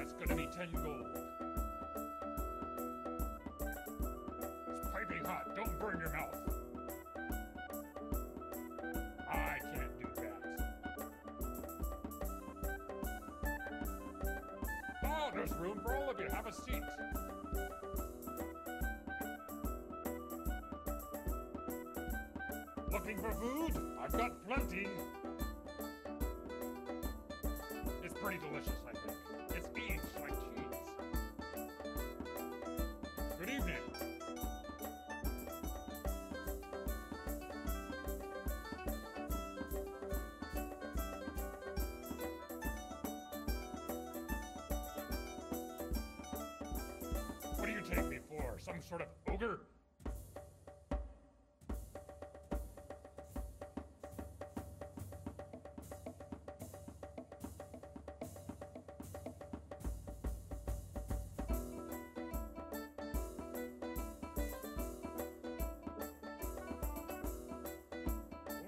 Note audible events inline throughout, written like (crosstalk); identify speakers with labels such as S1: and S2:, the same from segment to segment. S1: and gold. It's piping hot. Don't burn your mouth. I can't do that. Oh, there's room for all of you. Have a seat. Looking for food? I've got plenty. It's pretty delicious, I think. It's aged like cheese. Good evening. What do you take me for? Some sort of ogre?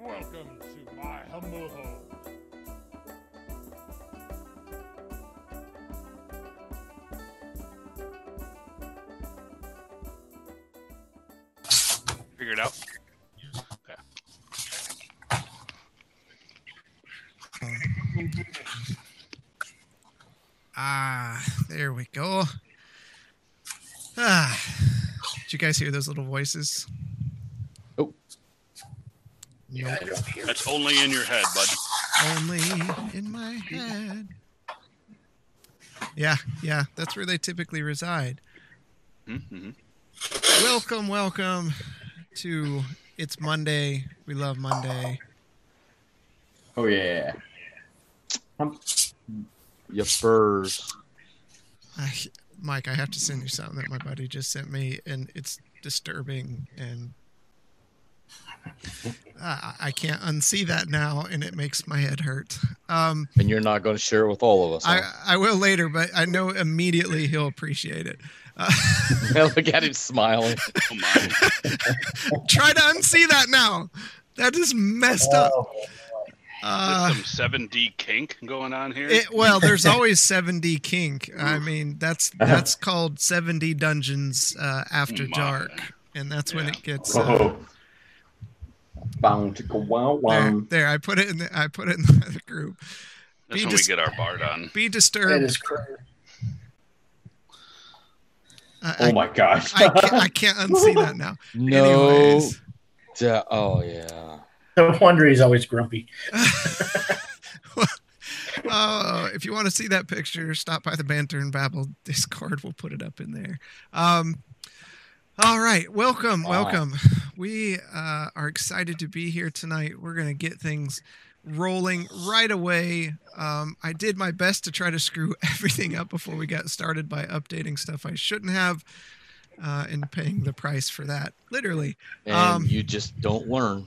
S1: Welcome to my humble home.
S2: Figure it out.
S3: Ah, there we go. Ah, did you guys hear those little voices?
S4: Yeah, I don't hear.
S2: That's only in your head, bud.
S3: (laughs) Only in my head. Yeah, yeah, that's where they typically reside.
S2: Mm-hmm.
S3: Welcome, welcome to It's Monday. We love Monday.
S4: Oh yeah. Um, your furs.
S3: I, Mike, I have to send you something that my buddy just sent me, and it's disturbing, and I, I can't unsee that now, and it makes my head hurt. Um,
S4: And you're not going to share it with all of us.
S3: I,
S4: huh?
S3: I will later, but I know immediately he'll appreciate it. Uh, (laughs)
S4: (laughs) Look at him smiling.
S2: Oh my.
S3: try to unsee that now. That is messed up. Uh,
S2: There's some 7D kink going on here.
S3: it, well, there's always 7D kink. I mean, that's that's called 7D Dungeons uh, After
S2: My.
S3: Dark, and that's when
S2: Yeah.
S3: it gets. Uh,
S5: Oh. Bound to go wow
S3: there,
S5: wow.
S3: there, I put it in. The, I put it in (laughs) the other group.
S2: That's
S3: he
S2: when
S3: just-
S2: we get our bard on.
S3: Be
S6: That
S3: disturbed.
S6: is crazy.
S3: I,
S5: Oh
S3: I,
S5: my gosh.
S6: (laughs)
S3: I, can't, I can't unsee that now.
S4: No.
S3: Anyways.
S4: da- oh yeah.
S6: No wonder he's always grumpy.
S5: (laughs)
S3: Oh, if you want to see that picture, stop by the Banter and Babble Discord. We'll put it up in there. Um, all right, welcome,
S4: Wow.
S3: welcome. We uh, are excited to be here tonight. We're gonna get things rolling right away. Um, I did my best to try to screw (laughs) everything up before we got started by updating stuff I shouldn't have, uh, and paying the price for that. Literally,
S4: And
S3: Um,
S4: you just don't learn.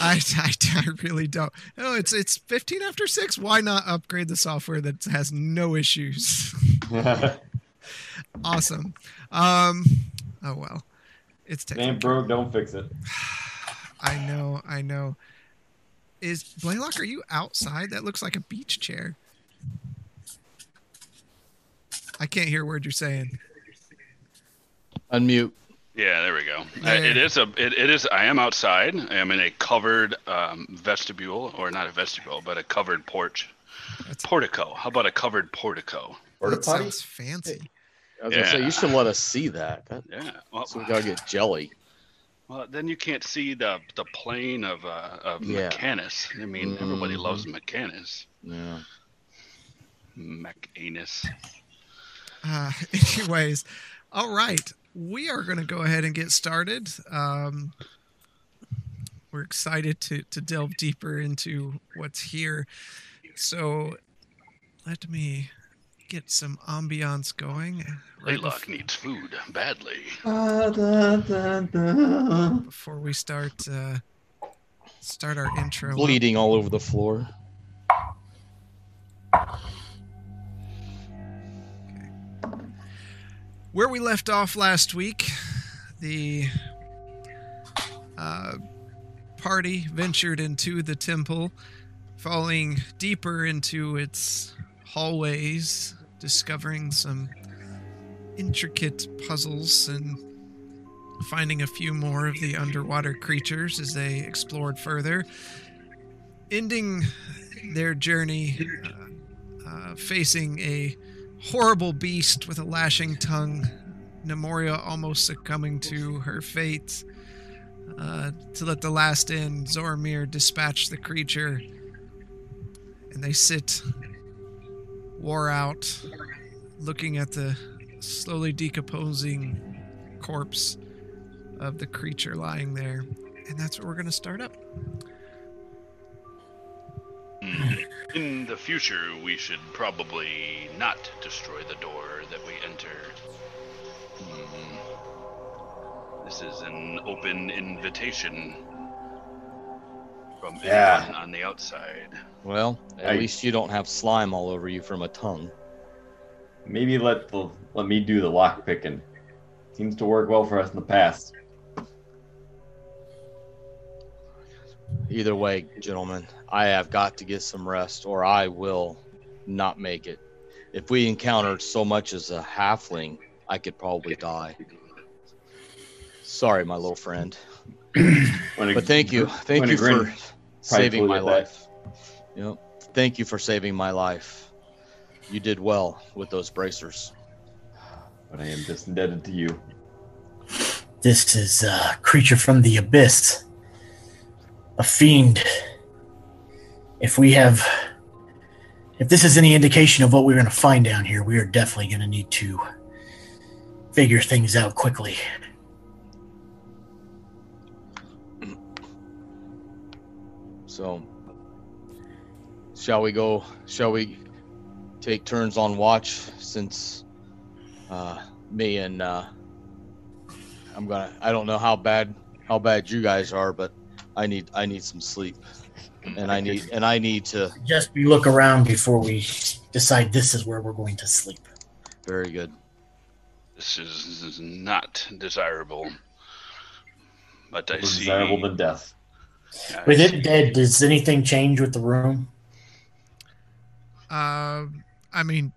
S3: I, I, I really don't. Oh, it's it's fifteen after six. Why not upgrade the software that has no issues? (laughs) awesome. Um, oh well, it's
S5: Man,
S3: technical.
S5: bro, don't fix it.
S3: I know, I know. Is Blaylock? Are you outside? That looks like a beach chair. I can't hear a word you're saying.
S4: Unmute.
S2: Yeah, there we go.
S3: Yeah,
S2: Uh,
S3: yeah.
S2: It is a. It, it is. I am outside. I am in a covered um, vestibule, or not a vestibule, but a covered porch.
S3: That's-
S2: Portico. How about a covered portico?
S5: Or
S3: that
S5: the potty?
S3: sounds fancy.
S4: I was gonna say
S2: Yeah.
S4: you should let us see that. that
S2: Yeah. Well,
S4: so we gotta get jelly.
S2: well, then you can't see the the plane of uh, of
S4: Yeah.
S2: Mechanus. I mean, everybody
S4: Mhm.
S2: loves Mechanus.
S4: Yeah.
S2: Mechanus.
S3: Uh, (laughs) anyways, all right, we are going to go ahead and get started. Um, we're excited to to delve deeper into what's here. So, let me get some ambiance going. right bef-
S2: Laylock needs food badly.
S3: before we start uh, start our intro.
S4: Bleeding all over the floor.
S3: Where we left off last week, the uh, party ventured into the temple, falling deeper into its hallways discovering some intricate puzzles and finding a few more of the underwater creatures as they explored further, ending their journey uh, uh, facing a horrible beast with a lashing tongue. Nemoria almost succumbing to her fate. Uh, till at the last end, Zoromir dispatched the creature, and they sit, wore out, looking at the slowly decomposing corpse of the creature lying there. And that's what we're going to start up.
S2: Hmm. In the future, we should probably not destroy the door that we enter. Hmm. This is an open invitation from anyone
S5: Yeah.
S2: on the outside.
S7: Well, at
S5: Hey.
S7: least you don't have slime all over you from a tongue.
S5: Maybe let the let me do the lock picking. Seems to work well for us in the past.
S7: Either way, gentlemen, I have got to get some rest or I will not make it. If we encountered so much as a halfling, I could probably die. Sorry, my little friend.
S5: When a-
S7: But thank you. Thank
S5: when a
S7: you
S5: grin
S7: for
S5: probably
S7: saving
S5: flew
S7: my
S5: at
S7: life. Yep. Thank you for saving my life. You did well with those bracers.
S5: But I am just indebted to you.
S6: This is a creature from the abyss, a fiend. If we have, if this is any indication of what we're going to find down here, we are definitely going to need to figure things out quickly.
S7: So, shall we go? Shall we take turns on watch since uh, me and uh, I'm gonna. I don't know how bad how bad you guys are, but I need I need some sleep, and I need and I need to.
S6: Just we look around before we decide this is where we're going to sleep.
S7: Very good.
S2: This is, this is not desirable. But I
S5: More
S2: see.
S5: desirable than death.
S2: I
S6: With
S2: see-
S6: it dead, does anything change with the room?
S3: Um I mean,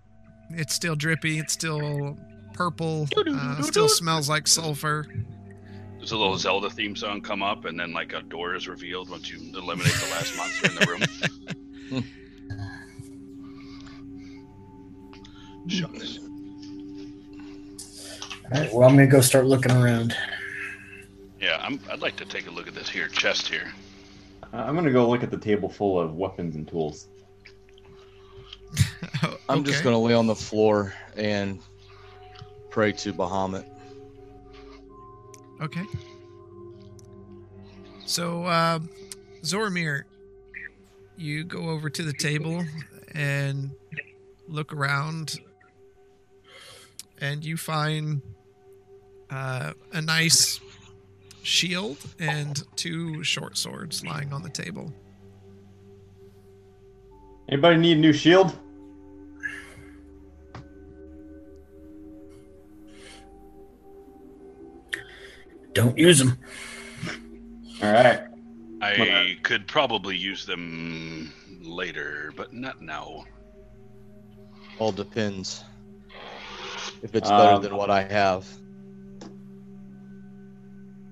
S3: it's still drippy. It's still purple. Uh, still smells like sulfur. (laughs)
S2: There's a little Zelda theme song come up, and then like a door is revealed once you eliminate the last monster in the room. Shucks.
S6: All right, well, I'm going to go start looking around.
S2: Yeah, I'm, I'd like to take a look at this here chest here.
S5: I- I'm gonna go look at the table full of weapons and tools.
S3: Oh,
S7: I'm just
S3: okay.
S7: gonna lay on the floor and pray to Bahamut.
S3: Okay. So, uh, Zoromir, you go over to the table and look around, and you find uh, a nice shield and two short swords lying on the table.
S5: Anybody need a new shield?
S6: Don't use them.
S5: All right.
S2: I
S5: Okay.
S2: could probably use them later, but not now.
S7: All depends if it's better
S5: Um,
S7: than what I have.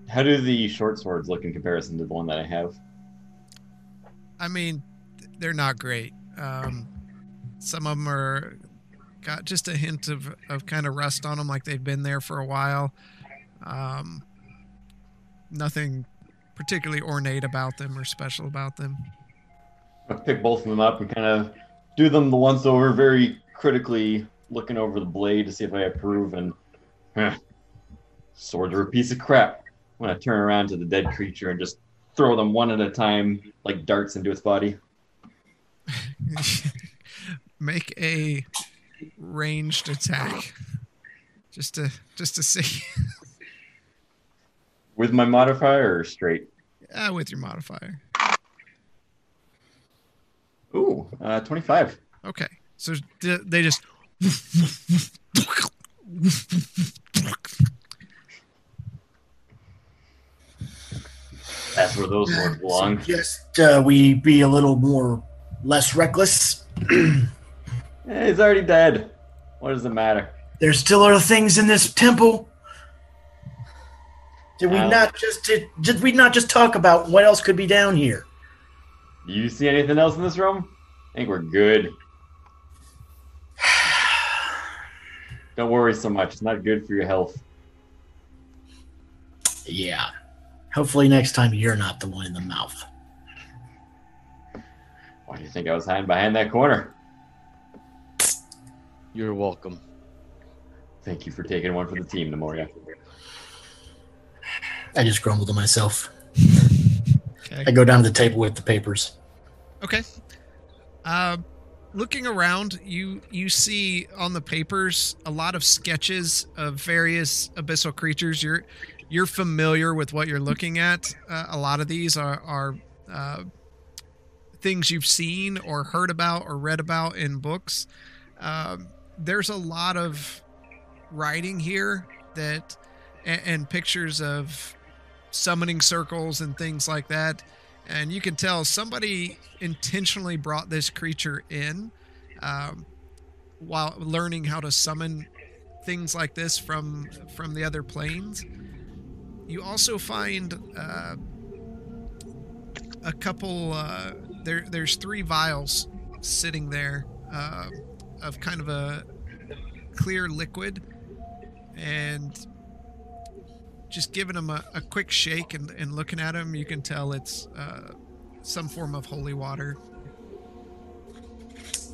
S5: How do the short swords look in comparison to the one that I have?
S3: I mean, th- they're not great. Um, some of them are got just a hint of, of kind of rust on them, like they've been there for a while. Um, nothing particularly ornate about them or special about them. (laughs)
S5: I pick both of them up and kind of do them the once over, very critically looking over the blade to see if I approve. And huh, swords are a piece of crap. I'm gonna turn around to the dead creature and just throw them one at a time like darts into its body.
S3: Make a ranged attack, just to just to see (laughs)
S5: With my modifier or straight?
S3: ah, with your modifier.
S5: Ooh, uh, 25.
S3: Okay, so d- they just (laughs)
S5: That's where those swords (laughs) belong.
S6: Just uh, we be a little more less reckless.
S5: Eh, he's already dead. What does it matter?
S6: There still are things in this temple. Did we
S5: Um,
S6: not just did, did we not just talk about what else could be down here?
S5: Do you see anything else in this room? I think we're good. (sighs) Don't worry so much. It's not good for your health.
S6: Yeah. Hopefully next time you're not the one in the mouth.
S5: Why do you think I was hiding behind that corner?
S4: You're welcome.
S5: Thank you for taking one for the team, Nemoria.
S6: I just grumble to myself.
S3: Okay.
S6: I go down to the table with the papers.
S3: Okay. Uh, looking around, you you see on the papers a lot of sketches of various abyssal creatures. You're you're familiar with what you're looking at. Uh, a lot of these are are uh, things you've seen or heard about or read about in books. Um, there's a lot of writing here that and, and pictures of summoning circles and things like that and you can tell somebody intentionally brought this creature in um, while learning how to summon things like this from from the other planes you also find uh, a couple uh, there there's three vials sitting there uh, of kind of a clear liquid and just giving him a, a quick shake and, and looking at him, you can tell it's uh, some form of holy water.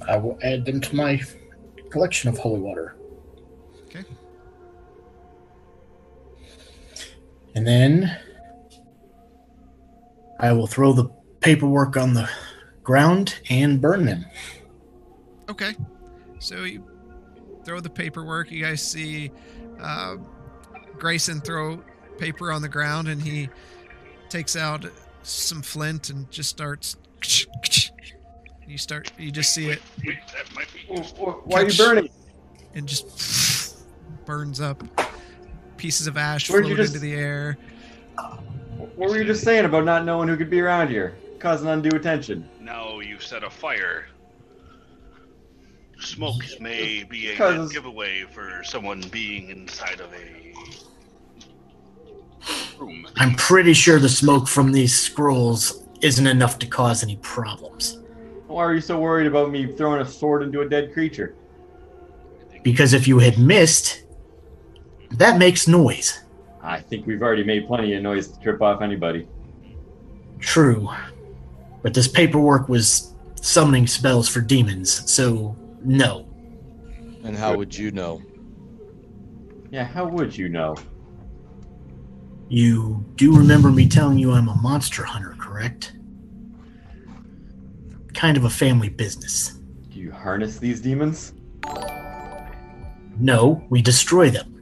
S6: I will add them to my collection of holy water.
S3: Okay.
S6: And then I will throw the paperwork on the ground and burn them.
S3: Okay. So you throw the paperwork. You guys see uh, Grayson throw paper on the ground, and he takes out some flint and just starts. (laughs) You start. You just see it,
S2: Wait, that might be.
S5: Why are you
S3: Catch.
S5: burning?
S3: and just (laughs) burns up. Pieces of ash
S5: Where'd
S3: float
S5: you
S3: into
S5: just-
S3: the air.
S5: What were you just saying about not knowing who could be around here? Causing undue attention.
S2: Now you set a fire. Smoke may be a
S5: Because-
S2: good giveaway for someone being inside of a room.
S6: I'm pretty sure the smoke from these scrolls isn't enough to cause any problems.
S5: Why are you so worried about me throwing a sword into a dead creature?
S6: Because if you had missed, that makes noise.
S5: I think we've already made plenty of noise to trip off anybody.
S6: True. But this paperwork was summoning spells for demons, so no.
S4: And how would you know?
S5: Yeah, how would you know?
S6: You do remember me telling you I'm a monster hunter, correct? Kind of a family business.
S5: Do you harness these demons?
S6: No, we destroy them.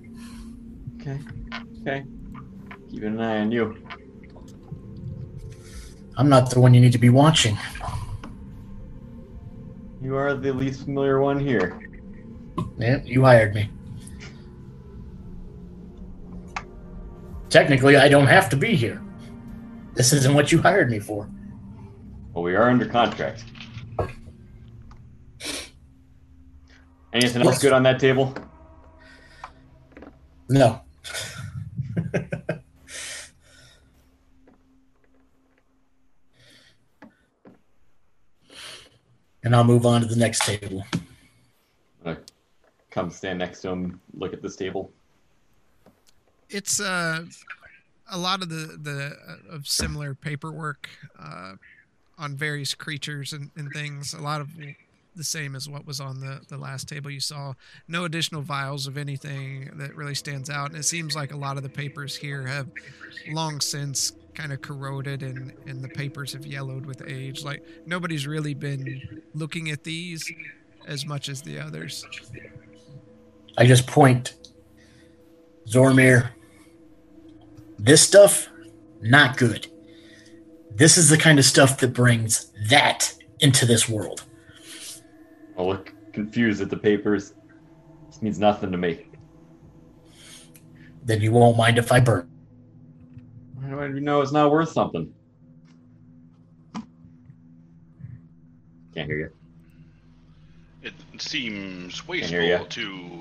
S5: Okay. Okay. Keeping an eye on you.
S6: I'm not the one you need to be watching.
S5: You are the least familiar one here.
S6: Yeah, you hired me. Technically, I don't have to be here. This isn't what you hired me for.
S5: But we are under contract. Anything else good on that table?
S6: No. (laughs) and I'll move on to the next table.
S5: I'm gonna come stand next to him, look at this table.
S3: it's uh, a lot of the the uh, of similar paperwork uh, on various creatures and, and things. A lot of the same as what was on the the last table you saw. No additional vials of anything that really stands out, and it seems like a lot of the papers here have long since kind of corroded and and the papers have yellowed with age. Like nobody's really been looking at these as much as the others.
S6: I just point Zormir. This stuff, not good. This is the kind of stuff that brings that into this world.
S5: I look confused at the papers. This means nothing to me.
S6: Then you won't mind if I burn.
S5: How do I know it's not worth something? Can't hear you.
S2: It, it seems
S5: hear ya.
S2: wasteful to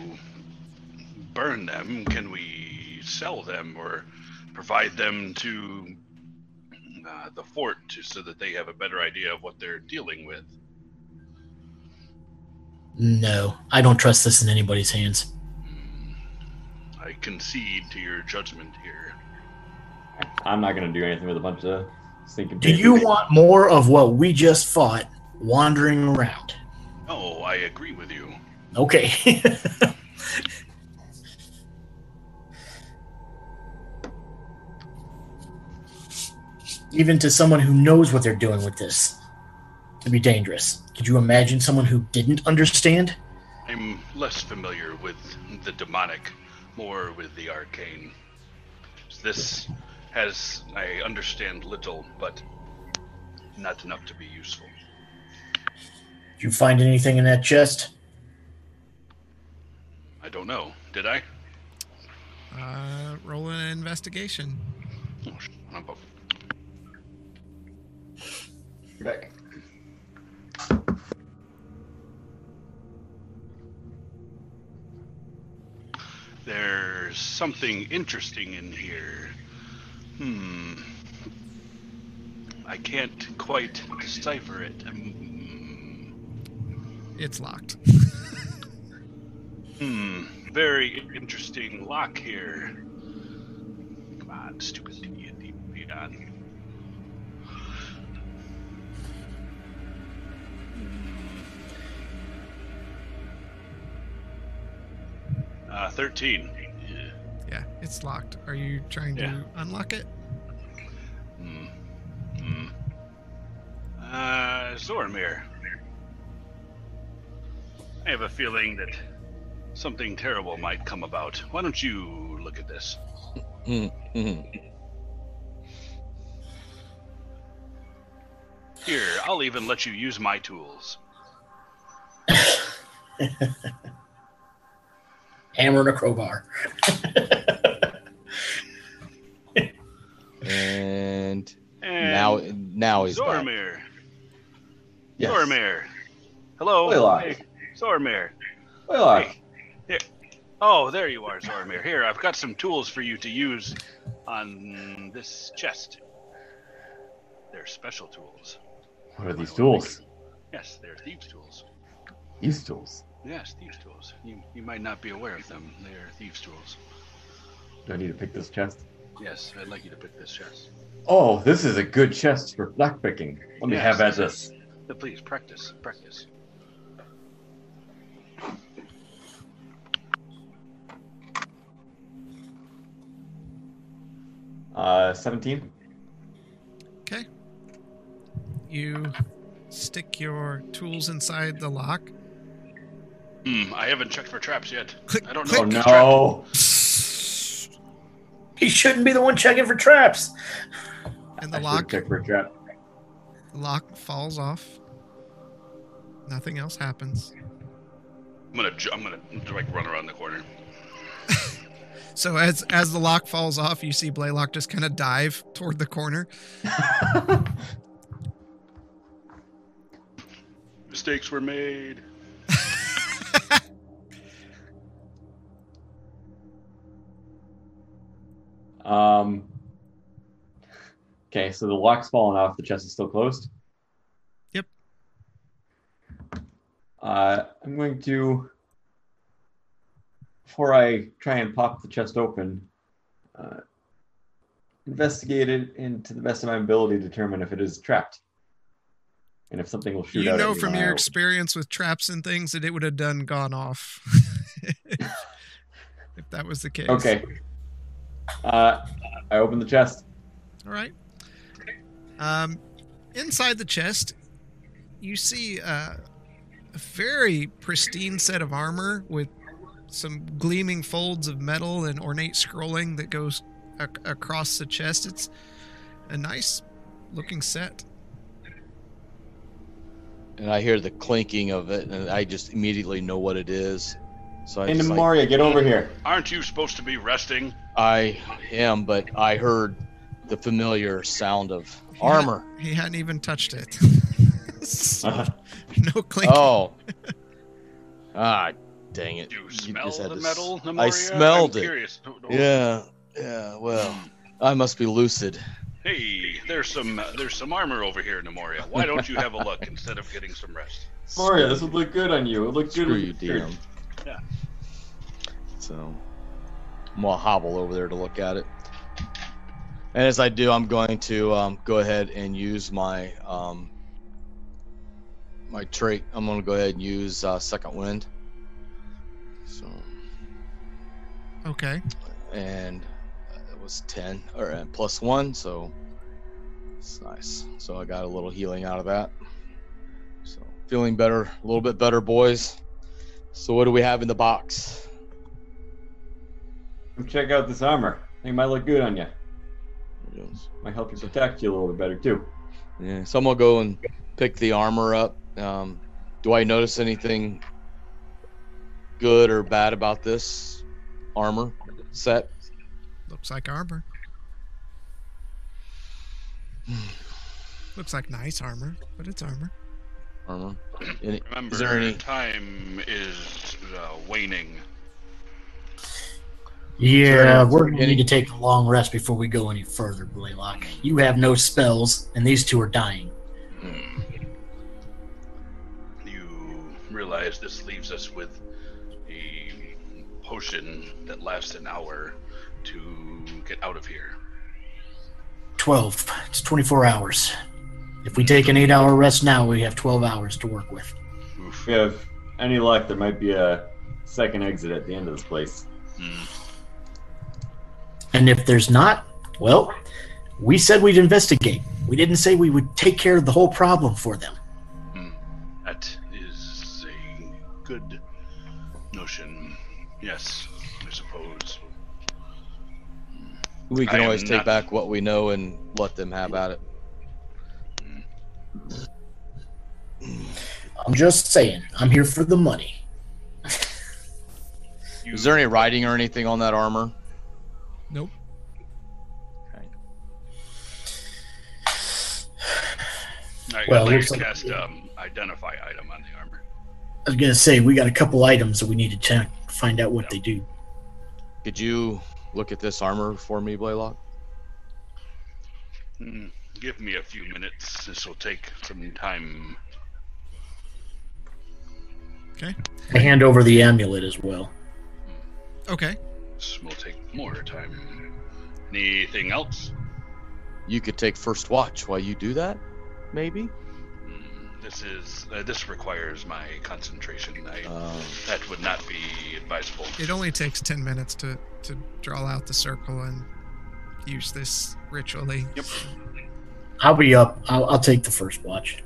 S2: burn them. Can we sell them or provide them to uh, the fort to, so that they have a better idea of what they're dealing with?
S6: No, I don't trust this in anybody's hands.
S2: Hmm. I concede to your judgment here.
S5: I'm not gonna do anything with a bunch of stinking.
S6: Do you want more of what we just fought wandering around?
S2: No, I agree with you.
S6: Okay. (laughs) Even to someone who knows what they're doing with this, it'd be dangerous. Could you imagine someone who didn't understand?
S2: I'm less familiar with the demonic, more with the arcane. This has, I understand little, but not enough to be useful.
S6: Did you find anything in that chest?
S2: I don't know. Did I?
S3: Uh, roll an investigation.
S2: Oh, sh- I'm bu-
S5: Back.
S2: There's something interesting in here. Hmm. I can't quite decipher it. Hmm.
S3: It's locked.
S2: Hmm, very interesting lock here. Come on, stupid D&D beyond. Hmm. Uh, 13. Yeah.
S3: Yeah, it's locked. Are you trying
S2: Yeah.
S3: to unlock it?
S2: Hmm. Hmm. Uh, Zoramir. I have a feeling that something terrible might come about. Why don't you look at this?
S7: Mm-hmm.
S4: Mhm.
S2: Here, I'll even let you use my tools.
S6: Hammer and a crowbar. (laughs)
S4: And
S2: And
S4: now, now he's back.
S2: Zoramir.
S5: Yes.
S2: Zoramir. Hello.
S5: Waylock.
S2: Hey, Zoramir.
S5: Waylock,
S2: Hey. Here. Oh, there you are, Zoramir. Here, I've got some tools for you to use on this chest. They're special tools.
S5: What are these tools?
S2: Yes, they're thieves' tools.
S5: These tools.
S2: Yes, thieves' tools. You, you might not be aware of them. They're thieves' tools.
S5: Do I need to pick this chest?
S2: Yes, I'd like you to pick this chest.
S5: Oh, this is a good chest for lockpicking. Let me
S2: Yes.
S5: have at this.
S2: But please, practice, practice.
S5: Uh, 17.
S3: Okay. You stick your tools inside the lock.
S2: Hmm, I haven't checked for traps yet.
S3: Click,
S2: I don't know.
S5: Oh
S2: if there's traps.
S5: no!
S6: He shouldn't be the one checking for traps.
S3: And the
S5: I should
S3: lock
S5: check for a trap.
S3: lock falls off. Nothing else happens.
S2: I'm gonna, ju- I'm gonna like run around the corner.
S3: So as as the lock falls off, you see Blaylock just kind of dive toward the corner.
S2: Mistakes were made.
S5: Um. Okay, so the lock's fallen off. The chest is still closed.
S3: Yep.
S5: Uh, I'm going to, before I try and pop the chest open, uh, investigate it and to the best of my ability determine if it is trapped, and if something will shoot
S3: you
S5: out. at
S3: know
S5: me
S3: from
S5: when I
S3: your
S5: open.
S3: experience with traps and things that it would have done gone off. (laughs) if that was the case.
S5: Okay. Uh, I open the chest.
S3: All right. Um, inside the chest, you see uh, a very pristine set of armor with some gleaming folds of metal and ornate scrolling that goes ac- across the chest. It's a nice looking set.
S4: and I hear the clinking of it, and I just immediately know what it is. So I,
S5: And
S4: just, like,
S5: Maria, get
S4: (laughs)
S5: over here.
S2: Aren't you supposed to be resting?
S4: I am, but I heard the familiar sound of
S3: He ha-
S4: armor.
S3: he (laughs)
S4: Uh-huh.
S3: hadn't even touched it. So,
S5: Uh,
S7: Oh.
S3: no clink.
S4: Oh,
S7: Ah, dang it.
S2: Do you
S7: You
S2: smell
S7: just had
S2: the
S7: to s-
S2: metal, Nemoria?
S7: I smelled
S2: I'm
S7: it.
S2: Curious.
S7: Yeah, yeah. Well, I must be lucid.
S2: Hey, there's some uh, there's some armor over here, Nemoria. Why don't you have a look instead of getting some rest?
S5: Mario, this would look good on you. It would look good.
S7: Screw
S5: on
S7: you,
S5: your
S7: DM.
S5: shirt.
S2: Yeah.
S7: So I'm gonna hobble over there to look at it. And as I do, I'm going to um, go ahead and use my um, my trait. I'm gonna go ahead and use uh, second wind. So
S3: Okay.
S7: and uh, it was ten or uh, plus one, so it's nice. So I got a little healing out of that. So feeling better, a little bit better, boys. So what do we have in the box?
S5: Come check out this armor. I think it might look good on you.
S7: There it is.
S5: Might help you protect you a little bit better too.
S7: Yeah, so I'm gonna go and pick the armor up. Um, do I notice anything good or bad about this armor set?
S3: Looks like armor. Looks like nice armor, but it's armor.
S7: Armor. Any,
S2: Remember,
S7: is there any?
S2: time is uh, waning.
S6: Yeah,
S7: Sure.
S6: we're going to
S7: Any-
S6: need to take a long rest before we go any further, Blaylock. You have no spells, and these two are dying.
S2: You realize this leaves us with a potion that lasts an hour to get out of here.
S6: 12. It's 24 hours. If we take an eight hour rest now, we have 12 hours to work with.
S2: Oof.
S5: If we have any luck, there might be a second exit at the end of this place. (laughs)
S2: Mm.
S6: And if there's not, well, we said we'd investigate. We didn't say we would take care of the whole problem for them.
S2: Hmm. That is a good notion. Yes, I suppose.
S7: We
S2: I
S7: can
S2: am
S7: always take
S2: not-
S7: back what we know and let them have at it.
S6: I'm just saying, I'm here for the money.
S2: You,
S7: Is there any writing or anything on that armor?
S3: Nope.
S2: I,
S6: Well,
S2: I
S6: looks like-
S2: cast um, identify item on the armor.
S6: I was going to say, we got a couple items that we need to check, find out what they do.
S7: Could you look at this armor for me, Blaylock?
S2: Mm, Give me a few minutes. This will take some time.
S6: I hand over the amulet as well.
S3: Okay.
S2: This will take more time. Anything else?
S7: You could take first watch while you do that, maybe.
S2: Mm, This is uh, this requires my concentration. I,
S7: Um,
S2: that would not be advisable.
S3: It only takes 10 minutes to, to draw out the circle and use this ritually.
S2: Yep.
S6: I'll be up. I'll, I'll take the first watch.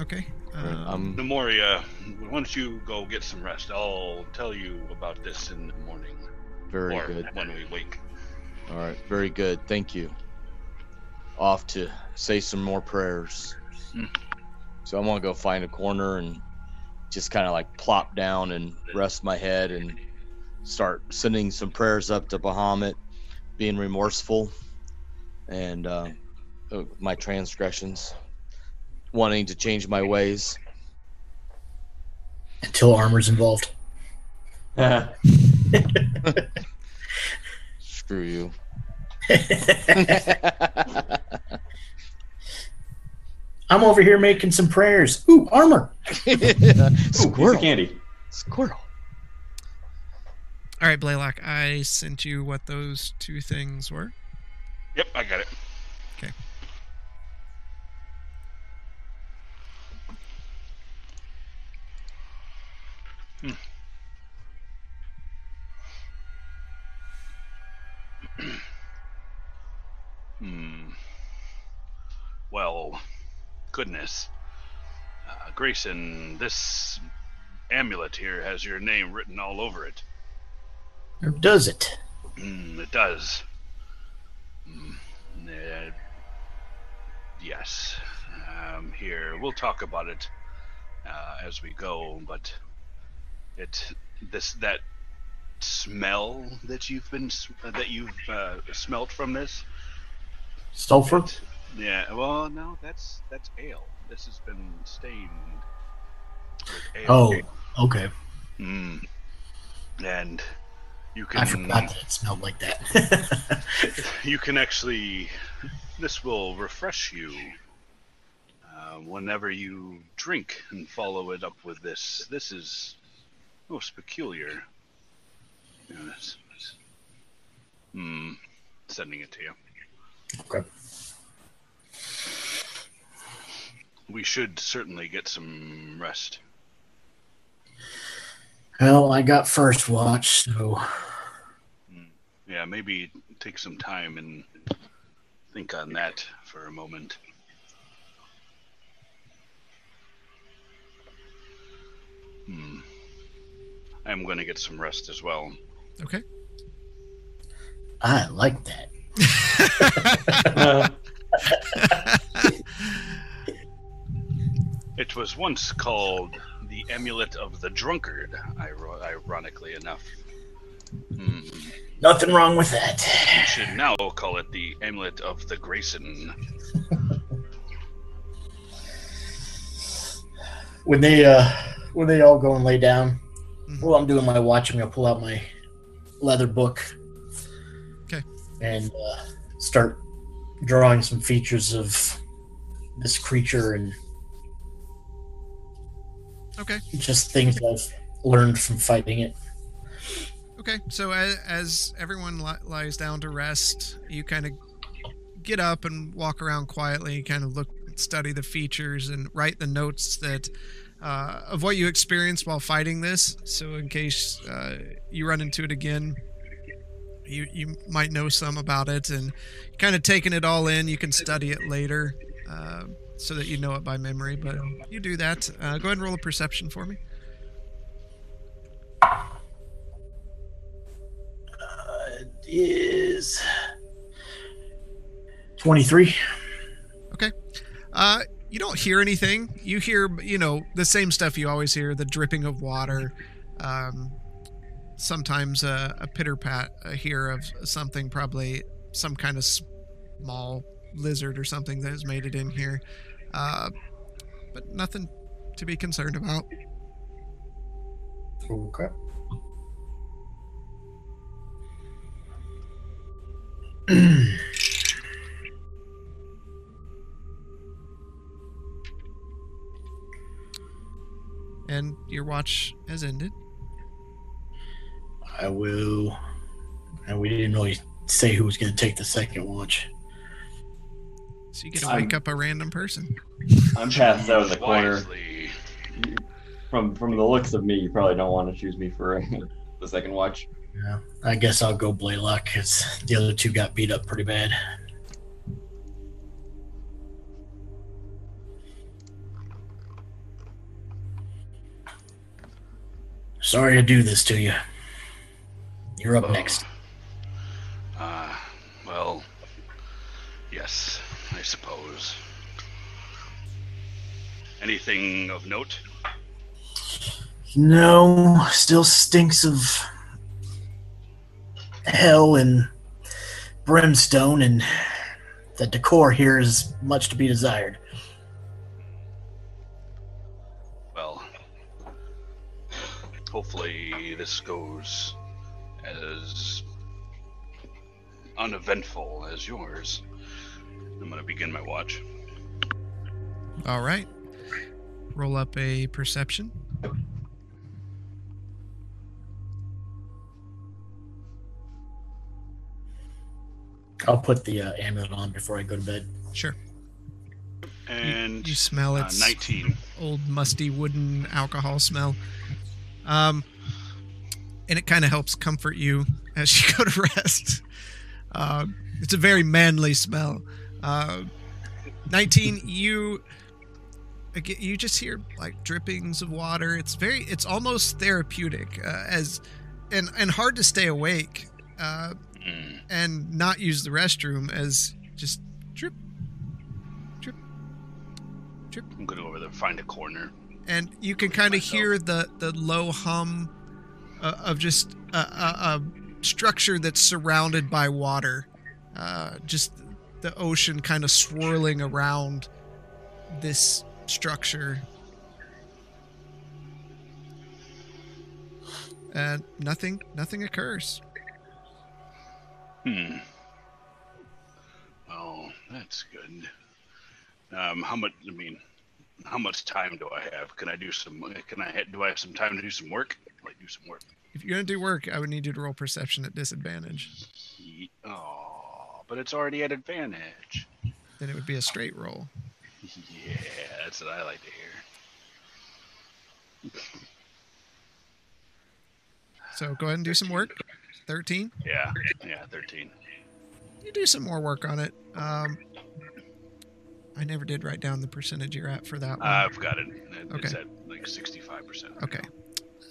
S3: Okay. Uh,
S2: um,
S7: I'm-
S2: Nemoria, why don't you go get some rest? I'll tell you about this in the morning
S7: very
S2: or
S7: good.
S2: when we wake.
S7: All right, very good. Thank you. Off to say some more prayers.
S2: Hmm.
S7: So I'm gonna go find a corner and just kind of like plop down and rest my head and start sending some prayers up to Bahamut, being remorseful and uh, uh, my transgressions, wanting to change my ways.
S6: Until armor's involved.
S3: (laughs)
S7: Screw you.
S6: I'm over here making some prayers. Ooh, armor.
S5: Ooh, piece of
S7: squirrel,
S5: candy.
S7: squirrel.
S3: all right, Blaylock, I sent you what those two things were.
S2: Yep, I got it. Hmm. Well, goodness. Uh, Grayson, this amulet here has your name written all over it.
S6: Or does it?
S2: Mm, it does. Mm, eh, yes. Um, here, we'll talk about it uh, as we go, but it this that smell that you've been s- that you've uh, smelt from this
S6: Sulfur?
S2: yeah, well, no, that's that's ale. This has been stained with ale.
S6: Oh, okay.
S2: Mm. And you can
S6: I forgot that it smelled like that. (laughs)
S2: you can actually this will refresh you uh, whenever you drink and follow it up with this this is most peculiar Yeah, that's- that's- Hmm. sending it to you
S6: Okay.
S2: we should certainly get some rest
S6: well, I got first watch, so
S2: yeah maybe take some time and think on that for a moment hmm. i'm going to get some rest as well
S3: Okay.
S6: I like that.
S5: Uh,
S2: It was once called the amulet of the drunkard, iro- ironically enough. Hmm.
S6: Nothing wrong with that.
S2: We should now call it the amulet of the Grayson.
S6: When they uh when they all go and lay down,
S3: Mhm.
S6: while I'm doing my watch, I'm gonna pull out my leather book.
S3: Okay.
S6: And uh, start drawing some features of this creature and
S3: Okay.
S6: just things I've learned from fighting it.
S3: Okay, so as, as everyone li- lies down to rest, you kind of get up and walk around quietly, kind of look, study the features, and write the notes that uh, of what you experienced while fighting this. So in case uh, you run into it again, you you might know some about it, and kind of taking it all in, you can study it later, uh, so that you know it by memory. But you do that. Uh, go ahead and roll a perception for me.
S6: It is twenty three.
S3: Uh, you don't hear anything. You hear, you know, the same stuff you always hear: the dripping of water, um, sometimes a, a pitter pat here of something, probably some kind of small lizard or something that has made it in here. Uh, but nothing to be concerned about.
S6: Okay.
S3: And your watch has ended.
S6: I will. And we didn't really say who was going to take the second watch.
S3: So you get to
S5: I'm-
S3: wake up a random person.
S5: I'm passed out in the corner.
S2: Wisely.
S5: From from the looks of me, you probably don't want to choose me for (laughs) the second watch.
S6: Yeah, I guess I'll go Blaylock because the other two got beat up pretty bad. Sorry to do this to you. You're up
S2: Oh.
S6: next.
S2: Uh, well, yes, I suppose. Anything of note?
S6: No, still stinks of hell and brimstone, and the decor here is much to be desired.
S2: Well, hopefully this goes as uneventful as yours. I'm gonna begin my watch.
S3: All right. Roll up a perception.
S6: I'll put the uh, amulet on before I go to bed.
S3: Sure.
S2: And
S3: You smell
S2: uh,
S3: it's
S2: 19.
S3: old musty wooden alcohol smell. Um, and it kind of helps comfort you as you (laughs) go to rest. Um, it's a very manly smell. Uh, 19, you again, you just hear like drippings of water. It's very, it's almost therapeutic uh, as and and hard to stay awake uh,
S2: Mm.
S3: and not use the restroom as just drip
S2: I'm gonna go over there, find a corner.
S3: and you can kind of
S2: Myself.
S3: hear the the low hum uh, of just a, a, a structure that's surrounded by water, uh, just the ocean kind of swirling around this structure. And nothing, nothing occurs.
S2: Hmm. Well, that's good. Um, how much? I mean, how much time do I have? Can I do some? Can I? ha- Do I have some time to do some work? Like do some work.
S3: If you're gonna do work, I would need you to roll perception at disadvantage.
S2: Ye- Oh, but it's already at advantage. (laughs)
S3: Then it would be a straight roll.
S2: Yeah, that's what I like to hear.
S3: So go ahead and do some work. Thirteen.
S2: Yeah, yeah, thirteen.
S3: You do some more work on it. Um, I never did write down the percentage you're at for that one.
S2: I've got it. It- It's
S3: Okay.
S2: at like sixty-five percent.
S3: okay,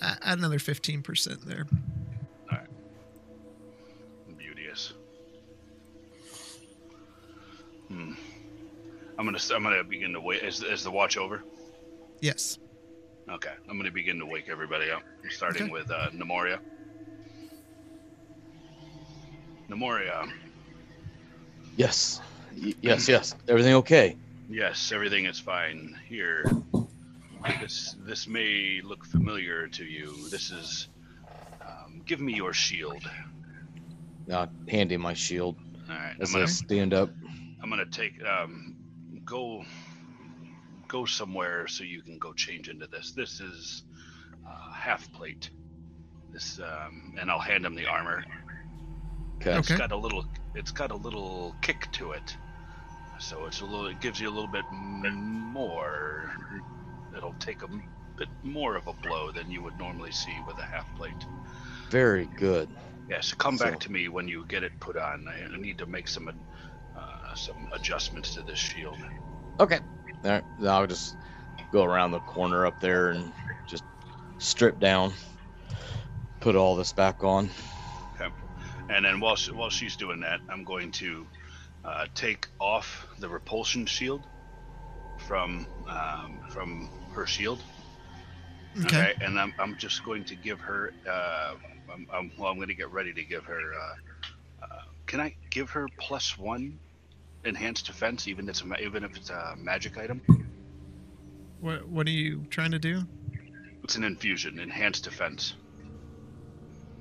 S3: A- add another fifteen percent there.
S2: Beauteous. Hmm. I'm gonna. s- I'm gonna begin to wait. Is, is the watch over?
S3: Yes.
S2: Okay. I'm gonna begin to wake everybody up, starting
S3: Okay.
S2: with uh, Nemoria. Nemoria.
S4: Yes. Y- yes, yes. Everything okay?
S2: Yes, everything is fine here. This this may look familiar to you. This is. Um, give me your shield.
S4: Now, hand him my shield
S2: All right. I'm
S4: as
S2: gonna
S4: I stand up.
S2: I'm gonna take um, go go somewhere so you can go change into this. This is uh, half plate. This um, and I'll hand him the armor.
S4: Okay.
S3: Okay.
S2: It's got a little it's got a little kick to it, so it's a little it gives you a little bit m- more. It'll take a m- bit more of a blow than you would normally see with a half plate.
S4: Very good.
S2: Yes, come back
S4: So-
S2: to me when you get it put on. I I need to make some uh, some adjustments to this shield.
S4: Okay. All right. then I'll just go around the corner up there and just strip down, put all this back on.
S2: And then while she, while she's doing that, I'm going to uh, take off the repulsion shield from um, from her shield.
S3: Okay.
S2: And I'm, I'm just going to give her. Uh, I'm, I'm, well, I'm going to get ready to give her. Uh, uh, can I give her plus one enhanced defense, even if it's a, ma- even if it's a magic item?
S3: What What are you trying to do?
S2: It's an infusion, enhanced defense.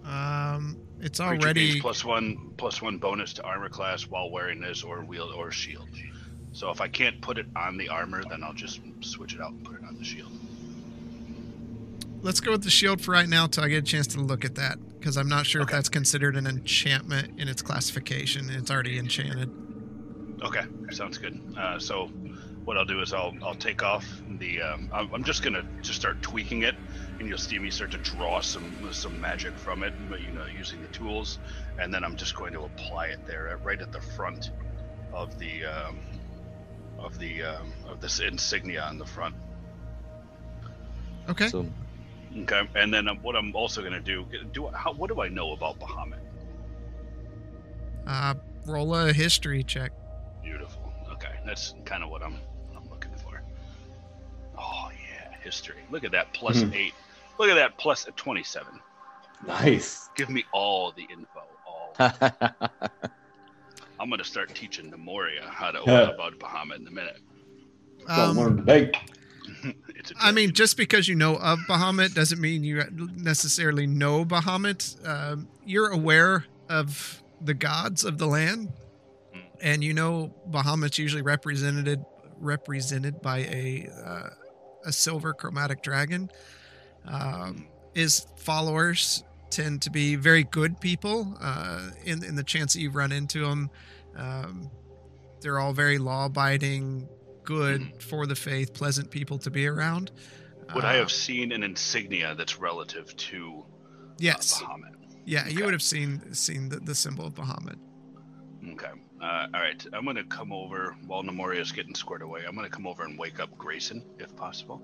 S3: Um, it's
S2: Creature gains
S3: already
S2: plus one plus one bonus to armor class while wearing this or wield or shield. So if I can't put it on the armor, then I'll just switch it out and put it on the shield.
S3: Let's go with the shield for right now till I get a chance to look at that because I'm not sure if
S2: Okay.
S3: that's considered an enchantment in its classification. It's already enchanted.
S2: Okay, sounds good. Uh, so what I'll do is I'll I'll take off the. Um, I'm, I'm just gonna just start tweaking it, and you'll see me start to draw some some magic from it, but you know using the tools, and then I'm just going to apply it there uh, right at the front of the um, of the um, of this insignia on the front.
S3: Okay.
S4: So (laughs)
S2: Okay, and then um, what I'm also gonna do? Do I- how, what do I know about Bahamut?
S3: Uh, roll a history check.
S2: Beautiful. Okay, that's kind of what I'm I'm looking for. Oh yeah, history. Look at that plus
S5: Hmm.
S2: eight. Look at that plus a twenty-seven.
S5: Nice.
S2: Give me all the info. All. I'm gonna start teaching Nemoria how to open
S5: Yeah.
S2: about Bahamut in a minute. (laughs)
S5: Don't
S3: Um,
S5: learn today.
S2: It's a
S3: I mean,
S2: dragon.
S3: just because you know of Bahamut doesn't mean you necessarily know Bahamut. Um, you're aware of the gods of the land,
S2: Mm.
S3: and you know Bahamut's usually represented represented by a uh, a silver chromatic dragon. Um, his followers tend to be very good people. Uh, in in the chance that you run into them, um, they're all very law abiding, good for the faith, pleasant people to be around.
S2: Hmm. would I
S3: Uh,
S2: have seen an insignia that's relative to uh,
S3: Yes.
S2: Bahamut?
S3: Yeah,
S2: Okay.
S3: you would have seen seen the, the symbol of Bahamut.
S2: Okay. Uh, all right. I'm gonna come over while Nemoria's getting squared away. I'm gonna come over and wake up Grayson, if possible.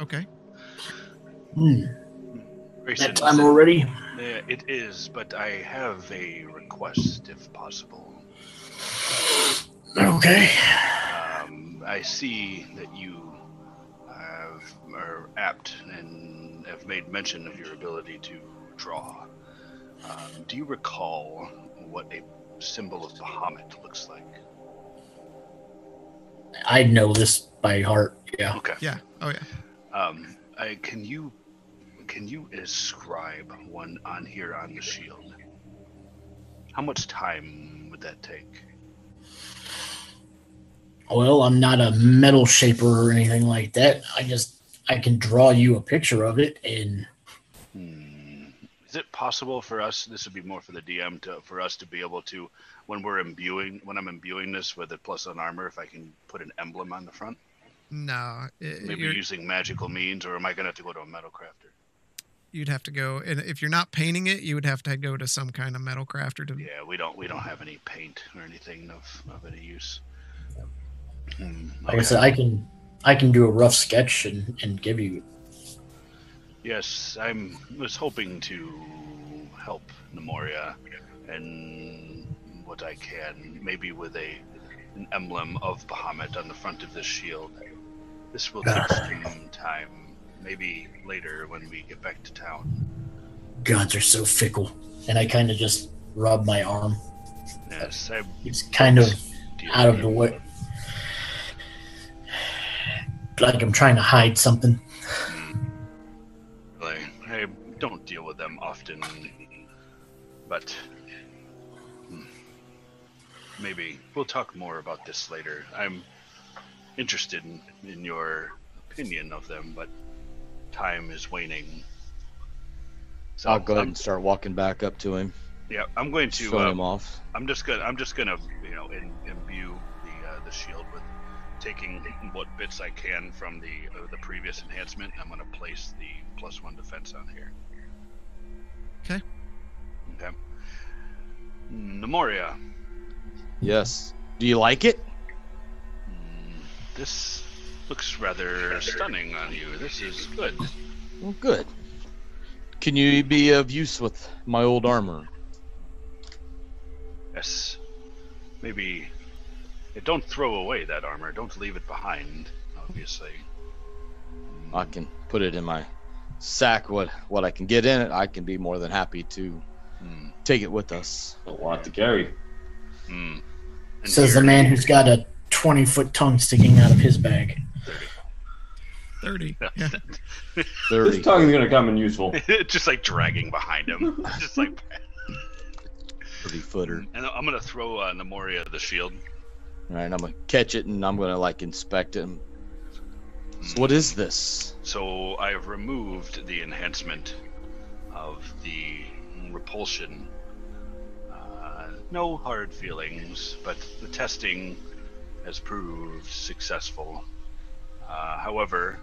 S3: Okay.
S6: Hmm,
S2: Grayson,
S6: that time already?
S2: Yeah, it is, but I have a request, if possible.
S6: Okay.
S2: Um, I see that you have, are apt and have made mention of your ability to draw. Um, do you recall what a symbol of Bahamut looks like?
S6: I know this by heart. Yeah.
S2: Okay.
S3: Yeah. Oh yeah.
S2: Um, I, can you can you ascribe one on here on the shield? How much time would that take?
S6: Well, I'm not a metal shaper or anything like that. I just I can draw you a picture of it and
S2: Hmm. Is it possible for us? This would be more for the DM to for us to be able to, when we're imbuing, when I'm imbuing this with a plus on armor, if I can put an emblem on the front,
S3: No, it,
S2: maybe
S3: Uh, you're-
S2: using magical means, or am I gonna have to go to a metal crafter?
S3: you'd have to go, and if you're not painting it, you would have to go to some kind of metal crafter to.
S2: Yeah, we don't we don't have any paint or anything of, of any use. Hmm,
S6: like I
S2: okay.
S6: said, I can I can do a rough sketch and, and give you
S2: Yes, I'm was hoping to help Nemoria and what I can, maybe with a an emblem of Bahamut on the front of this shield. This will take
S6: Ah.
S2: some time. Maybe later when we get back to town.
S6: gods are so fickle. And I kind of just rub my arm.
S2: Yes, I
S6: It's kind of
S2: deal
S6: out of the way. Like I'm trying to hide something.
S2: Like, I don't deal with them often, but hmm, maybe we'll talk more about this later. I'm interested in, in your opinion of them, but time is waning. So
S7: I'll go ahead
S2: I'm-
S7: and start walking back up to him,
S2: yeah, I'm going to.
S7: showing
S2: Uh,
S7: him off.
S2: I'm just gonna. I'm just gonna. You know, in, imbue the uh, the shield with taking (laughs) what bits I can from the uh, the previous enhancement. and I'm gonna place the plus one defense on here.
S3: 'Kay.
S2: Okay. Nemoria,
S7: Yes. Do you like it?
S2: mm, this looks rather stunning on you. This is good.
S7: Well, good. Can you be of use with my old armor?
S2: Yes. Maybe. eh, Don't throw away that armor. Don't leave it behind. Obviously.
S7: I can put it in my sack. What what I can get in it, I can be more than happy to
S2: Mm.
S7: take it with us.
S5: A lot to carry.
S2: Mm. And
S6: Says the
S2: here-
S6: man who's got a 20 foot tongue sticking out of his bag.
S2: (laughs)
S3: Thirty. Yeah.
S7: Thirty.
S5: This tongue's gonna come in useful.
S2: (laughs) just like dragging behind
S6: (laughs)
S2: him. just like,
S7: 30 footer.
S2: and I'm gonna throw uh, Nemoria the shield.
S7: All right, I'm gonna catch it and I'm gonna like inspect it. So what is this?
S2: So I've removed the enhancement of the repulsion. Uh, no hard feelings, but the testing has proved successful. Uh, however,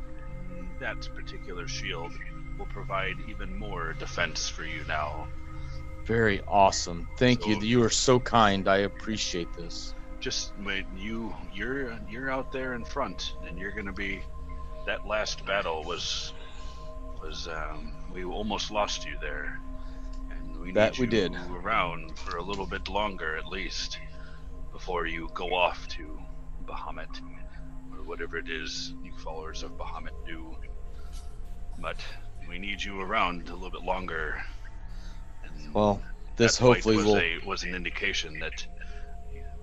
S2: that particular shield will provide even more defense for you now.
S7: Very awesome. Thank you.
S2: So-
S7: You are so kind. I appreciate this.
S2: just when you you're you're out there in front and you're gonna be that last battle was was um, we almost lost you there and we
S7: That
S2: need
S7: we
S2: you
S7: did.
S2: around for a little bit longer at least before you go off to Bahamut or whatever it is you followers of Bahamut do but we need you around a little bit longer and
S7: Well, this
S2: that fight
S7: hopefully
S2: was
S7: will.
S2: a, was an indication that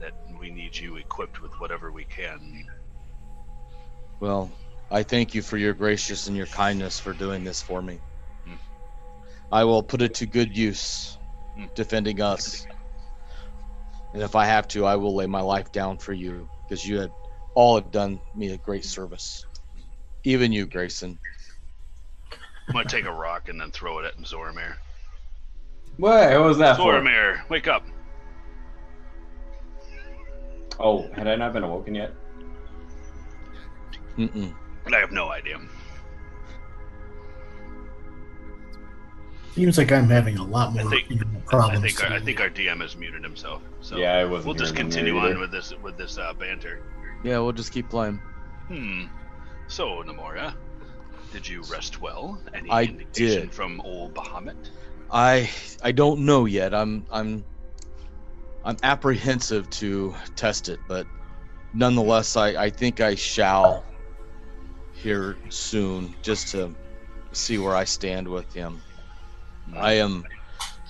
S2: that we need you equipped with whatever we can.
S7: Well, I thank you for your gracious and your kindness for doing this for me.
S2: Hmm.
S7: I will put it to good use,
S2: Hmm.
S7: defending us. And if I have to, I will lay my life down for you, because you had all have done me a great service. Even you, Grayson.
S2: I'm gonna take a rock and then throw it at Zoramir.
S5: What? What was that for?
S2: Zoramir, wake up!
S5: Oh, had I not been awoken yet?
S7: Mm-mm.
S2: And I have no idea.
S6: Seems like I'm having a lot
S2: I
S6: more
S2: think-
S6: animal
S2: I
S6: problems.
S2: think our, I
S6: today.
S2: think our DM has muted himself. So
S5: yeah, I wasn't.
S2: we'll just
S5: hearing them
S2: continue
S5: there
S2: on
S5: either.
S2: with this with this uh, banter.
S7: Yeah, we'll just keep playing.
S2: Hmm. So Namora, did you rest well? Any
S7: I
S2: indication
S7: did.
S2: from old Bahamut?
S7: I I don't know yet. I'm I'm I'm apprehensive to test it, but nonetheless, I I think I shall here soon just to see where I stand with him.
S2: Hmm,
S7: I am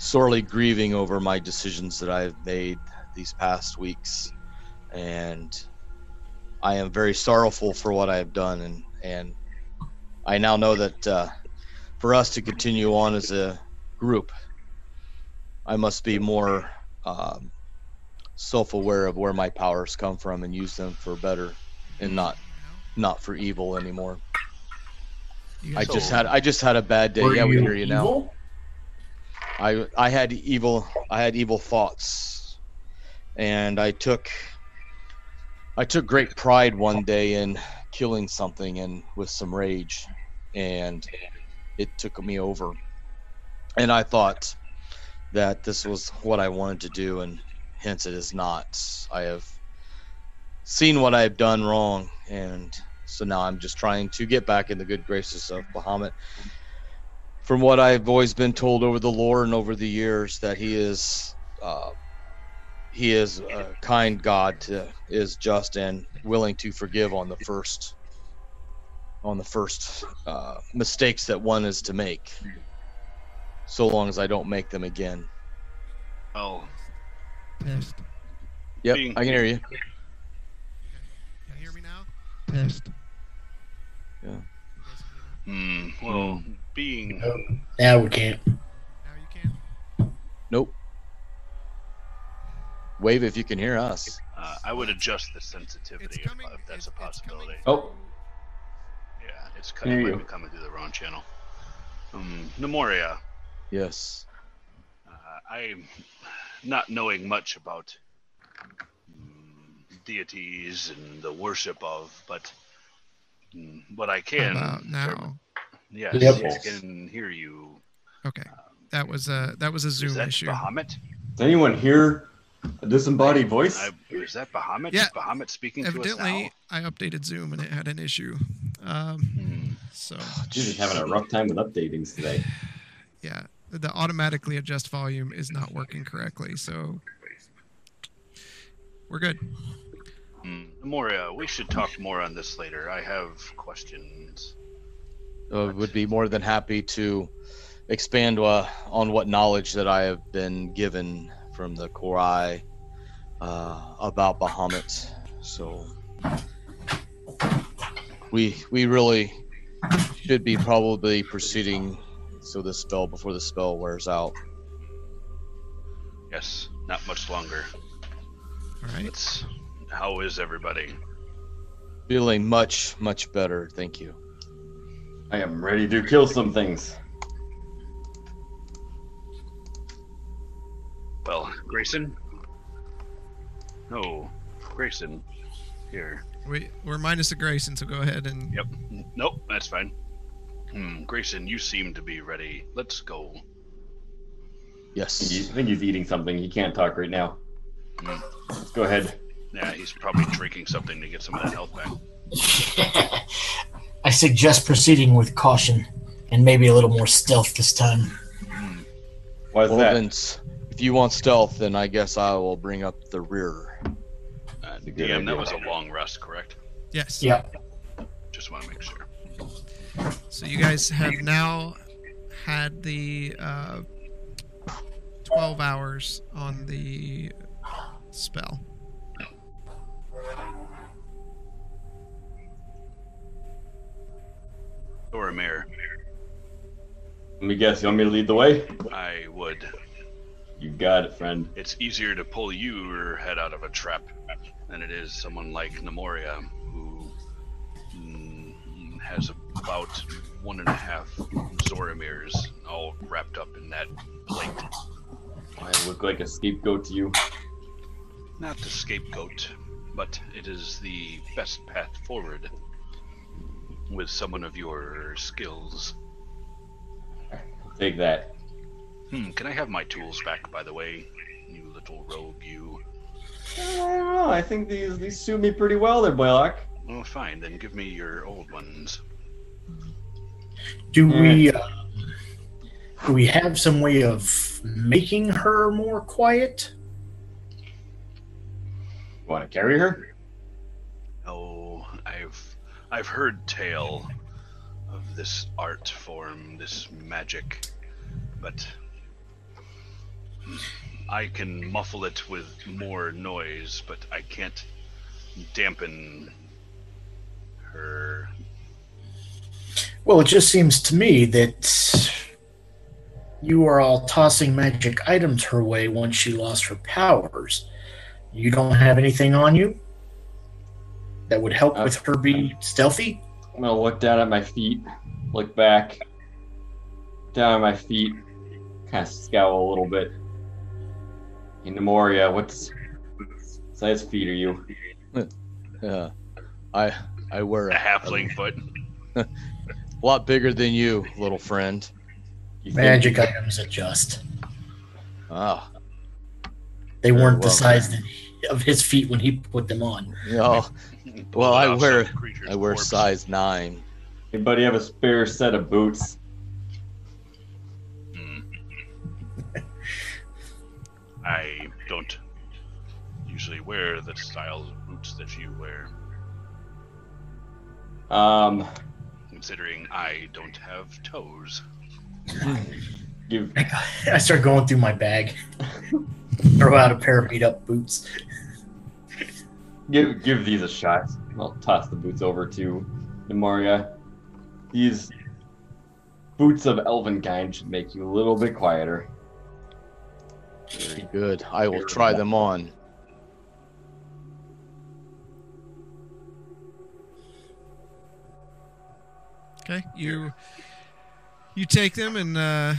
S7: sorely grieving over my decisions that I've made these past weeks, and I am very sorrowful for what I have done, and and I now know that uh, for us to continue on as a group, I must be more um, self-aware of where my powers come from and use them for better, and not not for evil anymore.
S3: You
S7: I
S3: guys-
S7: just had I just had a bad day.
S6: Were
S7: yeah, we
S6: you
S7: hear you now.
S6: evil?
S7: I I had evil I had evil thoughts, and I took I took great pride one day in killing something and with some rage, and it took me over, and I thought that this was what I wanted to do, and hence it is not. I have seen what I have done wrong, and so now I'm just trying to get back in the good graces of Bahamut from what I've always been told over the lore and over the years, that he is, uh, he is a kind God, to, is just and willing to forgive on the first, on the first uh, mistakes that one is to make, so long as I don't make them again.
S2: Well,
S3: Pissed.
S7: Yep,
S2: Being-
S7: I can hear you.
S3: Can you hear me now? Pissed.
S7: Yeah.
S3: You guys can hear me?
S2: hmm, well, being
S6: Now we can't.
S3: Now you can.
S7: Nope. Wave if you can hear us.
S2: Uh, I would adjust the
S3: It's
S2: sensitivity if,
S3: coming.
S2: if that's
S3: it-
S2: a
S3: it's coming
S2: possibility.
S5: Oh,
S2: Yeah, it's
S5: Hear
S2: coming, it
S5: you.
S2: might be coming through the wrong channel. Um, Nemoria,
S7: Yes.
S2: uh, I'm not knowing much about mm, deities and the worship of, but mm, what I
S3: How
S2: can,
S3: about now.
S2: yes,
S6: Yep.
S2: I can hear you.
S3: Okay. That was a that was a
S2: Is
S3: Zoom
S2: that
S3: issue.
S2: Bahamut?
S5: does anyone hear a disembodied voice?
S2: I, is that Bahamut?
S3: Yeah.
S2: Is Bahamut speaking to us now?
S3: Evidently, I updated Zoom and it had an issue. Um,
S2: Hmm,
S3: so
S5: She's just having a rough time with updatings today.
S3: yeah, the automatically adjust volume is not working correctly. So we're good.
S2: hmm. Nemoria, we should talk more on this later. I have questions.
S7: uh, would be more than happy to expand uh, on what knowledge that I have been given from the Korai uh, about Bahamut. So we we really should be probably proceeding so the spell before the spell wears out.
S2: Yes, not much longer.
S3: All right.
S2: It's how is everybody?
S7: Feeling much much better, thank you.
S5: I am ready to kill some things.
S2: Well, Grayson. No, Grayson. Here.
S3: We we're minus a Grayson, so go ahead and
S2: Yep. N- Nope. That's fine. Hmm, Grayson, you seem to be ready. Let's go.
S5: He- I
S7: Yes.
S5: think he's eating something. He can't talk right now.
S2: Hmm.
S5: Let's go ahead.
S2: Yeah, he's probably drinking something to get some of that health back.
S6: I suggest proceeding with caution and maybe a little more stealth this time.
S5: Why is
S7: Well,
S5: that?
S7: then, s- if you want stealth, then I guess I will bring up the rear. (laughs)
S2: Uh,
S5: a good
S2: DM, that
S5: idea.
S2: was a long rest, correct?
S3: yes.
S6: Yeah.
S2: Just want to make sure.
S3: So you guys have now had the uh, twelve hours on the spell.
S2: Thoramir,
S5: Let me guess. You want me to lead the way?
S2: I would.
S5: You got it, friend.
S2: It's easier to pull your head out of a trap than it is someone like Nemoria, who mm, has about one and a half Zoramirs all wrapped up in that plate.
S5: I look like a scapegoat to you.
S2: Not the scapegoat, but it is the best path forward with someone of your skills.
S5: Take that.
S2: Hmm, can I have my tools back, by the way? You little rogue, you.
S5: I don't know. I think these these suit me pretty well there, Boylock.
S2: Well, fine, then give me your old ones.
S6: Do we uh, do we have some way of making her more quiet?
S5: You want to carry her?
S2: Oh, I've I've heard tale of this art form, this magic, but I can muffle it with more noise, but I can't dampen Or
S6: Well, it just seems to me that you are all tossing magic items her way once she lost her powers. You don't have anything on you that would help with her be
S4: Uh,
S6: stealthy?
S5: I'm gonna look down at my feet, look back, down at my feet, kind of scowl a little bit. In Nemoria, what's size feet are you?
S4: Uh, I I wear
S2: a
S4: a
S2: halfling foot.
S4: lot bigger than you, little friend.
S5: you think?
S6: Magic items adjust.
S4: Ah,
S6: They
S4: Very
S6: weren't the
S4: well.
S6: size that- of his feet when he put them on.
S2: (laughs)
S4: no, Well, I
S2: Off
S4: wear-
S2: some creature's
S4: I wear
S2: corpse.
S4: size nine.
S5: Anybody have a spare set of boots?
S2: Mm. I don't usually wear the style of boots that you wear,
S5: Um,
S2: considering I don't have toes.
S5: give
S6: I start going through my bag, (laughs) throw out a pair of beat up boots.
S5: give give these a shot. I'll toss the boots over to Nemoria. These boots of elven kind should make you a little bit quieter.
S4: Very good. I will try them on.
S3: Okay, you you take them and uh,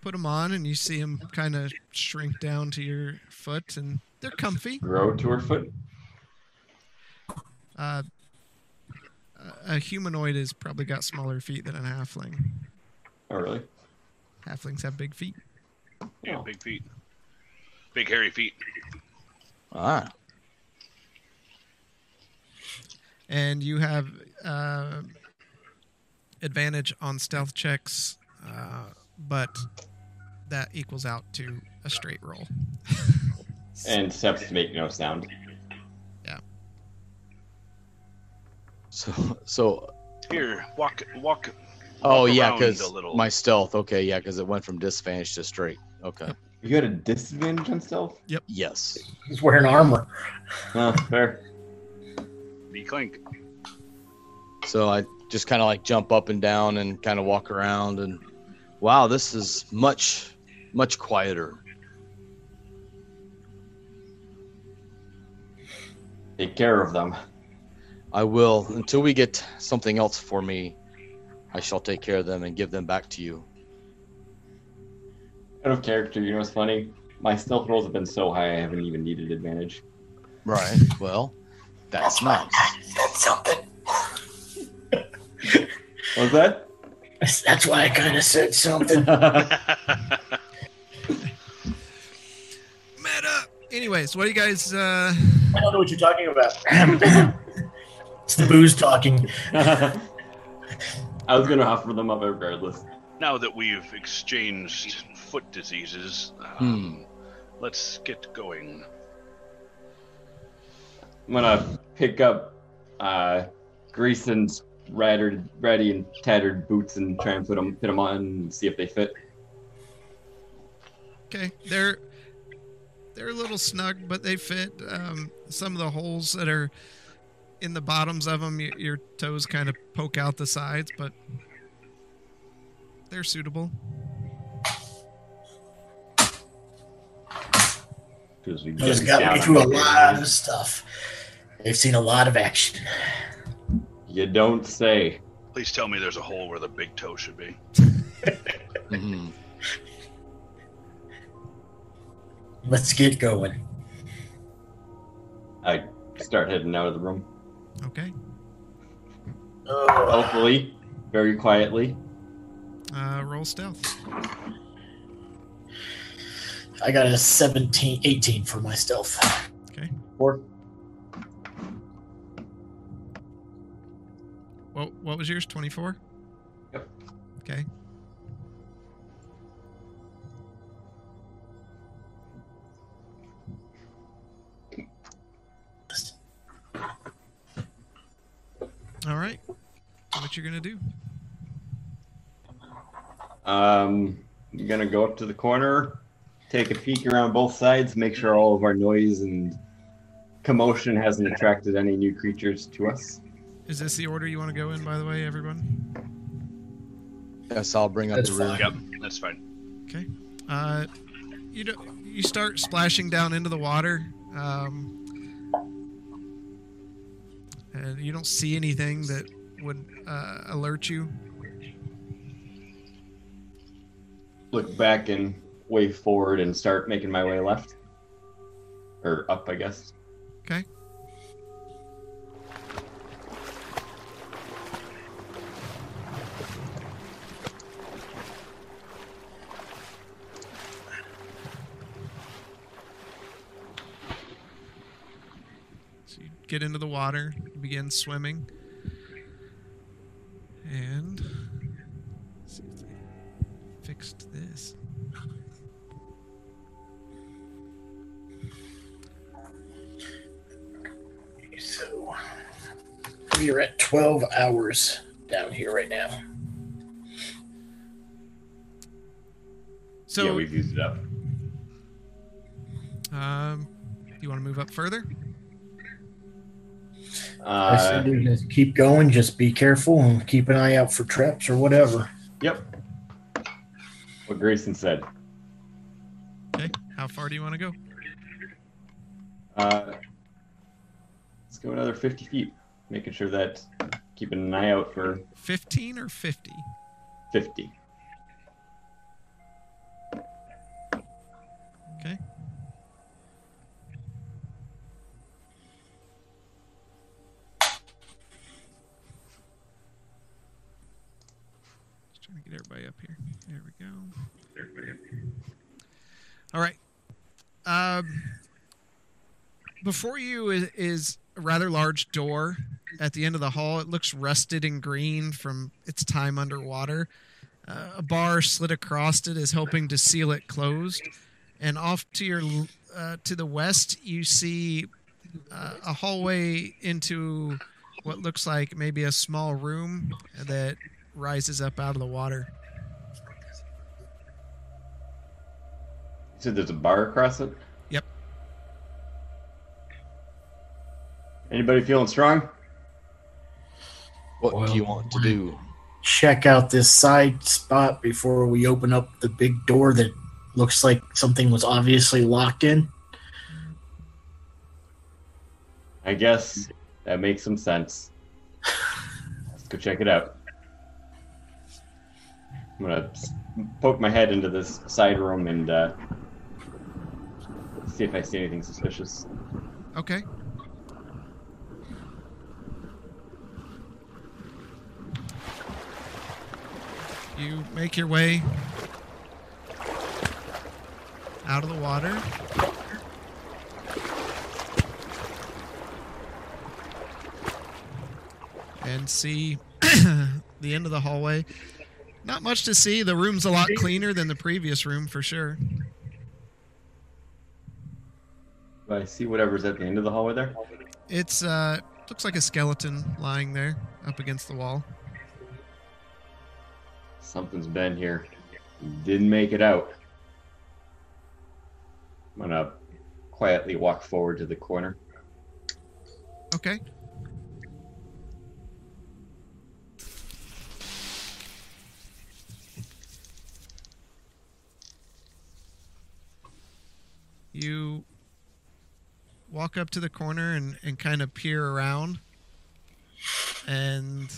S3: put them on, and you see them kind of shrink down to your foot, and they're comfy.
S5: Grow to her foot.
S3: Uh, a a humanoid has probably got smaller feet than a halfling.
S5: Oh, really?
S3: Halflings have big feet.
S2: Yeah,
S5: Oh.
S2: big feet, big hairy feet.
S4: Ah,
S3: and you have uh, advantage on stealth checks, uh, but that equals out to a straight roll.
S5: And steps make no sound.
S4: so so.
S2: Here, walk, walk.
S4: Oh
S2: walk
S4: yeah,
S2: around
S4: because
S2: a little.
S4: my stealth. Okay, yeah, because it went from disadvantage to straight. Okay.
S5: You had a disadvantage on stealth?
S4: Yes.
S6: He's wearing armor.
S5: Huh, fair.
S2: the clink.
S4: So I just kind of like jump up and down and kind of walk around and wow, this is much much quieter.
S5: Take care of them.
S4: I will until we get something else for me. I shall take care of them and give them back to you.
S5: Out of character, you know what's funny? My stealth rolls have been so high I haven't even needed advantage.
S4: Right. Well, that's nice.
S6: That's something.
S5: What was that?
S6: That's why I kind of said something.
S3: Meta. Anyways, what do you guys? Uh,
S6: I don't know what you're talking about. (laughs) it's the booze talking.
S5: (laughs) I was gonna offer them up regardless.
S2: now that we've exchanged foot diseases, um,
S4: Hmm.
S2: let's get going.
S5: I'm gonna pick up uh, Grayson's rattered, ratty and tattered boots and try and put them, fit them on and see if they fit.
S3: okay, they're they're a little snug, but they fit. Um, some of the holes that are in the bottoms of them, y- your toes kind of poke out the sides, but they're suitable.
S6: Those got me through a lot of stuff. They've seen a lot of action.
S5: You don't say.
S2: Please tell me there's a hole where the big toe should be.
S4: Mhm.
S6: Let's get going.
S5: I start heading out of the room.
S3: Okay.
S6: Oh,
S5: Hopefully, very quietly.
S3: Uh, roll stealth.
S6: I got a 17, 18 for my stealth.
S5: Four.
S3: What what was yours? Twenty four.
S5: Yep.
S3: Okay. All right. What you're gonna do?
S5: Um, I'm gonna go up to the corner, take a peek around both sides, make sure all of our noise and commotion hasn't attracted any new creatures to us.
S3: Is this the order you want to go in, by the way, everyone?
S4: Yes, I'll bring up
S6: That's
S4: the rear.
S6: fine.
S2: Yep, that's fine.
S3: Okay. Uh, you do, you start splashing down into the water, um, and you don't see anything that would uh, alert you.
S5: Look back and way forward and start making my way left. Or up, I guess.
S3: Okay. So you get into the water, you begin swimming, and let's see if they fixed this.
S6: So we are at 12 hours down here right now.
S3: So
S5: yeah, we've used it up.
S3: Um, you want to move up further?
S6: I
S5: Uh,
S6: said, dude, just keep going. Just be careful and keep an eye out for traps or whatever.
S5: yep. What Grayson said.
S3: Okay. How far do you want to go?
S5: Uh, let's go another 50 feet, making sure that keeping an eye out for
S3: 15 or 50?
S5: 50.
S3: Okay. Just trying to get everybody up here. There we go. All right. Um, before you is, is a rather large door at the end of the hall. It looks rusted and green from its time underwater. Uh, a bar slid across it is helping to seal it closed. And off to your l- uh, to the west, you see uh, a hallway into what looks like maybe a small room that rises up out of the water.
S5: You said there's a bar across it?
S3: Yep.
S5: Anybody feeling strong?
S4: What do you
S6: Well,
S4: want to do?
S6: Check out this side spot before we open up the big door that looks like something was obviously locked in.
S5: I guess that makes some sense. Let's go check it out. I'm gonna s- poke my head into this side room and uh, see if I see anything suspicious.
S3: Okay. You make your way out of the water. And see (clears throat) the end of the hallway. Not much to see. The room's a lot cleaner than the previous room for sure.
S5: Do I see whatever's at the end of the hallway there?
S3: It's uh looks like a skeleton lying there up against the wall.
S5: Something's been here. Didn't make it out. I'm gonna quietly walk forward to the corner.
S3: Okay. You walk up to the corner and, and kind of peer around. And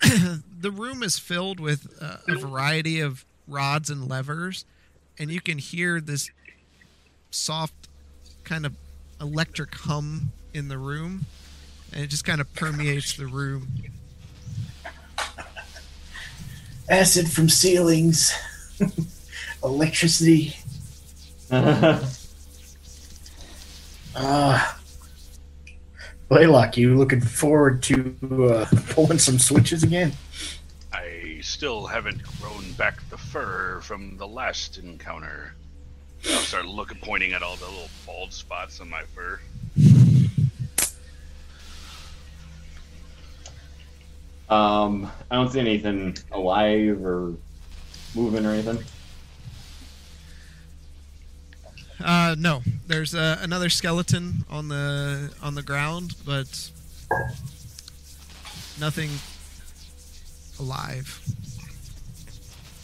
S3: the room is filled with uh, a variety of rods and levers, and you can hear this soft kind of electric hum in the room, and it just kind of permeates the room.
S6: Acid from ceilings, (laughs) electricity. Uh, Blaylock, you looking forward to uh, pulling some switches again?
S2: I still haven't grown back the fur from the last encounter. I'll start looking, pointing at all the little bald spots on my fur.
S5: um, I don't see anything alive or moving or anything.
S3: Uh, no, there's uh, another skeleton on the on the ground, but nothing alive.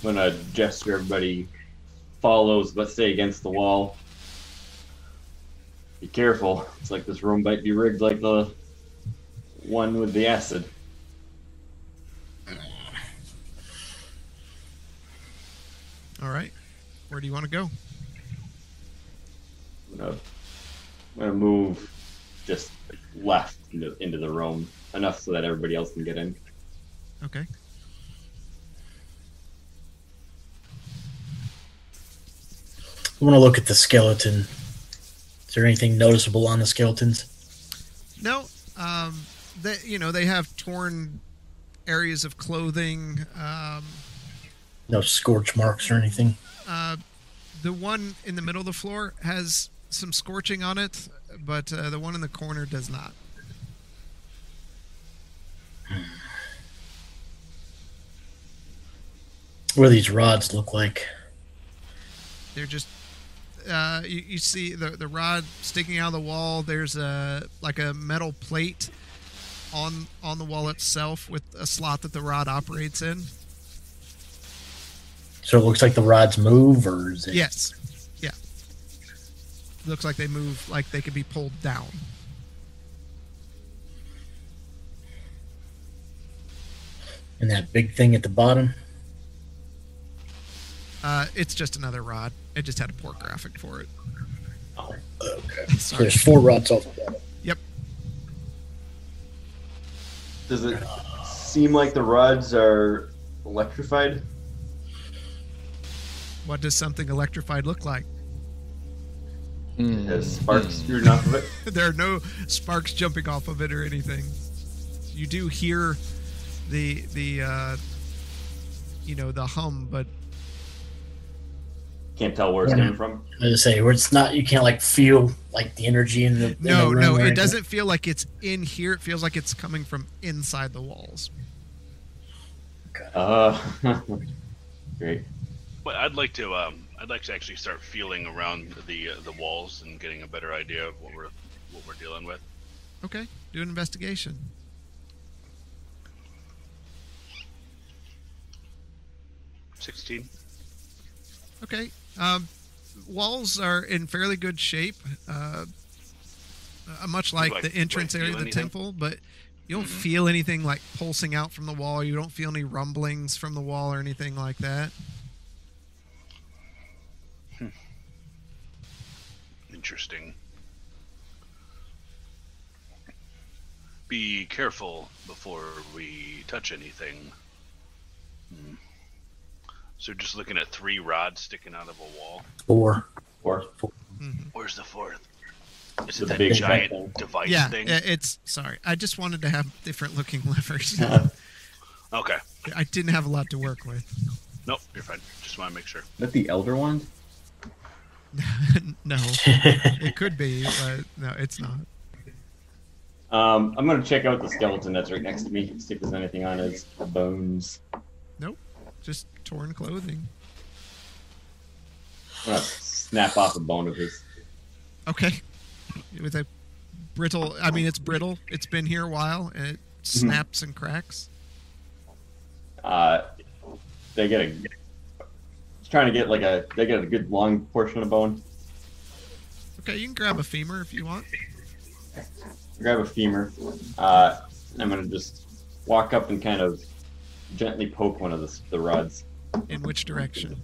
S5: I'm gonna gesture everybody follows, but stay against the wall. Be careful. It's like this room might be rigged like the one with the acid.
S3: All right, where do you want to go?
S5: I'm gonna, I'm gonna move just left into, into the room enough so that everybody else can get in.
S3: Okay.
S6: I want to look at the skeleton. Is there anything noticeable on the skeletons?
S3: No, um, they you know they have torn areas of clothing. Um,
S6: No scorch marks or anything?
S3: uh, the one in the middle of the floor has some scorching on it, but uh, the one in the corner does not.
S6: What do these rods look like?
S3: They're just uh, you, you see the the rod sticking out of the wall. There's a like a metal plate on on the wall itself with a slot that the rod operates in.
S6: So it looks like the rods move, or is it?
S3: Yes. Yeah. Looks like they move like they could be pulled down.
S6: And that big thing at the bottom.
S3: Uh, it's just another rod. It just had a poor graphic for it.
S6: Okay. So
S3: Sorry.
S6: there's four rods off the bottom.
S5: Does it seem like the rods are electrified?
S3: What does something electrified look like? (laughs)
S5: Has sparks shooting off of it?
S3: there are no sparks jumping off of it or anything. You do hear the the uh, you know the hum, but
S5: Can't tell where it's coming from.
S6: I was gonna say where it's not. You can't like feel like the energy in the. in the
S3: no,
S6: room
S3: no,
S6: or
S3: it
S6: anything.
S3: doesn't feel like it's in here. It feels like it's coming from inside the walls.
S5: Uh, (laughs) great.
S2: Well, I'd like to. Um, I'd like to actually start feeling around the uh, the walls and getting a better idea of what we're what we're dealing with.
S3: Okay, do an investigation.
S2: Sixteen.
S3: Okay, um, walls are in fairly good shape, uh, uh, much like,
S2: Like-
S3: the entrance
S2: like
S3: area
S2: feel
S3: of the
S2: anything?
S3: temple, but. You don't feel anything like pulsing out from the wall. You don't feel any rumblings from the wall or anything like that.
S2: Interesting. Be careful before we touch anything. Hmm. So just looking at three rods sticking out of a wall.
S6: Four.
S5: Or
S2: Where's the fourth? Is
S5: The
S2: it that
S5: big
S2: giant
S5: thing.
S2: device
S3: yeah,
S2: thing?
S3: i- it's sorry. I just wanted to have different looking (laughs) levers.
S2: Okay.
S3: I didn't have a lot to work with. (laughs)
S2: Nope, you're fine. Just want to make sure.
S5: that the elder wand?
S3: no, it could be, but no, it's not.
S5: Um, I'm gonna check out the skeleton that's right next to me. See if there's anything on his bones.
S3: Just torn clothing.
S5: I'm gonna snap off a bone of his.
S3: Okay. With a brittle, I mean, it's brittle. It's been here a while, and it snaps and cracks.
S5: Uh, they get a. He's trying to get like a. They get a good long portion of bone.
S3: Okay, you can grab a femur if you want.
S5: Grab a femur. Uh, I'm gonna just walk up and kind of gently poke one of the, the rods.
S3: In which direction?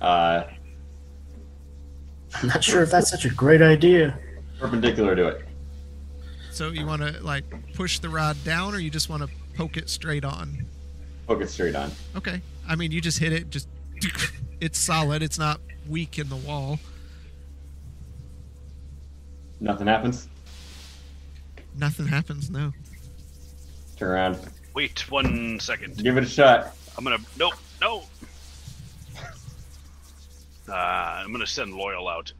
S5: Uh,
S6: I'm not sure if that's such a great idea.
S5: perpendicular to it.
S3: So you want to like push the rod down, or you just want to poke it straight on?
S5: Poke it straight on.
S3: Okay. I mean, you just hit it. Just (laughs) it's solid. It's not weak in the wall.
S5: Nothing happens.
S3: Nothing happens. No.
S5: Turn around.
S2: Wait one second.
S5: Give it a shot.
S2: I'm gonna. Nope, no. Uh, I'm gonna send Loyal out.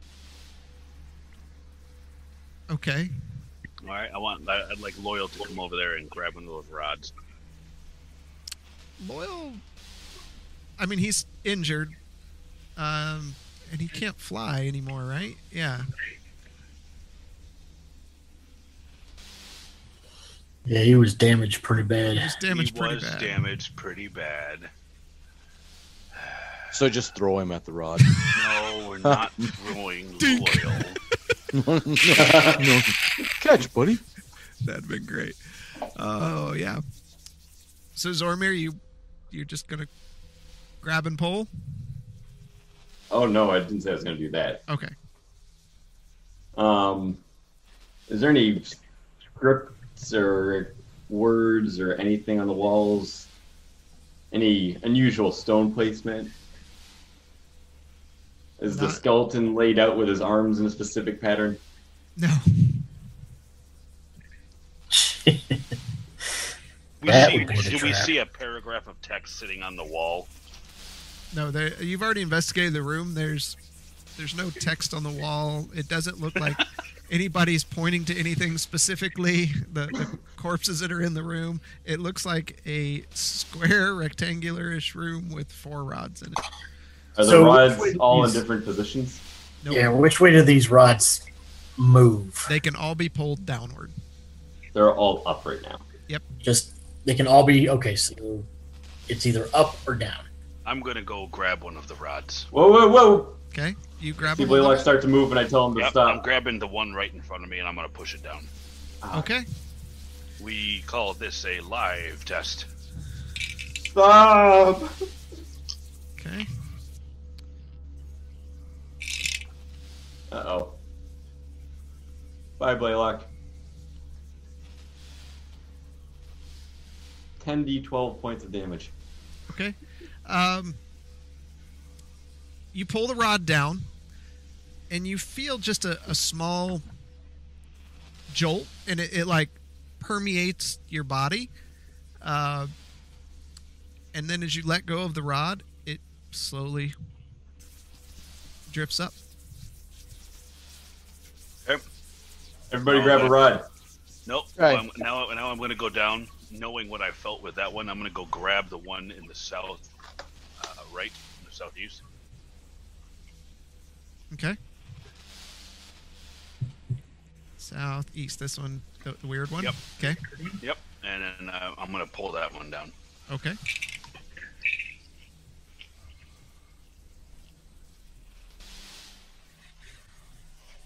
S3: Okay.
S2: All right, I want. I- I'd like Loyal to come over there and grab one of those rods.
S3: Loyal. I mean, he's injured, Um, and he can't fly anymore, right? Yeah.
S6: Yeah, he was damaged pretty
S3: He
S6: bad. (laughs)
S3: was damaged
S2: he
S3: pretty
S2: was
S3: bad.
S2: damaged pretty bad.
S4: So just throw him at the rod.
S2: No, (laughs) we're not throwing (laughs) loyal.
S4: No. Catch, buddy.
S3: That'd been great. Oh yeah. So Zormir, you you're just gonna grab and pull?
S5: Oh no, I didn't say I was going to do that.
S3: Okay.
S5: Um, is there any scripts or words or anything on the walls? Any unusual stone placement? Is the
S3: Not-
S5: skeleton laid out with his arms in a specific pattern?
S3: No.
S2: We
S6: That
S2: see,
S6: would be the
S2: do we
S6: trap.
S2: see a paragraph of text sitting on the wall?
S3: No, there, you've already investigated the room. There's there's no text on the wall. It doesn't look like anybody's pointing to anything specifically. The, the corpses that are in the room. It looks like a square, (laughs) rectangular-ish room with four rods in it.
S5: Are the
S6: So-
S5: rods all in
S6: Yes.
S5: different positions?
S3: Nope.
S6: Yeah, which way do these rods move?
S3: They can all be pulled downward.
S5: They're all up right now.
S6: Just they can all be okay. So it's either up or down.
S2: I'm gonna go grab one of the rods.
S5: Whoa, whoa, whoa!
S3: Okay, you grab.
S5: See
S3: a hold of
S5: Blaylock
S3: it.
S5: start to move, and I tell him to
S2: Yep, I'm
S5: stop.
S2: grabbing the one right in front of me and I'm gonna push it down.
S3: Okay.
S2: We call this a live test.
S5: Stop!
S3: Okay.
S5: Uh oh. Bye, Blaylock. 10d12 points of damage.
S3: Okay. Um, you pull the rod down, and you feel just a, a small jolt, and it, it like permeates your body. Uh, and then as you let go of the rod, it slowly drips up.
S5: Everybody
S2: Oh,
S5: grab
S2: my-
S5: a rod.
S2: Nope.
S4: Right.
S2: Um, now, now I'm gonna go down, knowing what I felt with that one. I'm gonna go grab the one in the south, uh, right, in the southeast.
S3: Okay. Southeast, this one, the, the weird one.
S2: Yep.
S3: Okay.
S2: Yep. And then uh, I'm gonna pull that one down.
S3: Okay.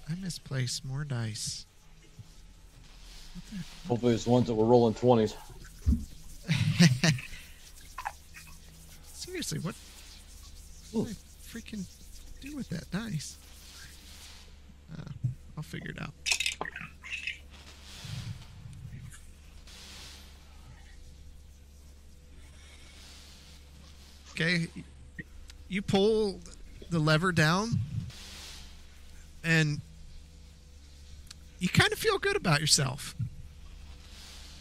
S3: I misplaced more dice.
S4: Hopefully it's the ones that were rolling 20s.
S3: Seriously, what, what did I freaking do with that dice? Uh, I'll figure it out. Okay, you pull the lever down, and you kind of feel good about yourself.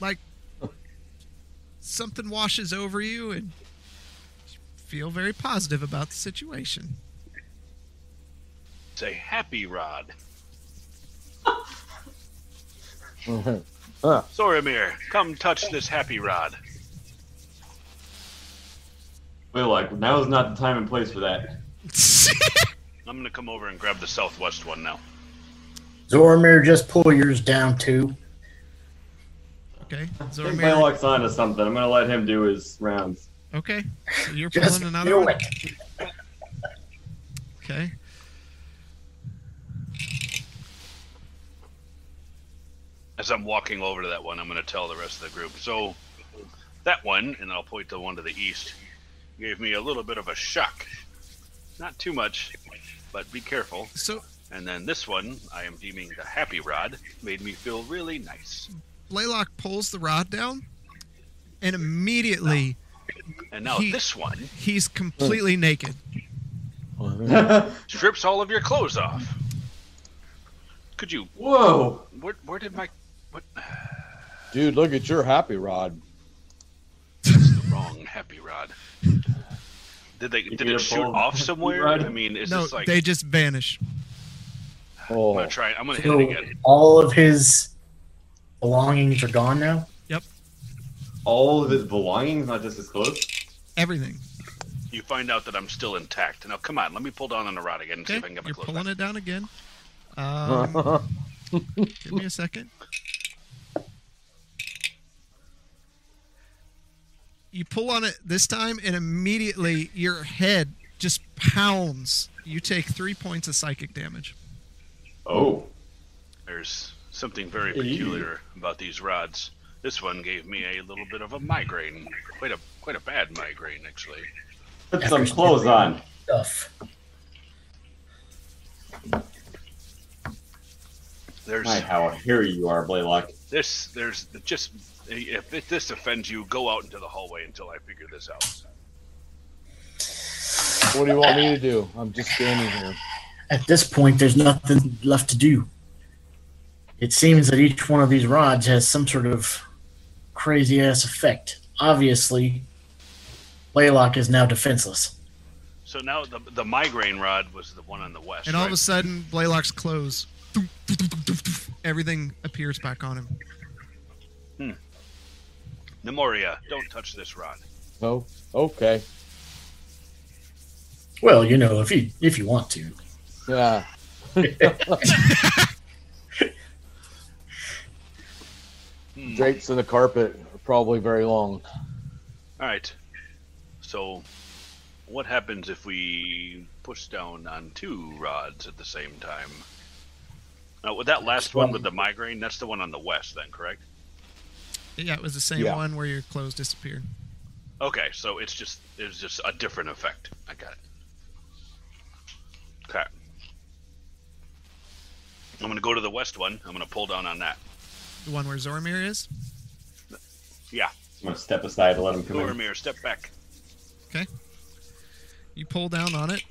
S3: Like something washes over you, and feel very positive about the situation.
S2: It's a happy rod. Soramir, come touch this happy rod.
S5: Blaylock, now is not the time and place for that.
S2: I'm gonna come over and grab the southwest one now.
S6: Zoramir, just pull yours down too.
S3: okay,
S5: I think
S3: Zormir.
S5: Blaylock's onto something. I'm gonna let him do his rounds.
S3: Okay, so you're
S6: Just
S3: pulling another one.
S6: do it.
S3: Okay.
S2: As I'm walking over to that one, I'm gonna tell the rest of the group. So, that one, and I'll point to the one to the east, gave me a little bit of a shock. Not too much, but be careful.
S3: So
S2: And then this one, I am deeming the happy rod, made me feel really nice.
S3: Blaylock pulls the rod down, and immediately
S2: And now
S3: He-
S2: this one
S3: he's completely naked.
S2: strips all of your clothes off. Could you?
S5: Whoa!
S2: Where, where did
S3: (laughs)
S2: my? What?
S4: Dude, look at your happy rod.
S2: That's the wrong happy rod. Did they? Did
S5: need a
S2: it shoot
S5: ball
S2: off
S5: happy
S2: somewhere?
S5: rod?
S2: I mean, is
S3: No,
S2: this like?
S3: they just vanish.
S4: Oh,
S2: I'm gonna try. it. I'm gonna hit
S6: So
S2: it again.
S6: all of his belongings are gone now.
S5: All of his belongings, not just his clothes?
S3: Everything.
S2: you find out that I'm still intact. Now, come on, let me pull down on the rod again and see
S3: Okay,
S2: if I can get my
S3: you're
S2: clothes
S3: pulling
S2: back.
S3: it down again. Um, give me a second. You pull on it this time, and immediately your head just pounds. You take three points of psychic damage.
S5: Oh.
S2: There's something very
S5: Ew.
S2: peculiar about these rods. This one gave me a little bit of a migraine, quite a quite a bad migraine actually.
S5: Put
S6: After
S5: some
S6: spending-
S5: clothes on.
S6: Stuff.
S2: There's
S5: My, how hairy you are, Blaylock.
S2: this there's just if it, this offends you, go out into the hallway until I figure this out.
S4: What do you want me to do? I'm just standing here.
S6: At this point, there's nothing left to do. It seems that each one of these rods has some sort of crazy ass effect. Obviously, Blaylock is now defenseless.
S2: So now the the migraine rod was the one on the west.
S3: And all of a
S2: right?
S3: sudden, Blaylock's clothes. thump, thump, thump, thump, thump, Everything appears back on him.
S2: Nemoria, don't touch this rod.
S4: Oh, okay.
S6: Well, you know, if you if you want to. (laughs)
S4: Yeah.
S2: Hmm.
S4: Drapes in the carpet are probably very long.
S2: All right. So, what happens if we push down on two rods at the same time? Now, with that last one with the migraine, that's the one on the west, then, correct?
S3: Yeah, it was the same
S4: Yeah.
S3: one where your clothes disappeared.
S2: Okay, so it's just it's just a different effect. I got it. Okay. I'm gonna go to the west one. I'm gonna pull down on that.
S3: The one where Zormir is.
S5: I'm gonna step aside and let him come in.
S2: Uramir, step back.
S3: You pull down on it.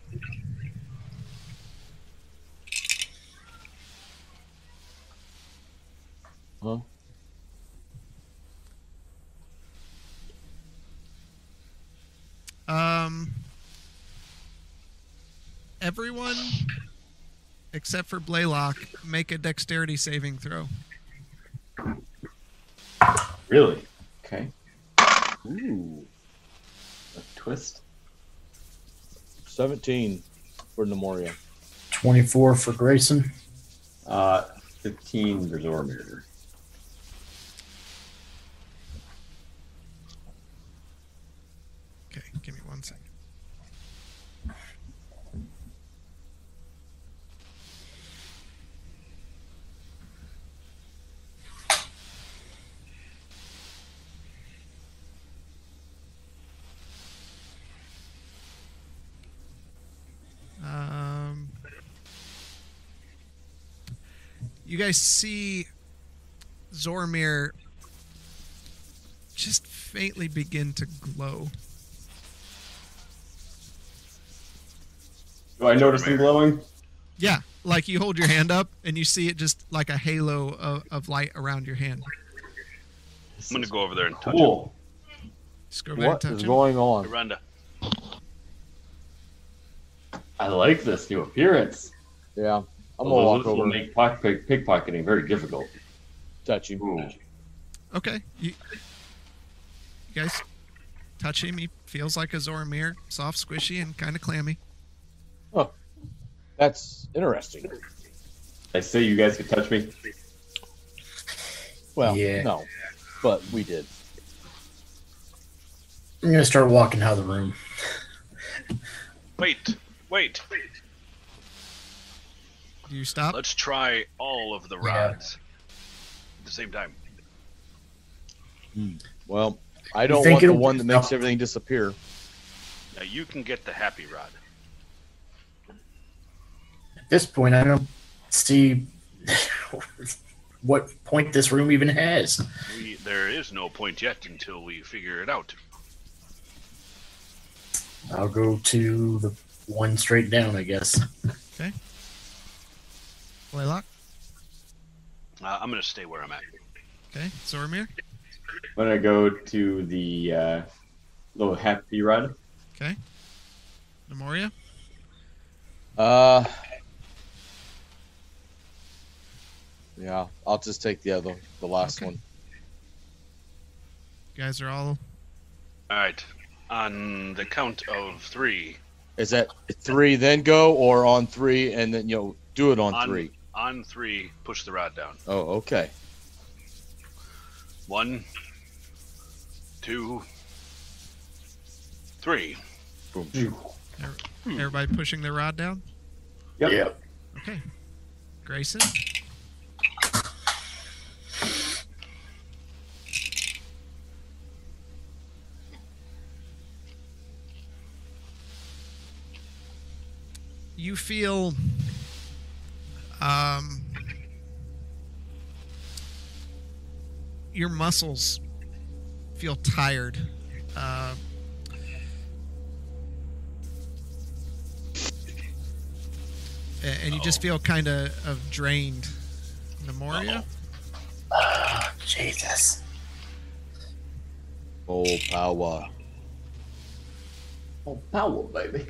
S4: Huh?
S3: Um, everyone except for Blaylock make a dexterity saving throw.
S5: Really? Okay. Ooh. A twist.
S4: 17 for Nemoria.
S6: 24 for Grayson.
S5: Uh, 15 for Zormir.
S3: Okay, give me one second. Um, you guys see Zormir just faintly begin to glow.
S5: Do I notice him
S2: Zormir.
S5: glowing?
S3: Yeah, like you hold your hand up and you see it just like a halo of, of light around your hand.
S5: This
S2: I'm gonna
S5: is
S2: go over there and touch it.
S5: Cool.
S3: Just go over there and
S4: What
S3: touch
S4: is
S3: him.
S4: going on?
S2: Aranda,
S5: I like this new appearance.
S4: Yeah. I'm
S5: Although
S4: gonna walk
S5: Oh, this will
S4: over and
S5: make pock- pick- pickpocketing very difficult.
S4: touch him.
S5: Ooh.
S3: okay, you, you guys touch him. He feels like a Zoramir, soft, squishy, and kind of clammy.
S4: That's interesting.
S5: I say you guys could touch me.
S4: Well,
S6: Yeah.
S4: no, but we did.
S6: I'm going to start walking out of the room.
S2: wait, wait.
S3: Do you stop?
S2: Let's try all of the rods at the same time.
S4: Well, I don't
S6: think
S4: want the
S6: it'll-
S4: one that makes everything disappear.
S2: Now you can get the happy rod.
S6: At this point, I don't see (laughs) what point this room even has.
S2: We there is no point yet until we figure it out.
S6: I'll go to the one straight down, I guess.
S3: Blaylock.
S2: Uh, I'm gonna stay where I'm at.
S3: Okay, Zoramir.
S5: I'm gonna go to the uh, little happy rod.
S3: Okay. Nemoria.
S4: Uh, yeah, I'll just take the other, the last
S3: Okay.
S4: one.
S3: You guys are all
S2: All right, on the count of three.
S4: Is that three then go or on three and then you know do it on, three?
S2: On three, push the rod down.
S4: Oh, okay.
S2: One, two, three.
S4: Boom.
S6: Hmm.
S3: Everybody pushing their rod down.
S5: Yep. yep.
S3: Okay. Grayson, you feel um, your muscles feel tired. Uh, a- and you just feel kind of of drained. Nemoria?
S6: Oh, Jesus.
S4: Oh, power.
S5: Oh, power, baby.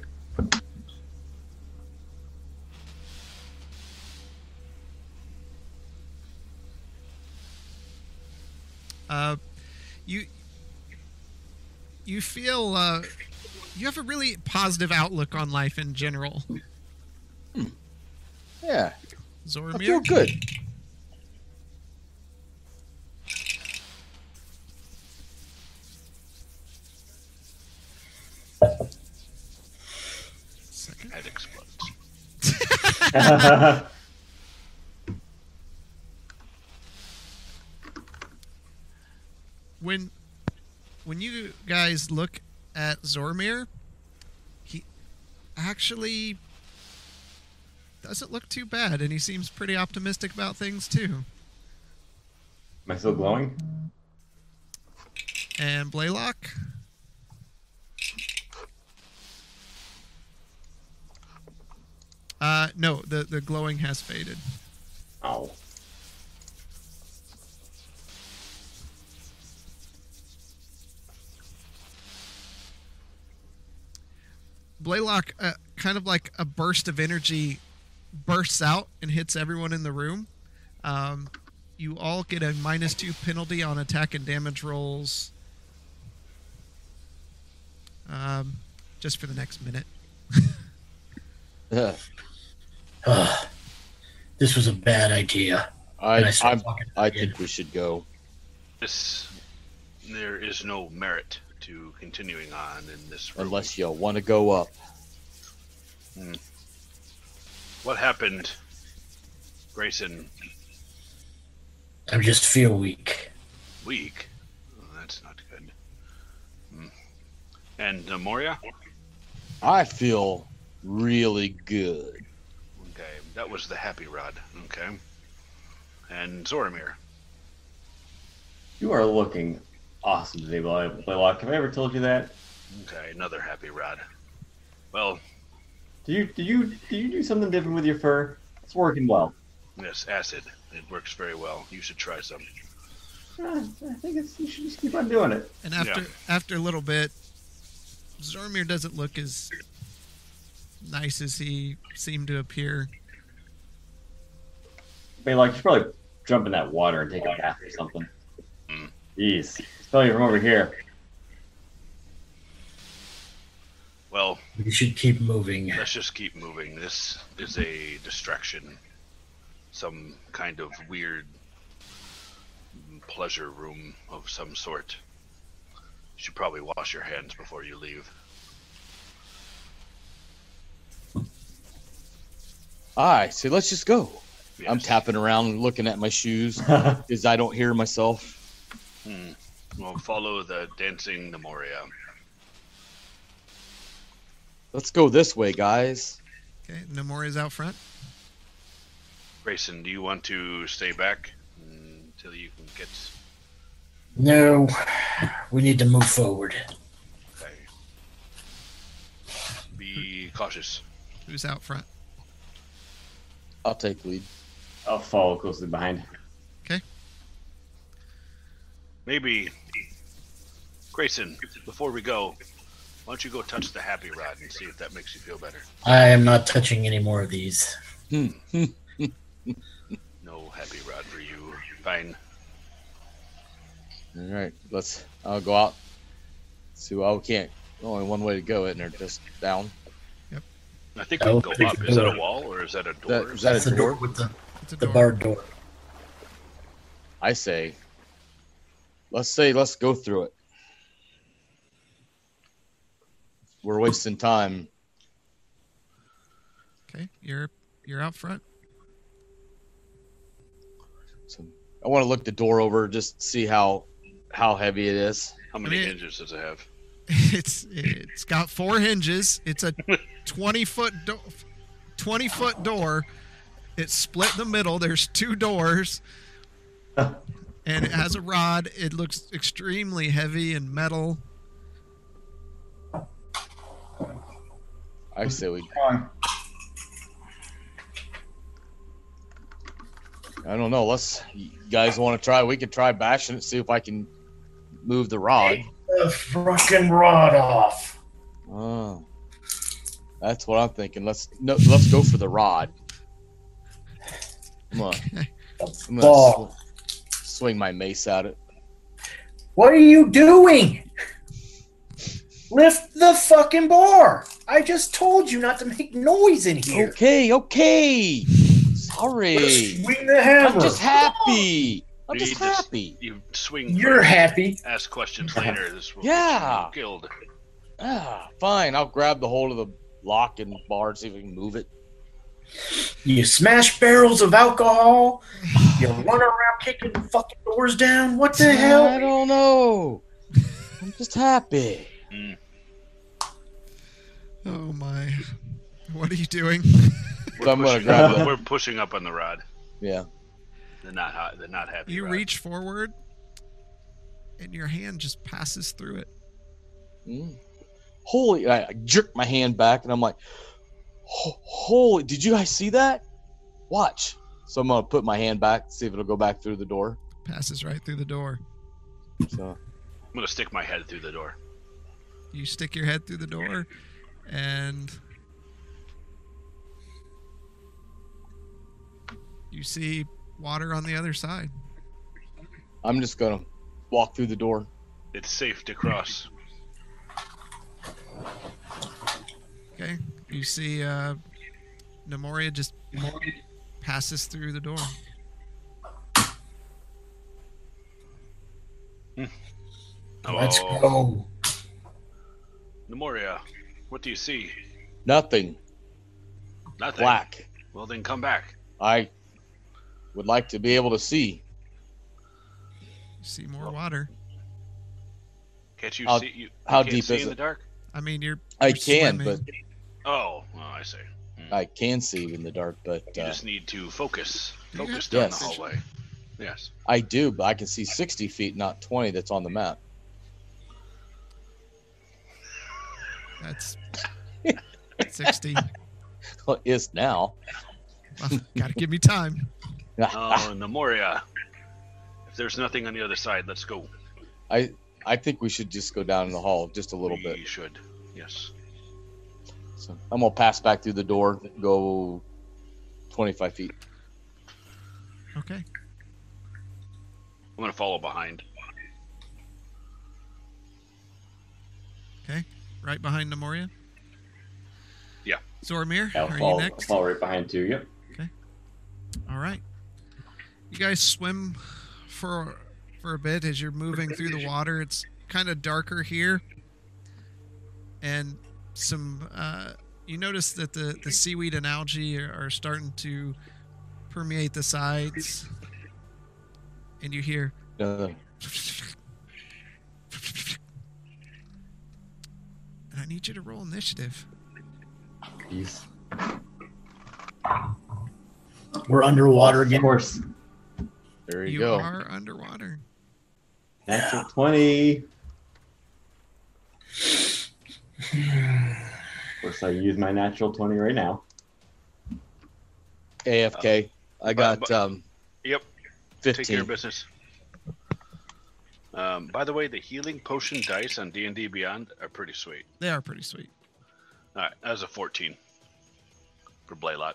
S3: Uh, you you feel uh, you have a really positive outlook on life in general.
S4: Yeah, I feel
S3: Zoramir,
S4: good.
S3: (laughs) second.
S2: Head explodes.
S3: when when you guys look at Zormir, he actually doesn't look too bad, and he seems pretty optimistic about things too.
S5: Am I still glowing?
S3: And Blaylock, uh, no, the the glowing has faded.
S5: Oh.
S3: Blaylock, uh, kind of like a burst of energy, bursts out and hits everyone in the room. Um, you all get a minus two penalty on attack and damage rolls um, just for the next minute.
S4: Yeah.
S6: Ugh. this was a bad idea.
S4: I,
S6: And I start
S4: I'm-
S6: walking
S4: I
S6: again.
S4: think we should go.
S2: This, there is no merit to continuing on in this room.
S4: Unless you want to go up.
S2: what happened, Grayson?
S6: I just feel weak.
S2: Weak. Oh, that's not good. Hmm. And uh, Moria?
S4: I feel really good.
S2: Okay, that was the happy rod. Okay. And Zoramir.
S5: You are looking awesome today, Bly- Blaylock. Have I ever told you that?
S2: Okay, another happy rod. Well,
S5: Do you do you do you do something different with your fur? It's working well.
S2: yes, acid. It works very well. You should try some.
S5: Eh, I think it's, you should just keep on doing it.
S3: And after
S2: Yeah.
S3: after a little bit, Zormir doesn't look as nice as he seemed to appear.
S5: Blaylock, you should probably jump in that water and take a bath or something.
S2: Mm.
S5: Jeez, smell you from over here.
S2: Well,
S6: We should keep moving.
S2: let's just keep moving. This is a distraction. Some kind of weird pleasure room of some sort. You should probably wash your hands before you leave.
S4: All right, so let's just go. I'm
S2: Yes.
S4: tapping around and looking at
S6: (laughs)
S4: my shoes because I don't hear myself.
S2: Hmm. Well, follow the dancing Nemoria.
S4: Let's go this way, guys.
S3: Okay, Namori's out front.
S2: Grayson, do you want to stay back until you can get?
S6: No, we need to move forward.
S2: Okay. Be cautious.
S3: Who's out front?
S4: I'll take lead.
S5: I'll follow closely behind.
S2: Maybe, Grayson, before we go, why don't you go touch the happy rod and see if that makes you feel better?
S6: I am not touching any more of these.
S2: No happy rod for you. Fine.
S4: All right, let's. I'll go out. See what I can't Only one way to go, isn't there? Just down.
S2: I think we can go
S6: Okay.
S2: up. Is that a wall or is that a door?
S4: That- is that a
S6: That's the
S4: door?
S6: door with the,
S3: It's a
S6: the
S3: door.
S6: barred door.
S4: I say, let's say let's go through it. We're wasting time.
S3: Okay, you're you're out front.
S4: So I want to look the door over, just see how how heavy it is.
S2: How many
S3: mean-
S2: hinges does it have?
S3: (laughs) It's it's got four hinges. It's a twenty foot do- twenty foot door. It's split in the middle. There's two doors, and it has a rod. It looks extremely heavy and metal.
S4: I say we.
S5: Wrong.
S4: I don't know. Let's. You guys want to try? We could try bashing it. See if I can move the rod.
S6: The fucking rod off.
S4: Oh, that's what I'm thinking. Let's no, let's go for the rod. Come on. I'm gonna
S6: Ball.
S4: sw- swing my mace at it.
S6: What are you doing? Lift the fucking bar. I just told you not to make noise in here.
S4: Okay, okay. Sorry.
S6: Swing the hammer.
S4: I'm just happy. I'm
S2: You
S4: just
S2: need this-
S4: happy.
S2: You swing.
S6: You're
S2: first,
S6: happy.
S2: Ask
S6: (laughs)
S2: questions later. This will get
S4: Yeah.
S2: you Killed.
S4: Ah, fine. I'll grab the hold of the lock and bar and see if we can move it.
S6: You smash barrels of alcohol. You run around kicking fucking doors down. What the
S4: (sighs) I
S6: hell?
S4: don't know. I'm just happy.
S3: Oh my! What are you doing?
S2: We're,
S4: So I'm gonna
S2: pushing,
S4: grab the-
S2: we're pushing up on the rod.
S4: Yeah.
S2: They're not hot. They're not happy.
S3: You
S2: rod.
S3: reach forward, and your hand just passes through it.
S4: Mm. Holy! I I jerked my hand back, and I'm like, "Ho- "Holy! Did you guys see that? Watch!" So I'm gonna put my hand back, see if it'll go back through the door.
S3: Passes right through the door.
S4: So
S2: I'm gonna stick my head through the door.
S3: You stick your head through the door, and you see water on the other side.
S4: I'm just gonna walk through the door.
S2: It's safe
S3: (laughs)
S2: to cross.
S3: Okay, you see uh, Nemoria just passes through the door.
S6: Let's
S2: Oh.
S6: go.
S2: Nemoria, what do you see?
S4: Nothing.
S2: Nothing.
S4: Black.
S2: Well, then come back.
S4: I would like to be able to see.
S3: You see more water.
S2: Can't you
S4: How-
S2: see? You, you
S4: how
S2: can't
S4: deep
S2: see
S4: is
S2: in
S4: it?
S2: the dark?
S3: I mean, you're.
S4: I
S3: you're
S4: can,
S3: swimming.
S2: Oh, well, I see.
S4: but I can see in the dark. But
S2: You
S4: uh,
S2: just need to focus.
S3: Do you
S2: Focus
S3: have-
S2: down
S4: Yes.
S2: the hallway. Yes.
S4: I do. But I can see 60 feet, not 20. That's on the map.
S3: That's sixty.
S4: Well, it Is now.
S3: Well, gotta give me time.
S2: Oh,
S4: (laughs)
S2: Nemoria. If there's nothing on the other side, let's go.
S4: I I think we should just go down in the hall just a little
S2: we
S4: bit.
S2: should. Yes.
S4: So I'm gonna pass back through the door, go 25 feet.
S3: Okay.
S2: I'm gonna follow behind.
S3: Okay, right behind Nemoria.
S2: Yeah.
S3: Zormir,
S5: I'll
S3: are
S5: fall,
S3: you next?
S5: fall right behind too. Yep.
S3: All right. You guys swim for for a bit as you're moving through the water. It's kind of darker here, and some uh, you notice that the the seaweed and algae are, are starting to permeate the sides, and you hear
S4: Uh,
S3: and I need you to roll initiative.
S5: Peace.
S6: We're underwater
S5: Of
S6: again.
S5: course.
S4: there you,
S3: You
S4: go.
S3: are underwater.
S5: Natural twenty.
S6: (sighs)
S5: Of course, I use my natural twenty right now.
S4: AFK. I got um
S2: Yep. Uh, Take care of
S4: 15.
S2: business. Um, by the way, the healing potion dice on D and D Beyond are pretty sweet.
S3: They are pretty sweet.
S2: All right, that was a 14 for Blaylot.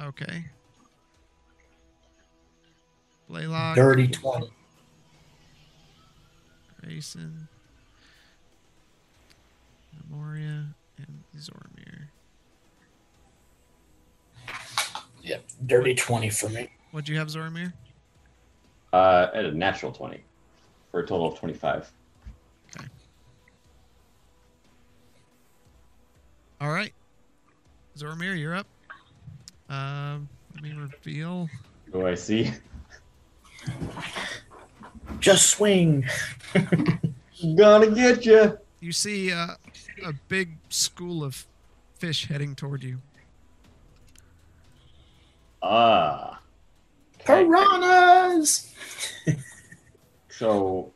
S3: Okay. Blaylock.
S6: Dirty 20.
S3: Grayson. Moria and Zormir.
S6: Yep. Dirty 20 for me.
S3: What'd you have, Zormir?
S5: Uh, at a natural 20 for a total of 25.
S3: All right. Zormir, you're up. Um, let me reveal.
S5: Do I see? (laughs)
S6: Just swing.
S5: Gonna get you.
S3: You see uh, a big school of fish heading toward you.
S5: Ah. Okay.
S6: Piranhas!
S5: So,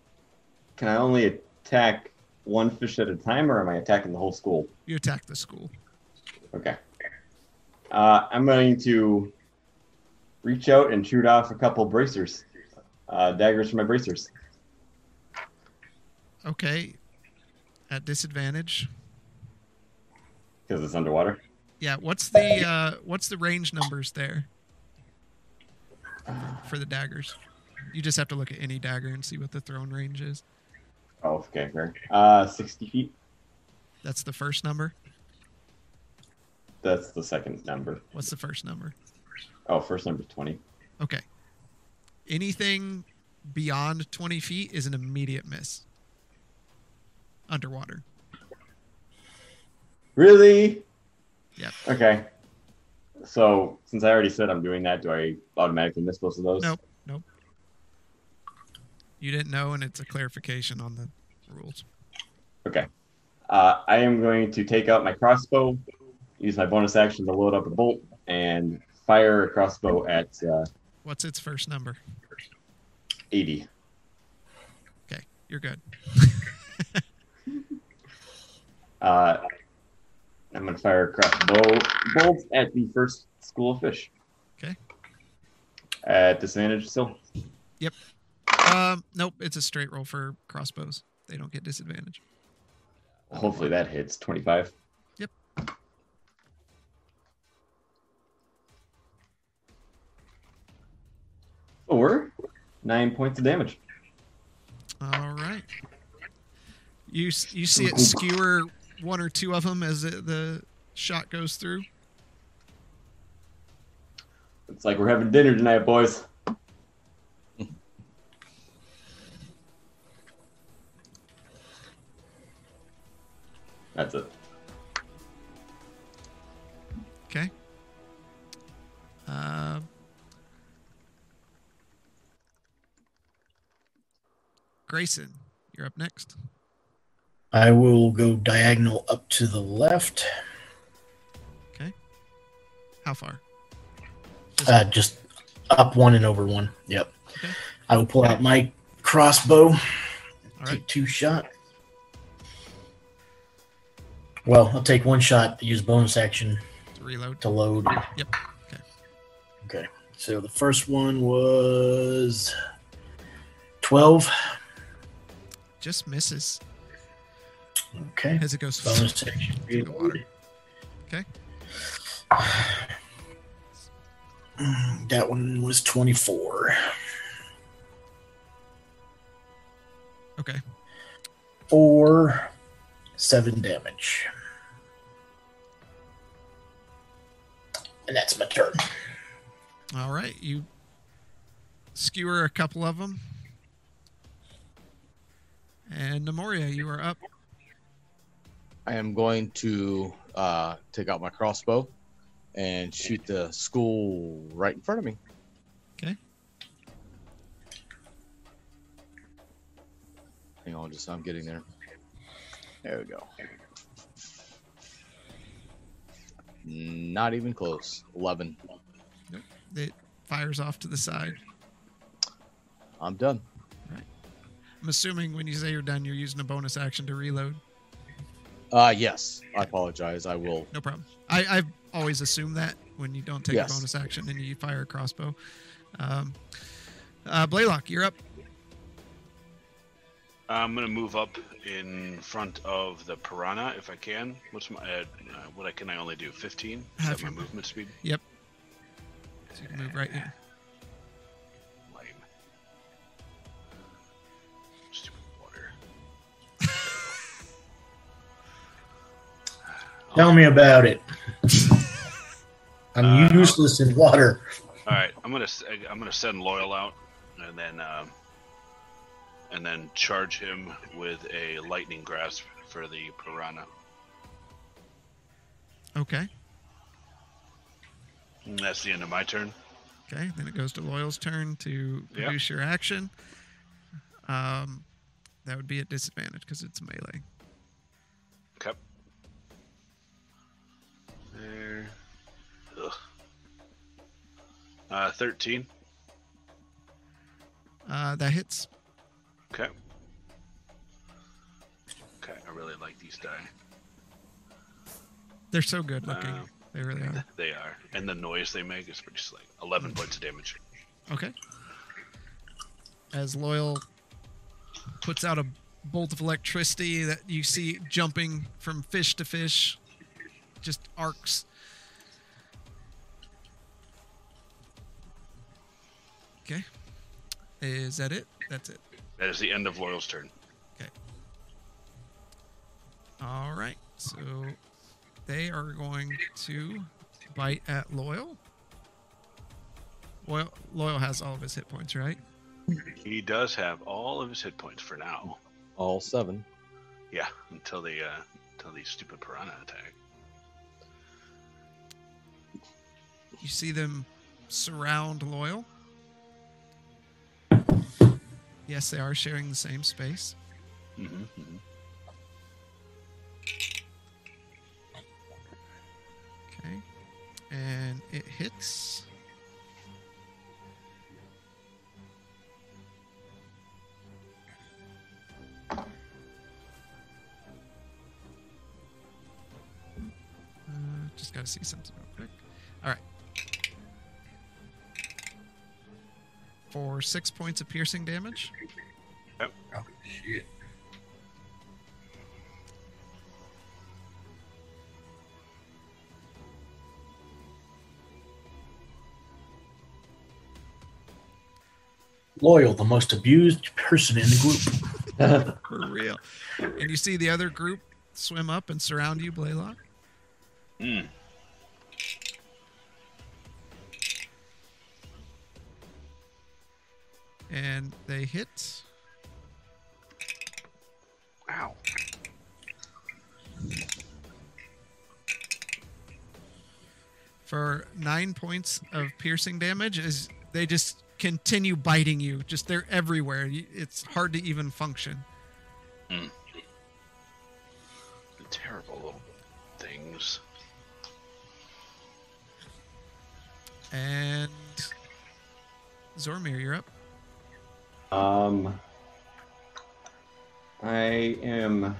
S5: can I only attack one fish at a time, or am I attacking the whole school?
S3: You attack the school.
S5: Okay. Uh, I'm going to reach out and shoot off a couple bracers, uh, daggers from my bracers.
S3: Okay. At disadvantage.
S5: because it's underwater.
S3: Yeah. What's the uh, what's the range numbers there for the daggers? You just have to look at any dagger and see what the thrown range is.
S5: Oh, okay, fair. Uh, 60 feet.
S3: That's the first number.
S5: That's the second number.
S3: What's the first number?
S5: Oh, first number's 20.
S3: Okay. Anything beyond 20 feet is an immediate miss. Underwater.
S5: Really?
S3: Yep.
S5: Okay. So, since I already said I'm doing that, do I automatically miss both of those?
S3: Nope. Nope. You didn't know, and it's a clarification on the rules.
S5: Okay. Uh, I am going to take out my crossbow, use my bonus action to load up a bolt, and fire a crossbow at uh,
S3: What's its first number?
S5: 80.
S3: Okay, you're good.
S5: Uh, I'm going to fire a crossbow bolt at the first school of fish.
S3: Okay.
S5: At disadvantage still.
S3: Um, nope, it's a straight roll for crossbows. They don't get disadvantage.
S5: Hopefully that hits 25.
S3: Yep.
S5: Or nine points of damage.
S3: All right. You s- you see it skewer one or two of them as it, the shot goes through.
S5: It's like we're having dinner tonight, boys. That's it.
S3: Okay. Uh, Grayson, you're up next.
S6: I will go diagonal up to the left.
S3: How far?
S6: Uh, just up one and over one. Yep.
S3: Okay.
S6: I will pull out my
S3: All
S6: crossbow.
S3: right.
S6: Take two shot. Well, I'll take one shot. Use bonus action
S3: To reload.
S6: to load.
S3: Yep. Okay.
S6: Okay. So the first one was twelve.
S3: Just misses
S6: Okay.
S3: as it goes.
S6: Bonus action.
S3: Through the water. Okay.
S6: Mm, That one was twenty-four.
S3: Okay.
S6: Or seven damage. And that's my turn.
S3: All right. You skewer a couple of them. And Nemoria, you are up.
S4: I am going to uh, take out my crossbow and shoot the school right in front of me.
S3: Okay.
S4: Hang on, just I'm getting there. There we go. Not even close. Eleven.
S3: It fires off to the side.
S4: I'm done.
S3: I'm assuming when you say you're done, you're using a bonus action to reload.
S4: Uh yes. I apologize. I will
S3: No problem. I, I've always assumed that when you don't take
S4: Yes.
S3: a bonus action and you fire a crossbow. Um, uh, Blaylock, you're up.
S2: I'm gonna move up in front of the piranha if I can. What's my uh, uh, what I can I only do? Fifteen? Is
S3: Half
S2: that my
S3: your-
S2: movement speed?
S3: So you can move right here.
S2: Lame. Stupid water.
S6: Tell me about it. (laughs) I'm useless in water.
S2: All right, I'm gonna s- I'm gonna send Loyal out, and then uh, and then charge him with a lightning grasp for the piranha.
S3: Okay.
S2: And that's the end of my turn.
S3: Okay. Then it goes to Loyal's turn to
S2: Yeah.
S3: produce your action. Um, that would be at disadvantage because it's melee.
S2: Okay. There. Ugh. Uh, thirteen.
S3: Uh, that hits.
S2: Okay. Okay, I really like these die.
S3: They're so good looking.
S2: Wow.
S3: They really are.
S2: They are, and the noise they make is pretty slick. Eleven points of damage.
S3: Okay. As Loyal puts out a bolt of electricity that you see jumping from fish to fish, just arcs. Okay. Is that it? That's it.
S2: That is the end of Loyal's turn.
S3: All right. So they are going to bite at Loyal. Loyal, Loyal has all of his hit points, right?
S2: He does have all of his hit points for now.
S4: All seven.
S2: Yeah, until the uh, until the stupid piranha attack.
S3: You see them surround Loyal. Yes, they are sharing the same space.
S2: Mm-hmm.
S3: Okay. And it hits. Uh, just gotta see something real quick. Alright. For six points of piercing damage.
S6: Oh, shit. Loyal, the most abused person in the group.
S3: For real. And you see the other group swim up and surround you, Blaylock.
S2: Mm.
S3: And they hit.
S2: Ow.
S3: for nine points of piercing damage as they just continue biting you. Just they're everywhere. You- It's hard to even function.
S2: Terrible little things.
S3: And Zormir, you're up.
S5: Um, I am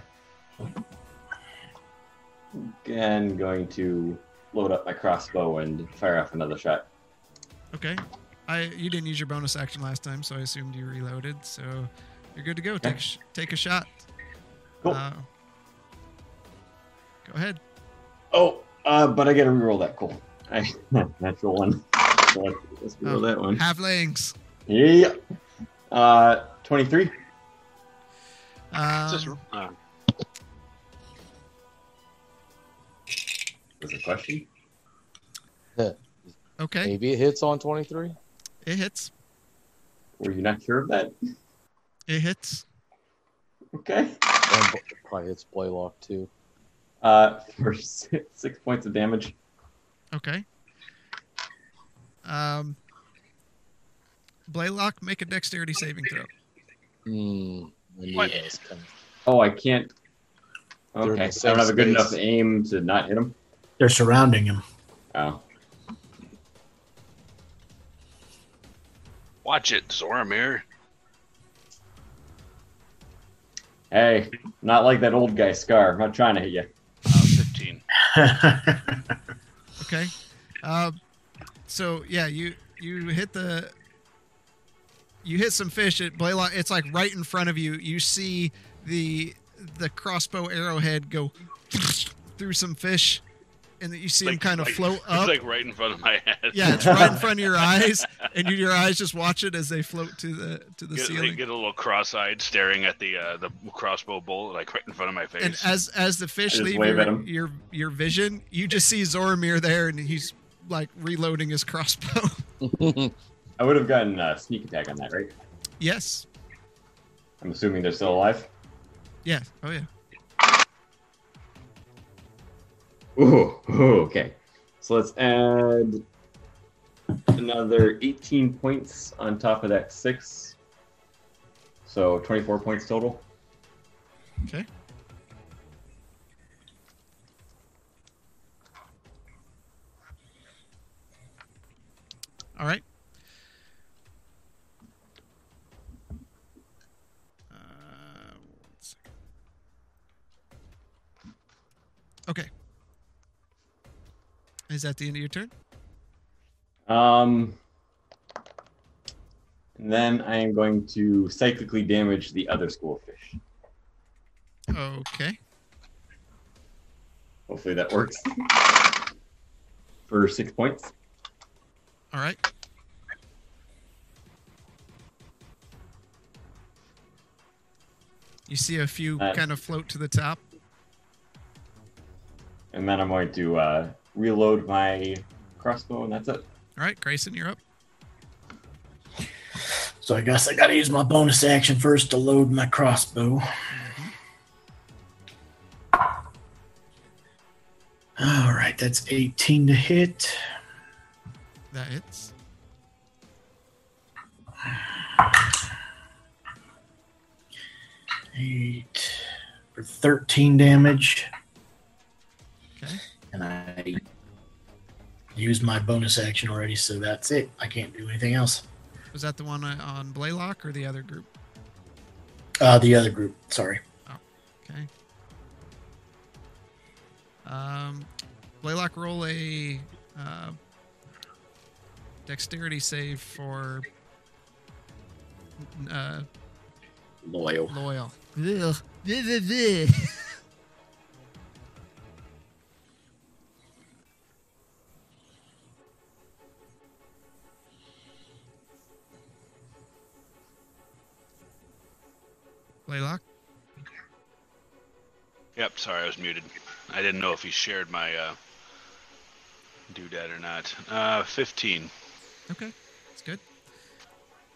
S5: again going to load up my crossbow and fire off another shot.
S3: Okay. I you didn't use your bonus action last time, so I assumed you reloaded. So you're good to go. Take a sh- take a shot.
S5: Cool.
S3: Uh, go ahead.
S5: oh, uh, but I got to reroll that. Cool. (laughs) I, natural one. So let's- let's reroll that one.
S3: Halflings.
S5: Yeah. Uh, twenty-three.
S2: Just,
S3: Um,
S2: uh,
S5: Was a question?
S3: okay,
S4: Maybe it hits on 23.
S3: it hits.
S5: Were you not sure of that?
S3: It hits.
S5: Okay.
S4: And it probably hits Blaylock too.
S5: Uh, (laughs) for six, six points of damage.
S3: Okay. Um, Blaylock, make a dexterity saving throw.
S4: Hmm. I knew
S2: What?
S4: that was coming.
S5: Oh, I can't.
S4: They're in the
S5: Okay, so I
S4: same
S5: don't have a good
S4: space.
S5: enough aim to not hit him.
S6: They're surrounding him.
S5: Oh,
S2: watch it, Zoramir.
S5: hey, not like that old guy Scar. I'm not trying to hit you.
S2: Uh, Fifteen.
S3: Okay. Um, so yeah, you you hit the you hit some fish at Blaylock. It's like right in front of you. You see (laughs) the the crossbow arrowhead go through some fish, and that you see him
S2: Like-
S3: kind of
S2: like-
S3: float
S2: It's
S3: up.
S2: (laughs) like right in front of my head.
S3: (laughs) yeah, it's right in front of your eyes, and you, your eyes just watch it as they float to the to the
S2: Get, they
S3: ceiling.
S2: get a little cross-eyed, staring at the uh, the crossbow bolt, like right in front of my face.
S3: and as as the fish
S5: just
S3: leave
S5: wave at
S3: your,
S5: 'em.
S3: your your vision, you just see Zoramir there, and he's like reloading his crossbow. (laughs)
S5: I would have gotten a sneak attack on that, right?
S3: yes.
S5: I'm assuming they're still alive.
S3: Yeah. Oh yeah.
S5: Ooh, ooh, okay. So let's add another 18 points on top of that six. So 24 points total.
S3: Okay. All right. Uh, one second. Okay. Is that the end of your turn?
S5: Um, and then I am going to cyclically damage the other school of fish.
S3: Okay.
S5: Hopefully that works. For six points.
S3: All right. You see a few
S5: Uh,
S3: kind of float to the top.
S5: And then I'm going to uh, reload my crossbow, and that's it.
S3: All right, Grayson, you're up.
S6: So I guess I gotta use my bonus action first to load my crossbow. All right, that's 18 to hit.
S3: That hits.
S6: Eight for 13 damage.
S3: Okay.
S6: And I used my bonus action already, so that's it. I can't do anything else.
S3: Was that the one uh, on Blaylock or the other group?
S6: Uh, the other group, sorry.
S3: Okay. Um, Blaylock, roll a uh, dexterity save for uh,
S6: Loyal.
S3: loyal. Blaylock.
S2: Yep, sorry, I was muted. I didn't know if he shared my uh, doodad or not. Uh, 15.
S3: Okay, that's good.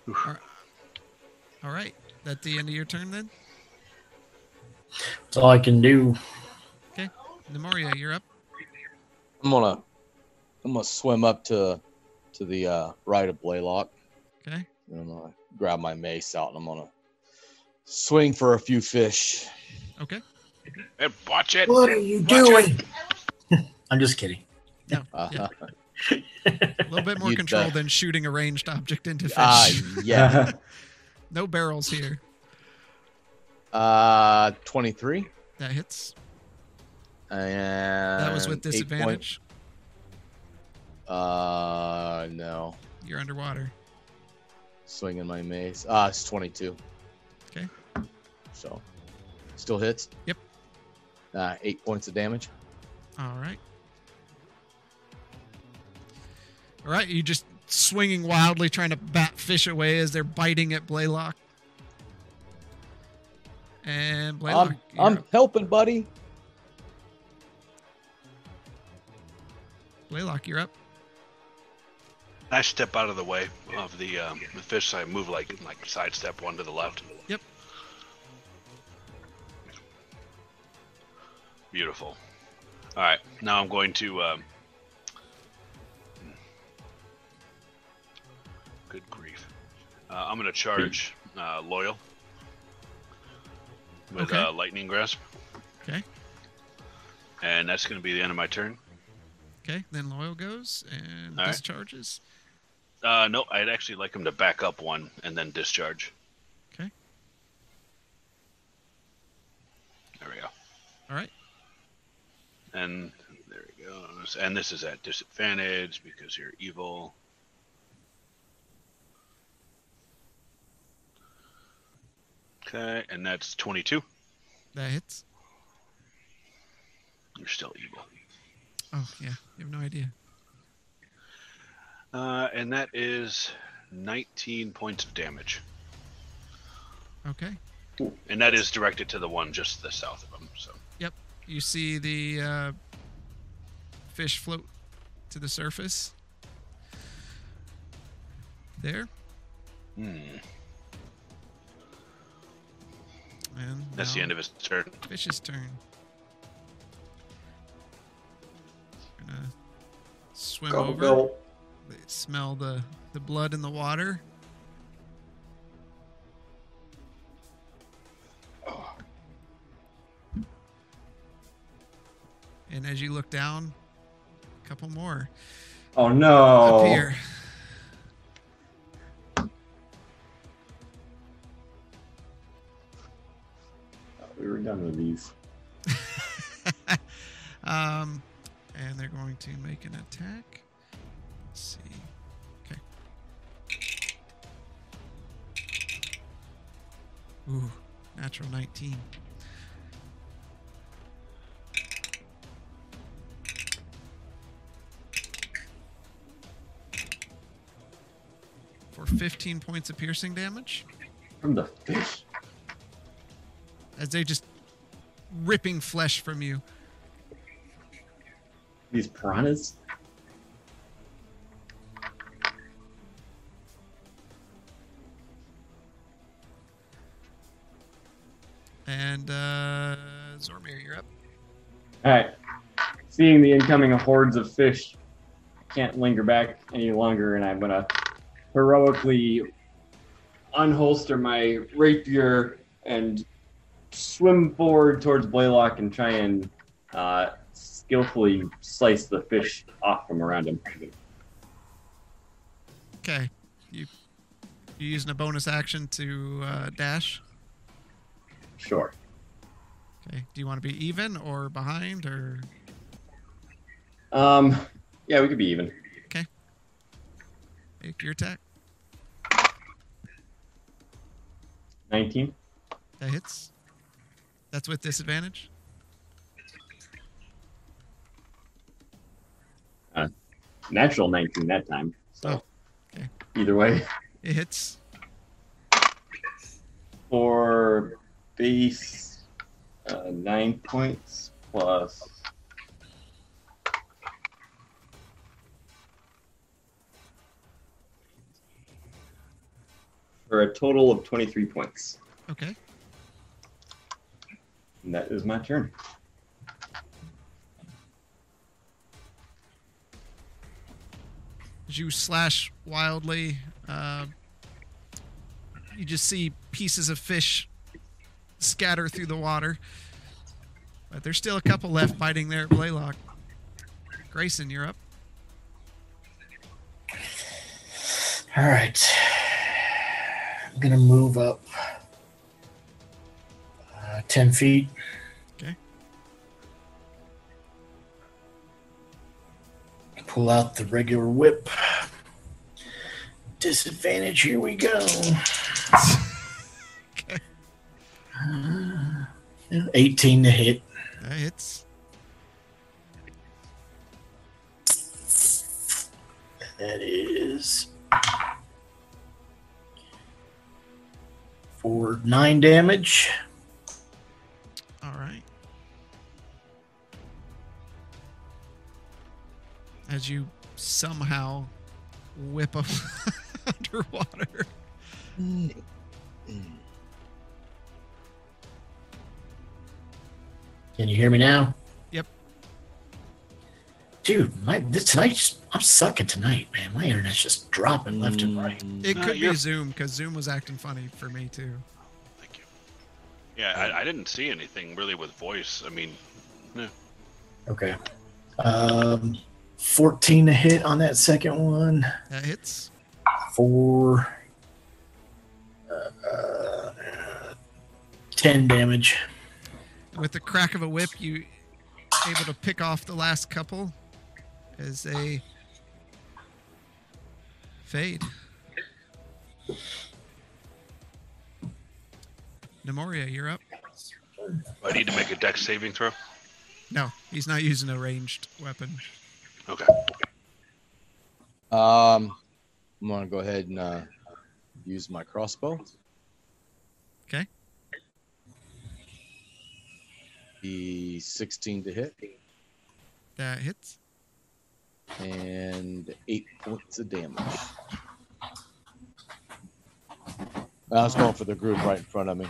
S3: All right. All right, that the end of your turn then.
S6: That's all I can do.
S3: Okay, Nemoria, you're up.
S4: I'm gonna I'm gonna swim up to to the uh, right of Blaylock.
S3: Okay,
S4: And I'm gonna grab my mace out and I'm gonna swing for a few fish.
S3: okay.
S2: And watch it!
S6: What are you doing? (laughs) I'm just kidding.
S4: Uh, (laughs)
S3: Yeah. A little bit more
S4: You
S3: control
S4: bet.
S3: than shooting a ranged object into fish.
S4: ah, yeah.
S3: no barrels here.
S4: Uh, 23.
S3: That hits.
S4: And
S3: That was with
S4: eight point-
S3: disadvantage.
S4: Uh, no.
S3: You're underwater.
S4: Swinging my mace. Ah, it's 22.
S3: Okay.
S4: So, still hits.
S3: Yep.
S4: Uh, eight points of damage.
S3: All right. All right, you just swinging wildly, trying to bat fish away as they're biting at Blaylock. And Blaylock,
S4: I'm,
S3: you're
S4: I'm
S3: up.
S4: helping, buddy.
S3: Blaylock, you're up.
S2: I step out of the way of the, um, the fish, so I move like, like sidestep one to the left.
S3: Yep.
S2: Beautiful. All right, now I'm going to. Um, good grief! Uh, I'm going to charge uh, loyal with
S3: Okay.
S2: uh, lightning grasp,
S3: Okay.
S2: and that's going to be the end of my turn.
S3: Okay, then Loyal goes and
S2: All right.
S3: discharges.
S2: Uh, no, I'd actually like him to back up one and then discharge.
S3: Okay.
S2: There we go.
S3: All right.
S2: And there he goes. And this is at disadvantage because you're evil. Okay, and that's 22.
S3: That hits.
S2: You're still evil.
S3: Oh yeah, you have no idea.
S2: Uh, and that is 19 points of damage.
S3: Okay.
S2: And that is directed to the one just to the south of him. So
S3: You see the uh, fish float to the surface. There
S2: hmm,
S3: and
S2: that's the
S3: now
S2: end of his turn.
S3: Fish's turn. Gonna swim
S5: Go,
S3: over.
S5: Bill.
S3: They smell the, the blood in the water. And as you look down, a couple more
S5: Oh no.
S3: appear.
S5: We were done with these.
S3: (laughs) um, and they're going to make an attack. Let's see. Okay. Ooh, natural 19. For 15 points of piercing damage
S5: From the fish.
S3: as they just ripping flesh from you.
S5: These piranhas.
S3: And uh, Zormir, you're up.
S5: Alright. Seeing the incoming hordes of fish, I can't linger back any longer, and I'm gonna heroically unholster my rapier and swim forward towards Blaylock and try and uh, skillfully slice the fish off from around him.
S3: Okay. You you using a bonus action to uh, dash?
S5: Sure.
S3: Okay. Do you want to be even or behind or
S5: Um, yeah, we could be even.
S3: make your attack?
S5: 19.
S3: That hits. That's with disadvantage.
S5: Natural 19 that time. So,
S3: okay.
S5: either way.
S3: It hits.
S5: for base uh, nine points plus for a total of 23 points
S3: Okay.
S5: and that is my turn
S3: As you slash wildly, uh, you just see pieces of fish scatter through the water. But there's still a couple left biting there at Blaylock. Grayson, you're up.
S6: All right. I'm going to move up uh, 10 feet.
S3: Okay.
S6: Pull out the regular whip. Disadvantage, here we go.
S3: Okay.
S6: 18 Uh, to hit.
S3: That hits.
S6: That is for nine damage.
S3: All right. As you somehow whip up (laughs) underwater.
S6: Can you hear me now?
S3: Yep.
S6: Dude, my this tonight's I'm sucking tonight, man. My internet's just dropping left and right.
S3: It
S2: Uh,
S3: could be
S2: you're-
S3: Zoom because Zoom was acting funny for me too.
S2: Thank you. Yeah, I, I didn't see anything really with voice. I mean,
S6: Okay. Um, 14 to hit on that second one.
S3: That hits.
S6: Four. Uh, uh, 10 damage.
S3: With the crack of a whip, you able to pick off the last couple as they fade. Nemoria, you're up.
S2: I need to make a deck saving throw.
S3: No, he's not using a ranged weapon.
S2: Okay.
S4: Um, I'm gonna go ahead and uh, use my crossbow.
S3: 'Kay.
S4: The 16 to hit
S3: That hits.
S4: and eight points of damage. I was going for the group right in front of me.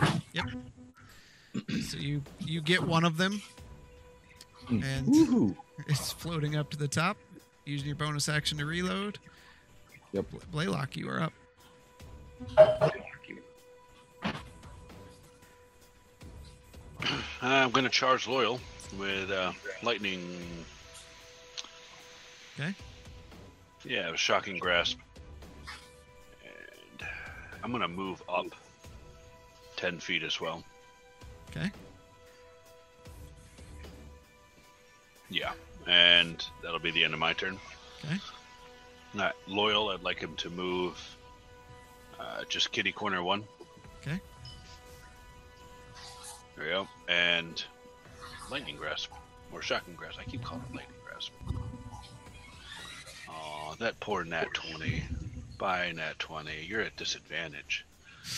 S3: So you you get one of them,
S4: Mm.
S3: and
S4: Woohoo!
S3: (laughs) it's floating up to the top. Using your bonus action to reload.
S4: Yep.
S3: Bla- Blaylock, you are up.
S2: I'm going to charge Loyal with uh, lightning.
S3: 'Kay.
S2: Yeah, with shocking grasp. And I'm going to move up 10 feet as well.
S3: Okay.
S2: Yeah, and that'll be the end of my turn.
S3: Okay.
S2: Not loyal. I'd like him to move. Uh, just kitty corner one.
S3: Okay.
S2: There we go. And lightning grasp or shocking grasp. I keep calling it lightning grasp. Oh, that poor nat twenty. Bye, nat twenty. You're at disadvantage.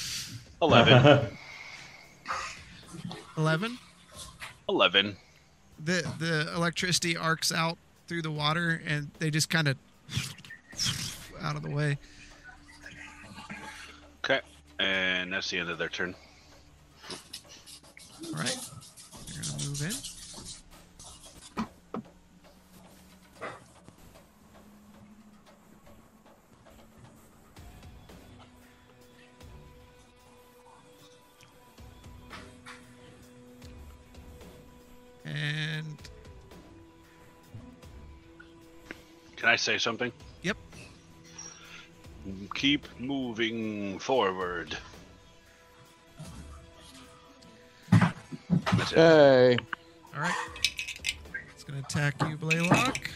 S5: (laughs)
S2: Eleven.
S3: Eleven.
S2: Eleven.
S3: the the electricity arcs out through the water and they just kind of (laughs) out of the way.
S2: Okay. And that's the end of their turn.
S3: All right, they're gonna move in. And
S2: Can I say something?
S3: Yep.
S2: Keep moving forward. That's it.
S4: Hey,
S3: all right, it's gonna attack you, Blaylock.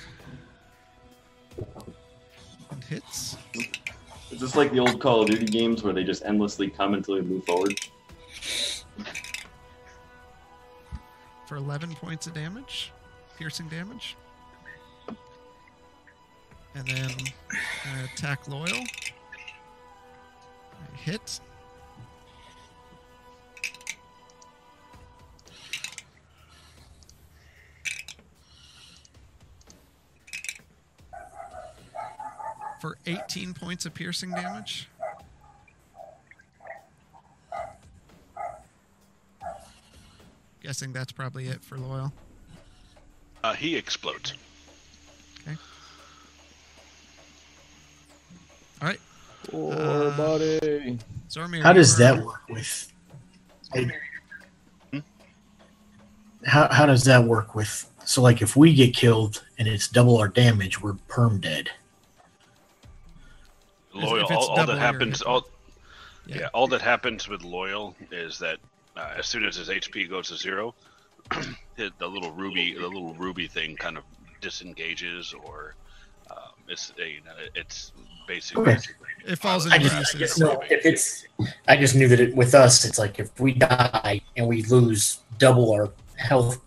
S3: And hits.
S5: Is this like the old Call of Duty games where they just endlessly come until they move forward?
S3: for 11 points of damage, piercing damage. And then I'm gonna attack Loyal. I hit. For 18 points of piercing damage. Guessing that's probably it for Loyal.
S2: Uh, he explodes.
S3: All right.
S4: poor
S3: Uh,
S4: buddy.
S3: Zormir.
S6: How does
S3: you are-
S6: that work with? how how does that work with? So like, if we get killed and it's double our damage, we're perm dead.
S3: If- if
S2: Loyal.
S3: it's
S2: All, all
S3: double,
S2: that
S3: you're
S2: happens.
S3: hit.
S2: All
S3: Yeah.
S2: yeah. All that happens with loyal is that uh, as soon as his HP goes to zero, (clears throat) the the little ruby, the little ruby thing, kind of disengages, or um, it's a, it's basically.
S6: Okay.
S3: It falls
S2: I
S3: into
S2: just-
S6: I just,
S2: I
S3: pieces.
S2: just-
S6: no, if it's, I just knew that it, with us, it's like if we die and we lose double our health,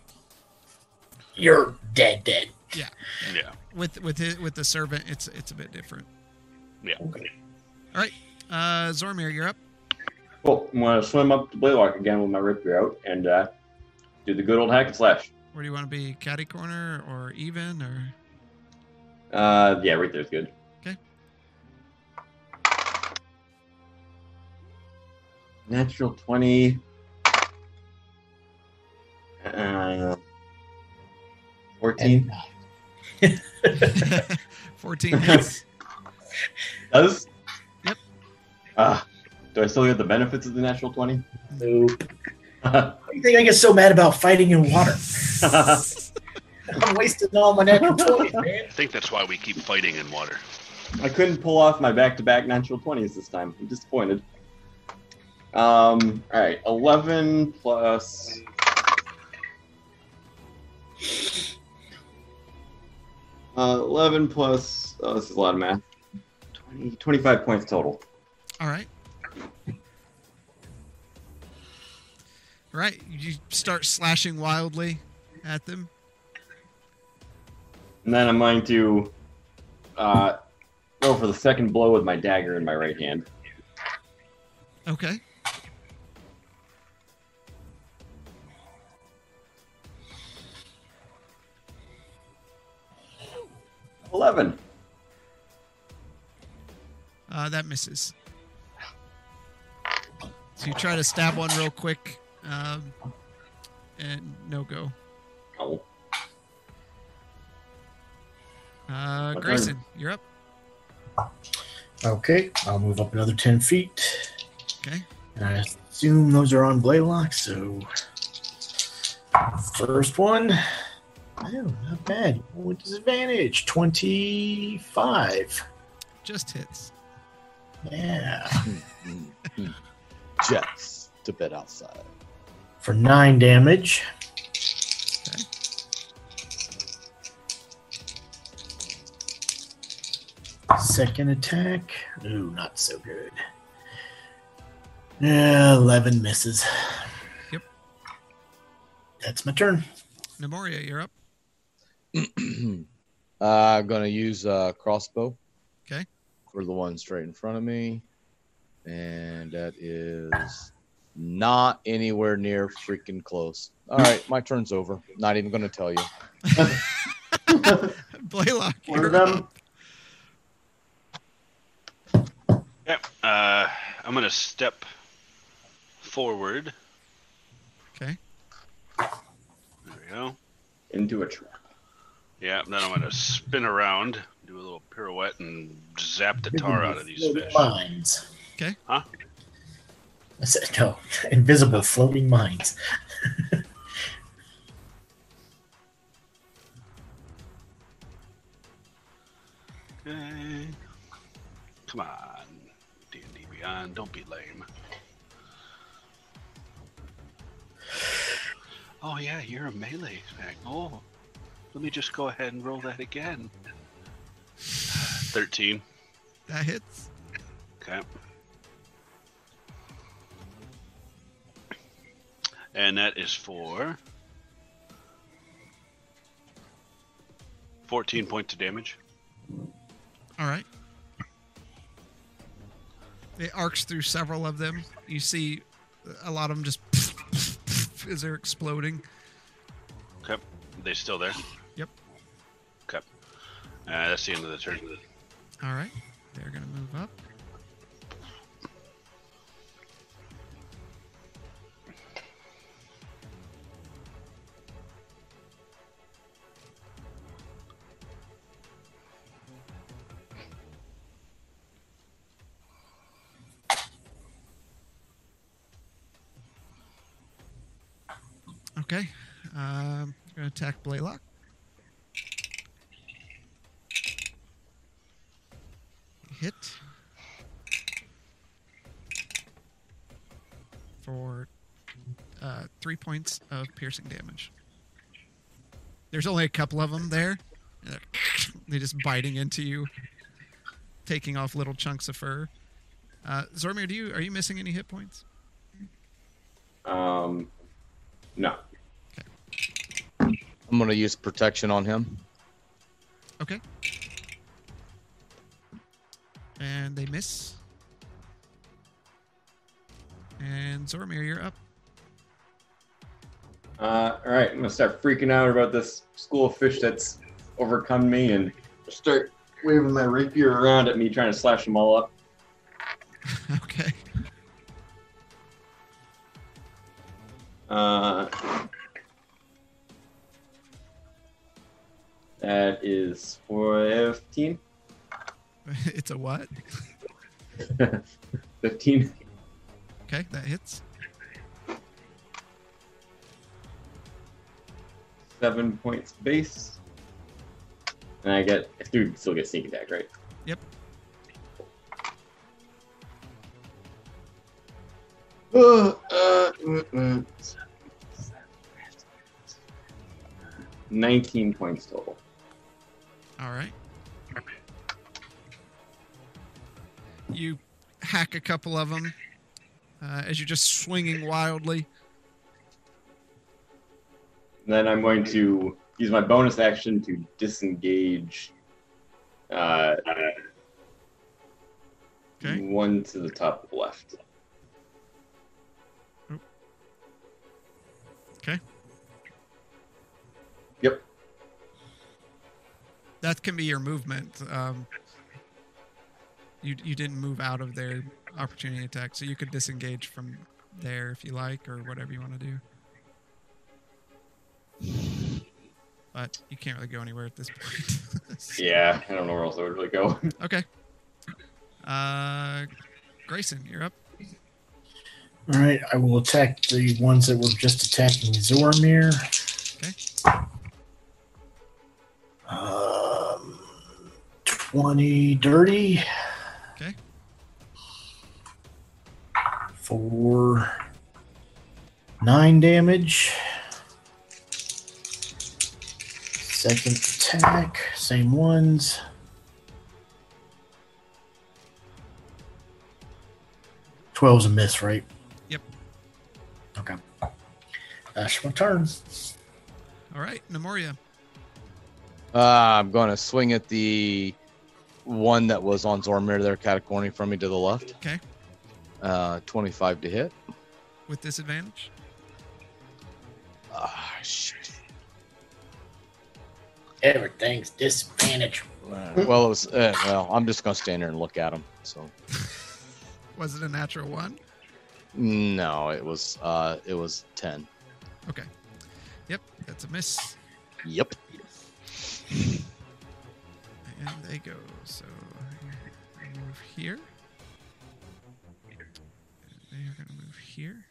S6: you're dead, dead.
S2: Yeah.
S3: With with his, with the servant, it's it's a bit different.
S6: Okay.
S3: Uh, Zormir, you're up.
S5: Well, I'm gonna swim up to Blaylock again with my rapier out and uh, do the good old hack and slash.
S3: Where do you want to be? Caddy corner or even or
S5: Uh, yeah, right there's good.
S3: Okay.
S5: Natural twenty. Uh, Fourteen.
S3: fourteen hits?
S5: Does.
S3: uh, Yep.
S5: Ah, do I still get the benefits of the natural twenty? (laughs)
S6: Nope. Why do you think I get so mad about fighting in water? (laughs)
S5: I
S6: I'm wasting all my natural toys, man.
S2: I think that's why we keep fighting in water.
S5: couldn't pull off my back-to-back natural twenties this time. I'm disappointed. Um. All right. Eleven plus. Uh, 11 plus, oh, this is a lot of math. 20, 25 points total.
S3: All right. All right, you start slashing wildly at them.
S5: And then I'm going to uh, go for the second blow with my dagger in my right hand.
S3: Okay.
S5: Eleven.
S3: Uh, that misses. So you try to stab one real quick, um, and no go.
S5: Oh.
S3: Uh,
S5: turn.
S3: Grayson, you're up.
S6: Okay, I'll move up another 10 feet.
S3: Okay.
S6: And I assume those are on Blaylock, so. First one. Oh, not bad. With disadvantage 25.
S3: Just hits.
S6: Yeah.
S4: Jets to bed outside.
S6: For nine damage.
S3: Okay.
S6: Second attack. Ooh, not so good. Yeah, 11 misses.
S3: Yep.
S6: That's my turn.
S3: Nemoria, you're up. (laughs)
S4: uh, (clears throat) I'm gonna use uh, crossbow.
S3: 'Kay.
S4: For the one straight in front of me, and that is not anywhere near freaking close. All right, my turn's over. Not even gonna tell you.
S3: Blaylock,
S5: One of
S3: you're
S5: them.
S3: up.
S2: Yep. Uh, I'm gonna step forward.
S3: Okay.
S2: There we go.
S5: Into a trap.
S2: Yeah. Then I'm gonna spin around, do a little pirouette, and zap the tar out of these
S6: Floating
S2: fish.
S6: Mines.
S3: Okay.
S2: Huh?
S6: I said no. (laughs) Invisible floating mines.
S2: Okay. Come on, D and D Beyond. Don't be lame. Oh yeah, you're a melee. attack. Oh, let me just go ahead and roll that again. Thirteen.
S3: That hits.
S2: Okay. And that is for 14 points of damage.
S3: All right. It arcs through several of them. You see a lot of them just (laughs) as they're exploding.
S2: Okay. Are they still there?
S3: Yep.
S2: Okay. Uh, that's the end of the turn.
S3: All right. They're going to move up. Okay. Um, going to attack Blaylock. hit for uh, three points of piercing damage. There's only a couple of them there. and They're, they're (laughs) just biting into you, taking off little chunks of fur. Uh, Zormir, do you are you missing any hit points?
S5: Um, no.
S4: I'm gonna use protection on him.
S3: Okay. And they miss. And Zormir, you're up. (laughs)
S5: Uh, all right, I'm gonna start freaking out about this school of fish that's overcome me and start waving my rapier around at me, trying to slash them all up.
S3: okay. (laughs)
S5: Uh, that is (laughs) 15.
S3: it's a what?
S5: 15.
S3: Okay, that hits.
S5: Seven points base. And I get, dude, still get sneak attack, right?
S3: Yep.
S5: Uh, uh, mm, mm. (gasps) Nineteen points total.
S3: All right. You hack a couple of them uh, as you're just swinging wildly.
S5: And then I'm going to use my bonus action to disengage uh,
S3: Okay.
S5: one to the top left.
S3: Okay.
S5: Yep.
S3: That can be your movement. Um, you you didn't move out of their opportunity attack, so you could disengage from there if you like, or whatever you want to do. But you can't really go anywhere at this point. (laughs) So-
S5: Yeah, I don't know where else I would really go. (laughs)
S3: Okay. Uh, Grayson, you're up.
S6: All right, I will attack the ones that were just attacking Zormir. Um, 20 dirty.
S3: Okay.
S6: For nine damage. Second attack, same ones. Twelve's a miss, right?
S3: Yep.
S6: Okay. That's my turn.
S3: All right, Nemoria.
S4: Uh, I'm going to swing at the one that was on Zormir there, catacorny from me to the left.
S3: Okay.
S4: Uh, 25 to hit.
S3: with disadvantage.
S4: Ah, shit.
S6: Everything's disadvantage.
S4: Well, it was, uh, well, I'm just going to stand there and look at him. So,
S3: Was it a natural one?
S4: no, it was, uh, it was 10.
S3: Okay. Yep, that's a miss.
S4: Yep.
S3: And they go. So I move here. And they are going to move here.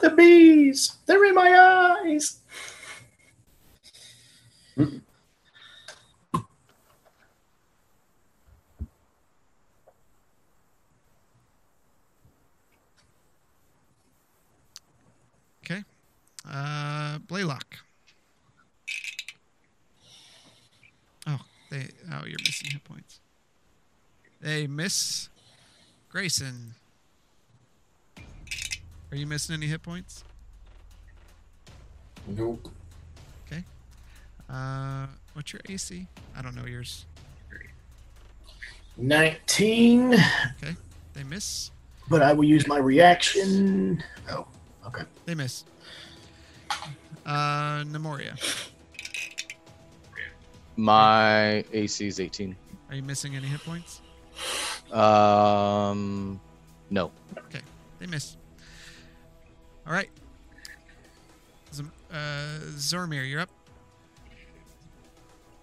S6: The bees! They're in my eyes!
S3: Okay. Uh, Blaylock. Oh, they. Oh, you're missing hit points. They miss. Grayson. Are you missing any hit points?
S6: Nope.
S3: Uh, what's your AC? I don't know yours.
S6: 19,
S3: Okay. They miss.
S6: but I will use my reaction. Oh, okay.
S3: They miss. Uh, Nemoria,
S4: My AC is 18.
S3: are you missing any hit points?
S4: Um, no.
S3: They miss. All right. Z- uh, Zormir, you're up.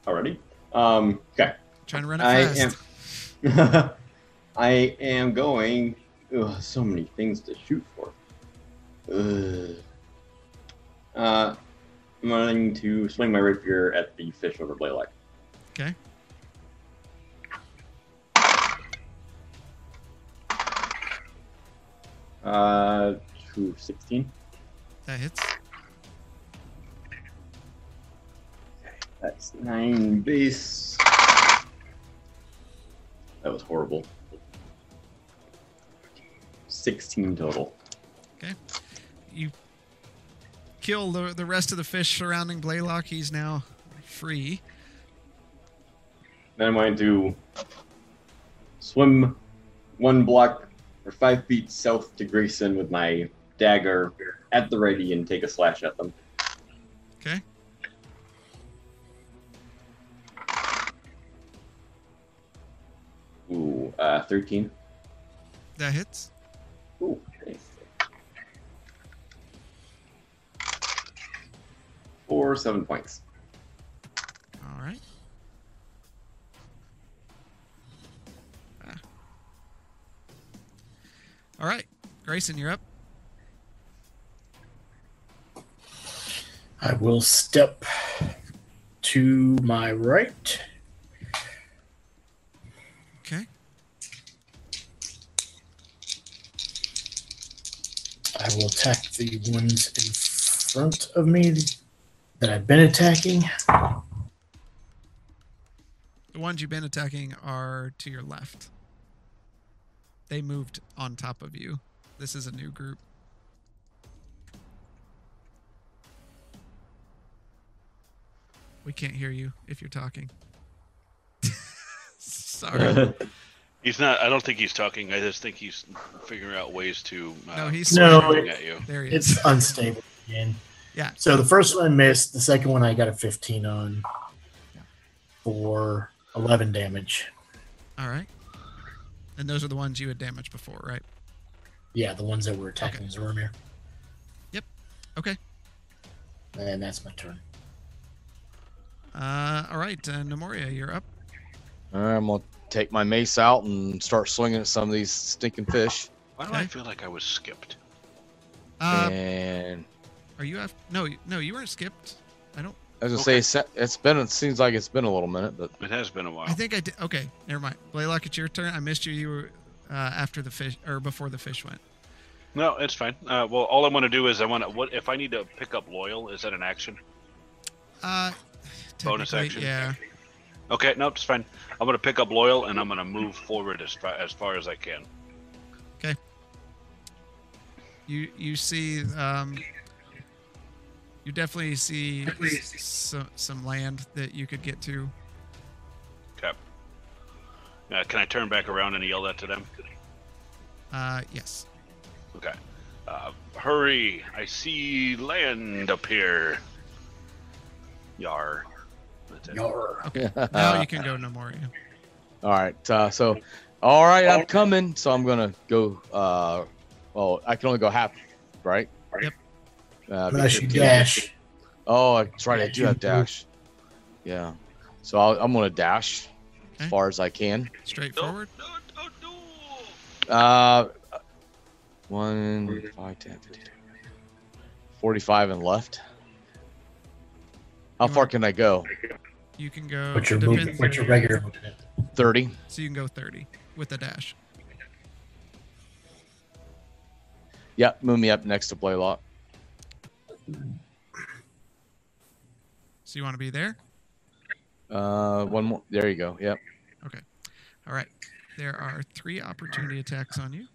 S5: Already? Um, okay.
S3: Trying to run it
S5: I
S3: fast.
S5: am. (laughs) I am going. Ugh, so many things to shoot for. Ugh. Uh, I'm going to swing my rapier at the fish over Blaylock.
S3: Okay.
S5: Uh, to 16.
S3: That hits.
S5: That's nine base. That was horrible. 16 total.
S3: You kill the, the rest of the fish surrounding Blaylock. He's now free.
S5: Then I'm going to swim one block or five feet south to Grayson with my dagger at the ready and take a slash at them.
S3: Okay.
S5: Ooh, uh, 13.
S3: That hits.
S5: Ooh, nice. Four, seven points.
S3: All right. Ah. All right. Grayson, you're up.
S6: I will step to my right.
S3: Okay.
S6: I will attack the ones in front of me that I've been attacking.
S3: The ones you've been attacking are to your left. They moved on top of you. This is a new group. We can't hear you if you're talking. (laughs) Sorry.
S2: He's not. I don't think he's talking. I just think he's figuring out ways to. Uh,
S3: No, he's
S2: pointing
S6: No, it-
S2: at you.
S3: there he is.
S6: It's unstable again.
S3: Yeah.
S6: So the first one I missed. The second one I got a 15 on for 11 damage.
S3: All right. And those are the ones you had damaged before, right?
S6: Yeah, the ones that were attacking his room here.
S3: Yep. Okay.
S6: And that's my turn.
S3: Uh, all right, uh, Nemoria, you're up.
S4: All right, I'm gonna take my mace out and start swinging at some of these stinking fish.
S2: Why do I feel like I was skipped?
S3: Uh,
S4: and
S3: are you af- No, you- no, you weren't skipped. I don't.
S4: I was gonna
S2: okay.
S4: say se- it's been. It seems like it's been a little minute, but
S2: It has been a while.
S3: I think I did. Okay, never mind. Blaylock, it's your turn. I missed you. You were uh, after the fish or before the fish went.
S2: no, it's fine. Uh, well, all I want to do is I want to. What if I need to pick up loyal? Is that an action?
S3: Uh,
S2: Bonus
S3: technically,
S2: action.
S3: Yeah.
S2: Okay, no, it's fine. I'm gonna pick up loyal and I'm gonna move forward as far as, far as I can.
S3: You you see um, you definitely see some some land that you could get to.
S2: Okay. Uh, can I turn back around and yell that to them?
S3: Uh, yes.
S2: Okay. Uh, hurry! I see land appear. Yar. That's it.
S6: Yarr.
S3: Now you can go Nemoria.
S4: All right. Uh, so, all right, I'm coming. So I'm gonna go. Uh, well, I can only go half, right?
S3: Yep.
S4: Uh,
S6: But I should
S4: because-
S6: dash.
S4: Oh, that's right. I do have
S6: Shoot.
S4: dash. Yeah. So I'll, I'm gonna dash
S3: Okay.
S4: as far as I can.
S3: Straightforward.
S2: No, no, no, no.
S4: Uh, one, five, 10, 15, 45 and left. How far can I go?
S3: You can go.
S6: What's your
S3: Oh, depends-
S6: movement? What's your regular movement?
S4: 30.
S3: So you can go 30 with a dash.
S4: Yep. Move me up next to Blaylock.
S3: So you want to be there?
S4: Uh, one more. There you go. Yep.
S3: All right. There are three opportunity attacks on you.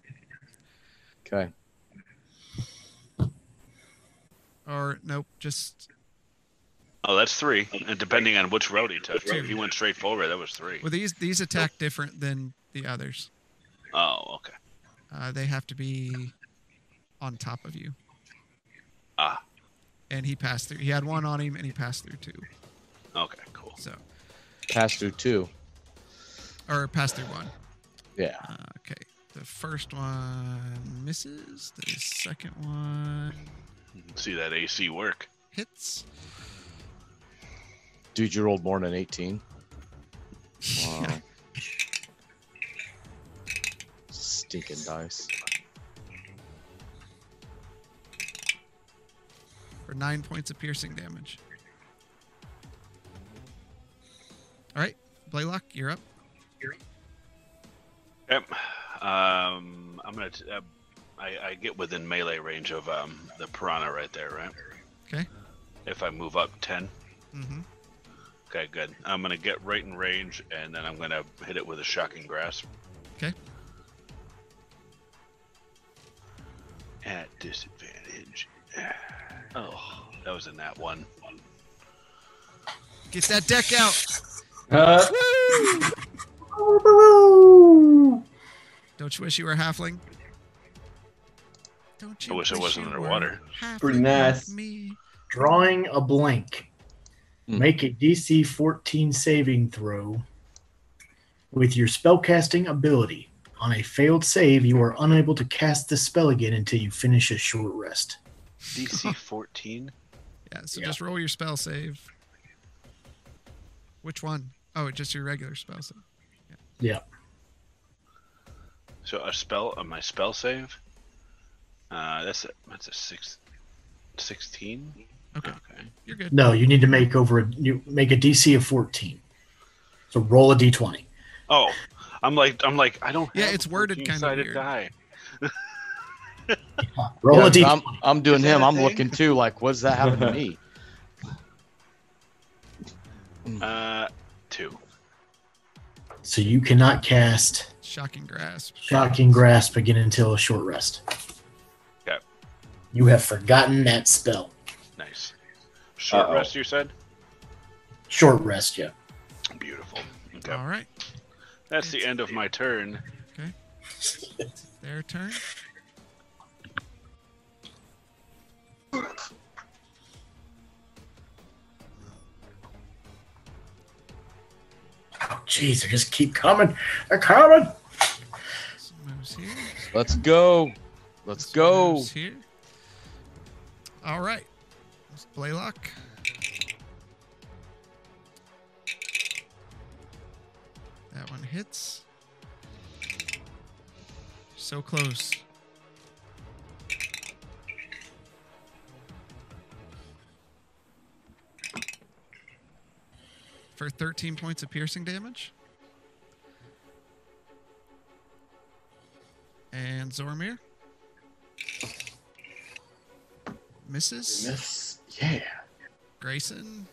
S4: Okay.
S3: Or nope, just
S2: Oh, that's three. And depending on which road he took, if he went straight forward, that was three.
S3: well these these attack different than the others.
S2: Oh, okay.
S3: Uh, they have to be on top of you.
S2: Ah.
S3: And he passed through. He had one on him, and he passed through two.
S2: Okay, cool.
S3: So
S4: Pass through two.
S3: or passed through one.
S4: Yeah.
S3: Uh, okay. The first one misses. The second one
S2: See that AC work.
S3: hits.
S4: Dude, you rolled more than 18. Wow. Stinking dice.
S3: for nine points of piercing damage. All right, Blaylock, you're up.
S2: Yep. Um, I'm gonna. T- uh, I, I get within melee range of um, the piranha right there, right?
S3: Okay.
S2: If I move up ten.
S3: Mm-hmm.
S2: Okay, good. I'm gonna get right in range, and then I'm gonna hit it with a shocking grasp.
S3: Okay.
S2: At disadvantage. Oh, that was in that one.
S3: Get that deck out.
S5: Uh,
S3: Don't you wish you were a halfling? Don't you?
S2: I wish I wasn't
S3: you
S2: underwater.
S3: were halfling
S5: Pretty nice.
S3: like Me.
S6: Drawing a blank.
S4: Hmm.
S6: Make a DC 14 saving throw with your spellcasting ability. On a failed save, you are unable to cast the spell again until you finish a short rest.
S2: DC 14.
S3: Yeah. So just roll your spell save. Which one? Oh, just your regular spell save.
S6: Yeah.
S2: So a spell on my spell save. Uh, that's a, that's a six, 16?
S3: Okay,
S2: Okay.
S3: you're good.
S6: No, you need to make over a, you make a DC of 14. So roll a d20.
S2: Oh, I'm like I'm like I don't.
S3: Yeah,
S2: have
S3: it's
S2: a
S3: worded kinda
S2: 14-sided
S3: weird.
S2: die.
S6: Roll
S4: Yeah,
S6: a d20.
S4: I'm, I'm doing
S2: Is that
S4: him.
S2: a
S4: I'm
S2: thing?
S4: looking too. Like, what does that happen
S2: (laughs)
S4: to me?
S2: Uh, two.
S6: So you cannot cast
S3: Shocking grasp.
S6: Shocking Grasp again until a short rest.
S2: Okay.
S6: You have forgotten that spell.
S2: Nice. Short
S5: Uh-oh.
S2: rest, you said.
S6: Short rest, yeah.
S2: Beautiful. Okay.
S3: All right,
S2: That's the end of my turn.
S3: their turn.
S6: Oh, jeez, they just keep coming. They're coming.
S3: This moves here.
S4: Let's go. Let's
S3: This
S4: go.
S3: moves here. All right, Mr. Blaylock. That one hits. So close. For 13 points of piercing damage. And Zormir. Misses.
S5: Miss. Yeah.
S3: Grayson.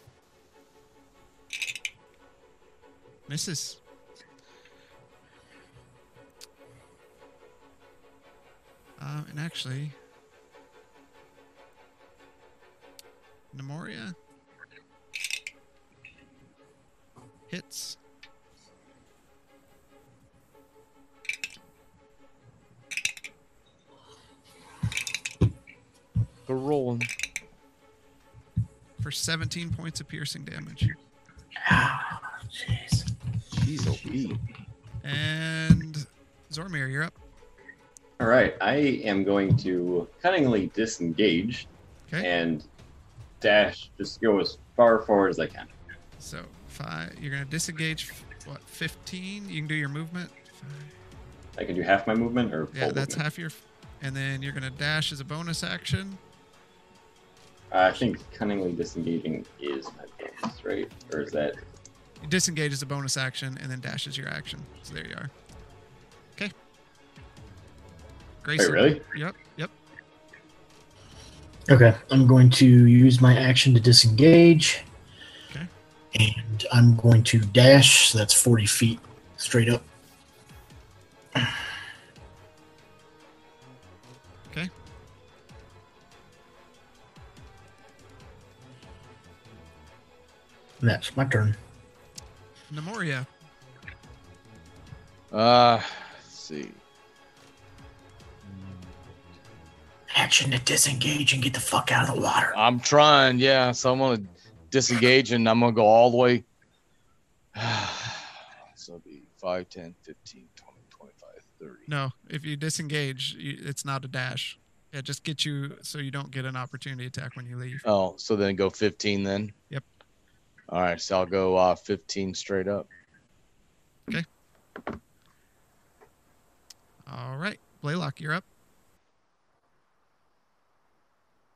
S3: Misses. Um, and actually, Nemoria hits.
S4: Go rolling.
S3: For 17 points of piercing damage.
S6: Ah, jeez.
S4: Jeez, oh,
S3: And Zormir, you're up.
S5: All right. I am going to cunningly disengage
S3: Okay.
S5: and dash. Just go as far forward as I can.
S3: So five. You're gonna disengage. f- What? 15. You can do your movement. Five,
S5: I can do half my movement or
S3: Yeah,
S5: full
S3: that's
S5: movement.
S3: half your. And then you're gonna dash as a bonus action.
S5: Uh, I think cunningly disengaging is my bonus, right? Or is that
S3: You disengage as a bonus action, and then dash is your action. So there you are. Okay. Grayson.
S5: really?
S3: Yep. Yep.
S6: Okay, I'm going to use my action to disengage.
S3: Okay.
S6: And I'm going to dash. So that's 40 feet straight up.
S3: Okay.
S6: And that's my turn.
S3: Nemoria.
S4: Uh, let's see.
S6: Action to disengage and get the fuck out of the water.
S4: I'm trying, yeah. So I'm gonna disengage and I'm gonna go all the way. (sighs) so it'll be 5, 10, 15, 20, 25, 30.
S3: No, if you disengage, you, it's not a dash. It just gets you so you don't get an opportunity attack when you leave.
S4: Oh, so then go 15 then?
S3: Yep.
S4: All right, so I'll go uh, 15 straight up.
S3: All right, Blaylock, you're up.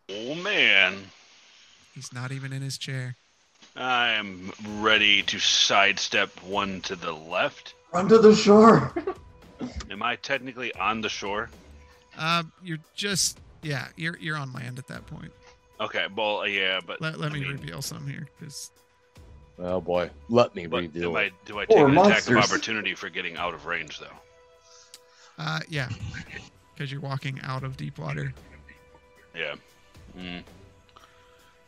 S2: Oh man,
S3: He's not even in his chair.
S2: I'm ready to sidestep one to the left.
S5: run to the shore?
S2: (laughs) Am I technically on the shore?
S3: Um, you're just yeah, you're you're on land at that point.
S2: Okay, well, uh, yeah, but
S3: Let, let
S2: I
S3: me
S2: mean,
S3: reveal some here because
S4: Oh boy, let me
S2: but
S4: reveal.
S2: do I
S4: it.
S2: do I take
S5: Or
S2: an attack
S5: monsters.
S2: of opportunity for getting out of range though?
S3: uh, yeah, because you're walking out of deep water.
S2: Yeah. Mm.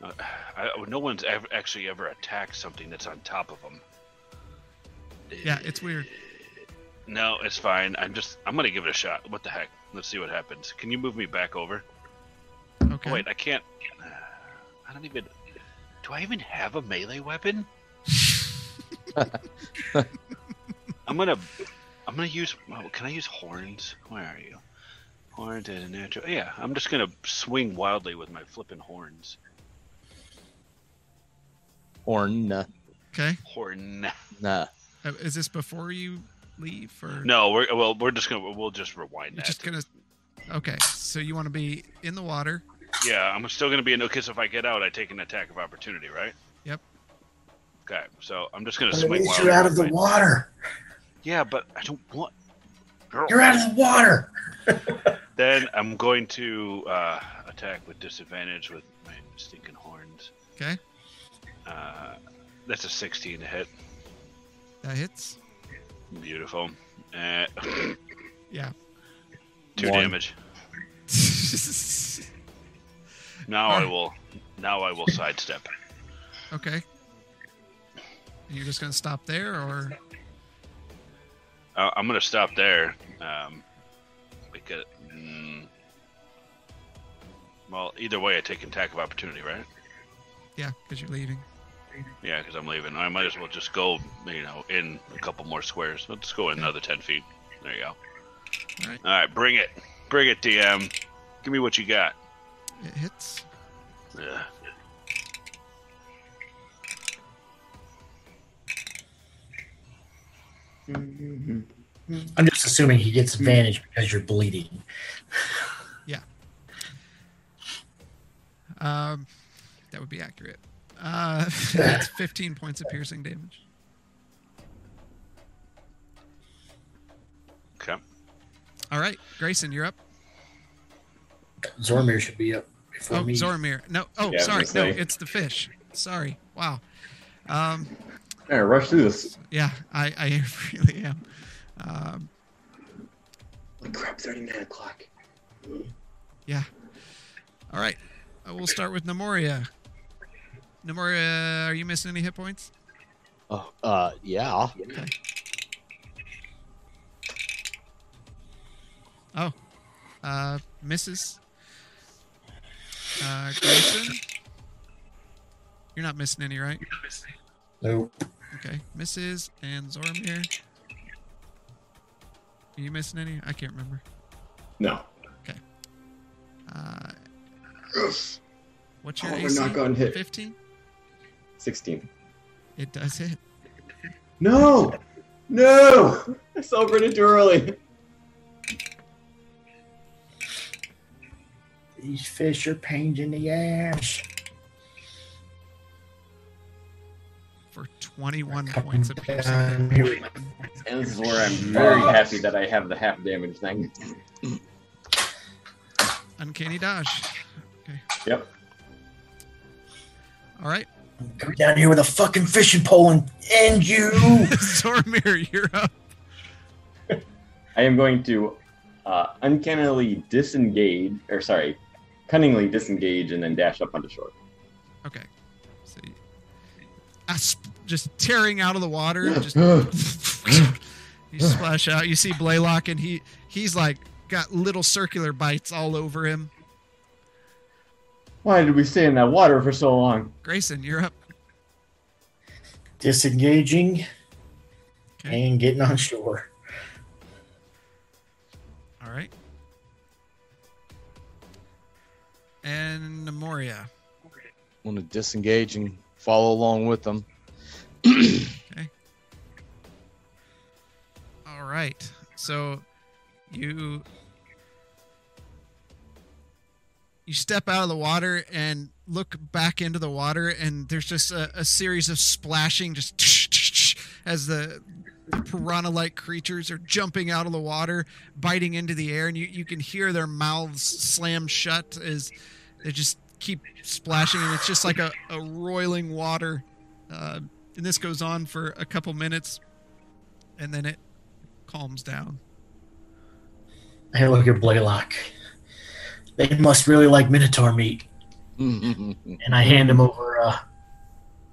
S2: Uh, I, no one's ever, actually ever attacked something that's on top of them.
S3: Yeah, it's weird.
S2: No, it's fine. I'm just. I'm gonna give it a shot. What the heck? Let's see what happens. Can you move me back over?
S3: Okay.
S2: Oh, wait, I can't. (sighs) I don't even. Do I even have a
S3: (laughs)
S2: melee weapon? I'm gonna. I'm gonna use. Oh, can I use horns? Where are you? Horns and a natural. Yeah, I'm just gonna swing wildly with my flippin' horns.
S4: Horn, nah,
S3: Okay.
S2: Horn.
S4: nah.
S3: Uh, Is this before you leave or
S2: (laughs) No, we're well. We're just gonna. We'll just rewind
S3: You're
S2: that.
S3: just gonna. Okay, so you want to be in the water.
S2: Yeah, I'm still gonna be in. Because if I get out, I take an attack of opportunity, right?
S3: Yep.
S2: Okay, so I'm just gonna
S6: But at
S2: swing
S6: least
S2: wildly.
S6: you're out of the
S2: with my-
S6: water.
S2: Yeah, but I don't want. Girl.
S6: You're out of the water.
S2: Then I'm going to uh, attack with disadvantage with my stinking horns.
S3: Okay,
S2: Uh, that's a 16 to hit.
S3: that hits. (laughs)
S2: Beautiful. Uh, (clears throat)
S3: Yeah.
S2: two
S4: One.
S2: damage.
S3: (laughs)
S2: Now I will. Now I will sidestep.
S3: okay. And you're just going to stop there, or
S2: Uh, I'm gonna stop there. Um, because, mm, well, either way, I take an attack of opportunity, right?
S3: yeah, because you're leaving.
S2: Yeah, because I'm leaving. I might as well just go, you know, in a couple more squares. Let's go another ten feet. There you go. All right,
S3: Alright.
S2: bring it, bring it, DM. Give me what you got.
S3: It hits.
S2: Ugh.
S6: I'm just assuming he gets advantage because you're bleeding.
S3: Um, that would be accurate. Uh, (laughs) that's 15 points of piercing damage.
S2: Okay.
S3: All right, Grayson, you're up.
S6: Zormir should be up before
S3: Oh,
S6: me.
S3: Zoromir. No. Oh,
S5: Yeah, I was
S3: sorry.
S5: gonna
S3: No,
S5: say.
S3: it's the fish. Sorry. Wow. Um,
S5: All right, rush through this.
S3: yeah, I, I (laughs) really am. Um,
S5: Holy crap, 39 o'clock.
S3: Yeah. All right. Uh, we'll start with Nemoria. Nemoria, are you missing any hit points?
S4: Oh, uh, yeah.
S3: Oh, uh, misses. Uh, Grayson, you're not missing any, right?
S6: Nope.
S3: Okay, misses and Zoromir. Are you missing any? I can't remember.
S5: No.
S3: Uh,
S5: Yes.
S3: what's your
S5: Oh, we're
S3: AC?
S5: not going hit.
S3: 15.
S5: 16.
S3: It does hit.
S5: No! No! (laughs) I celebrated too early.
S6: These fish are pains in the ass.
S3: for 21
S6: Come
S3: points of piercing
S6: down.
S3: damage.
S6: Here we go.
S5: And this is where I'm very happy that I have the half damage thing.
S3: Uncanny dodge.
S5: Yep.
S3: All right. (laughs)
S6: Come down here with a fucking fishing pole and end you.
S3: Zoromir, you're up.
S5: I am going to uh, uncannily disengage, or sorry, cunningly disengage and then dash up onto shore.
S3: Okay. So you- Ah, sp- just tearing out of the water. and
S6: (laughs)
S3: Just (laughs) you splash out. You see Blaylock, and he he's like got little circular bites all over him.
S5: Why did we stay in that water for so long?
S3: Grayson, you're up.
S6: Disengaging
S3: Okay.
S6: and getting on shore.
S3: All right. And Nemoria.
S4: want to disengage and (laughs) follow along with them.
S3: All right. So you you step out of the water and look back into the water and there's just a, a series of splashing just as the piranha-like creatures are jumping out of the water biting into the air and you, you can hear their mouths slam shut as they just keep splashing and it's just like a, a roiling water uh, and this goes on for a couple minutes and then it calms down.
S6: Hey, look at Blaylock. They must really like Minotaur meat. And I hand him over a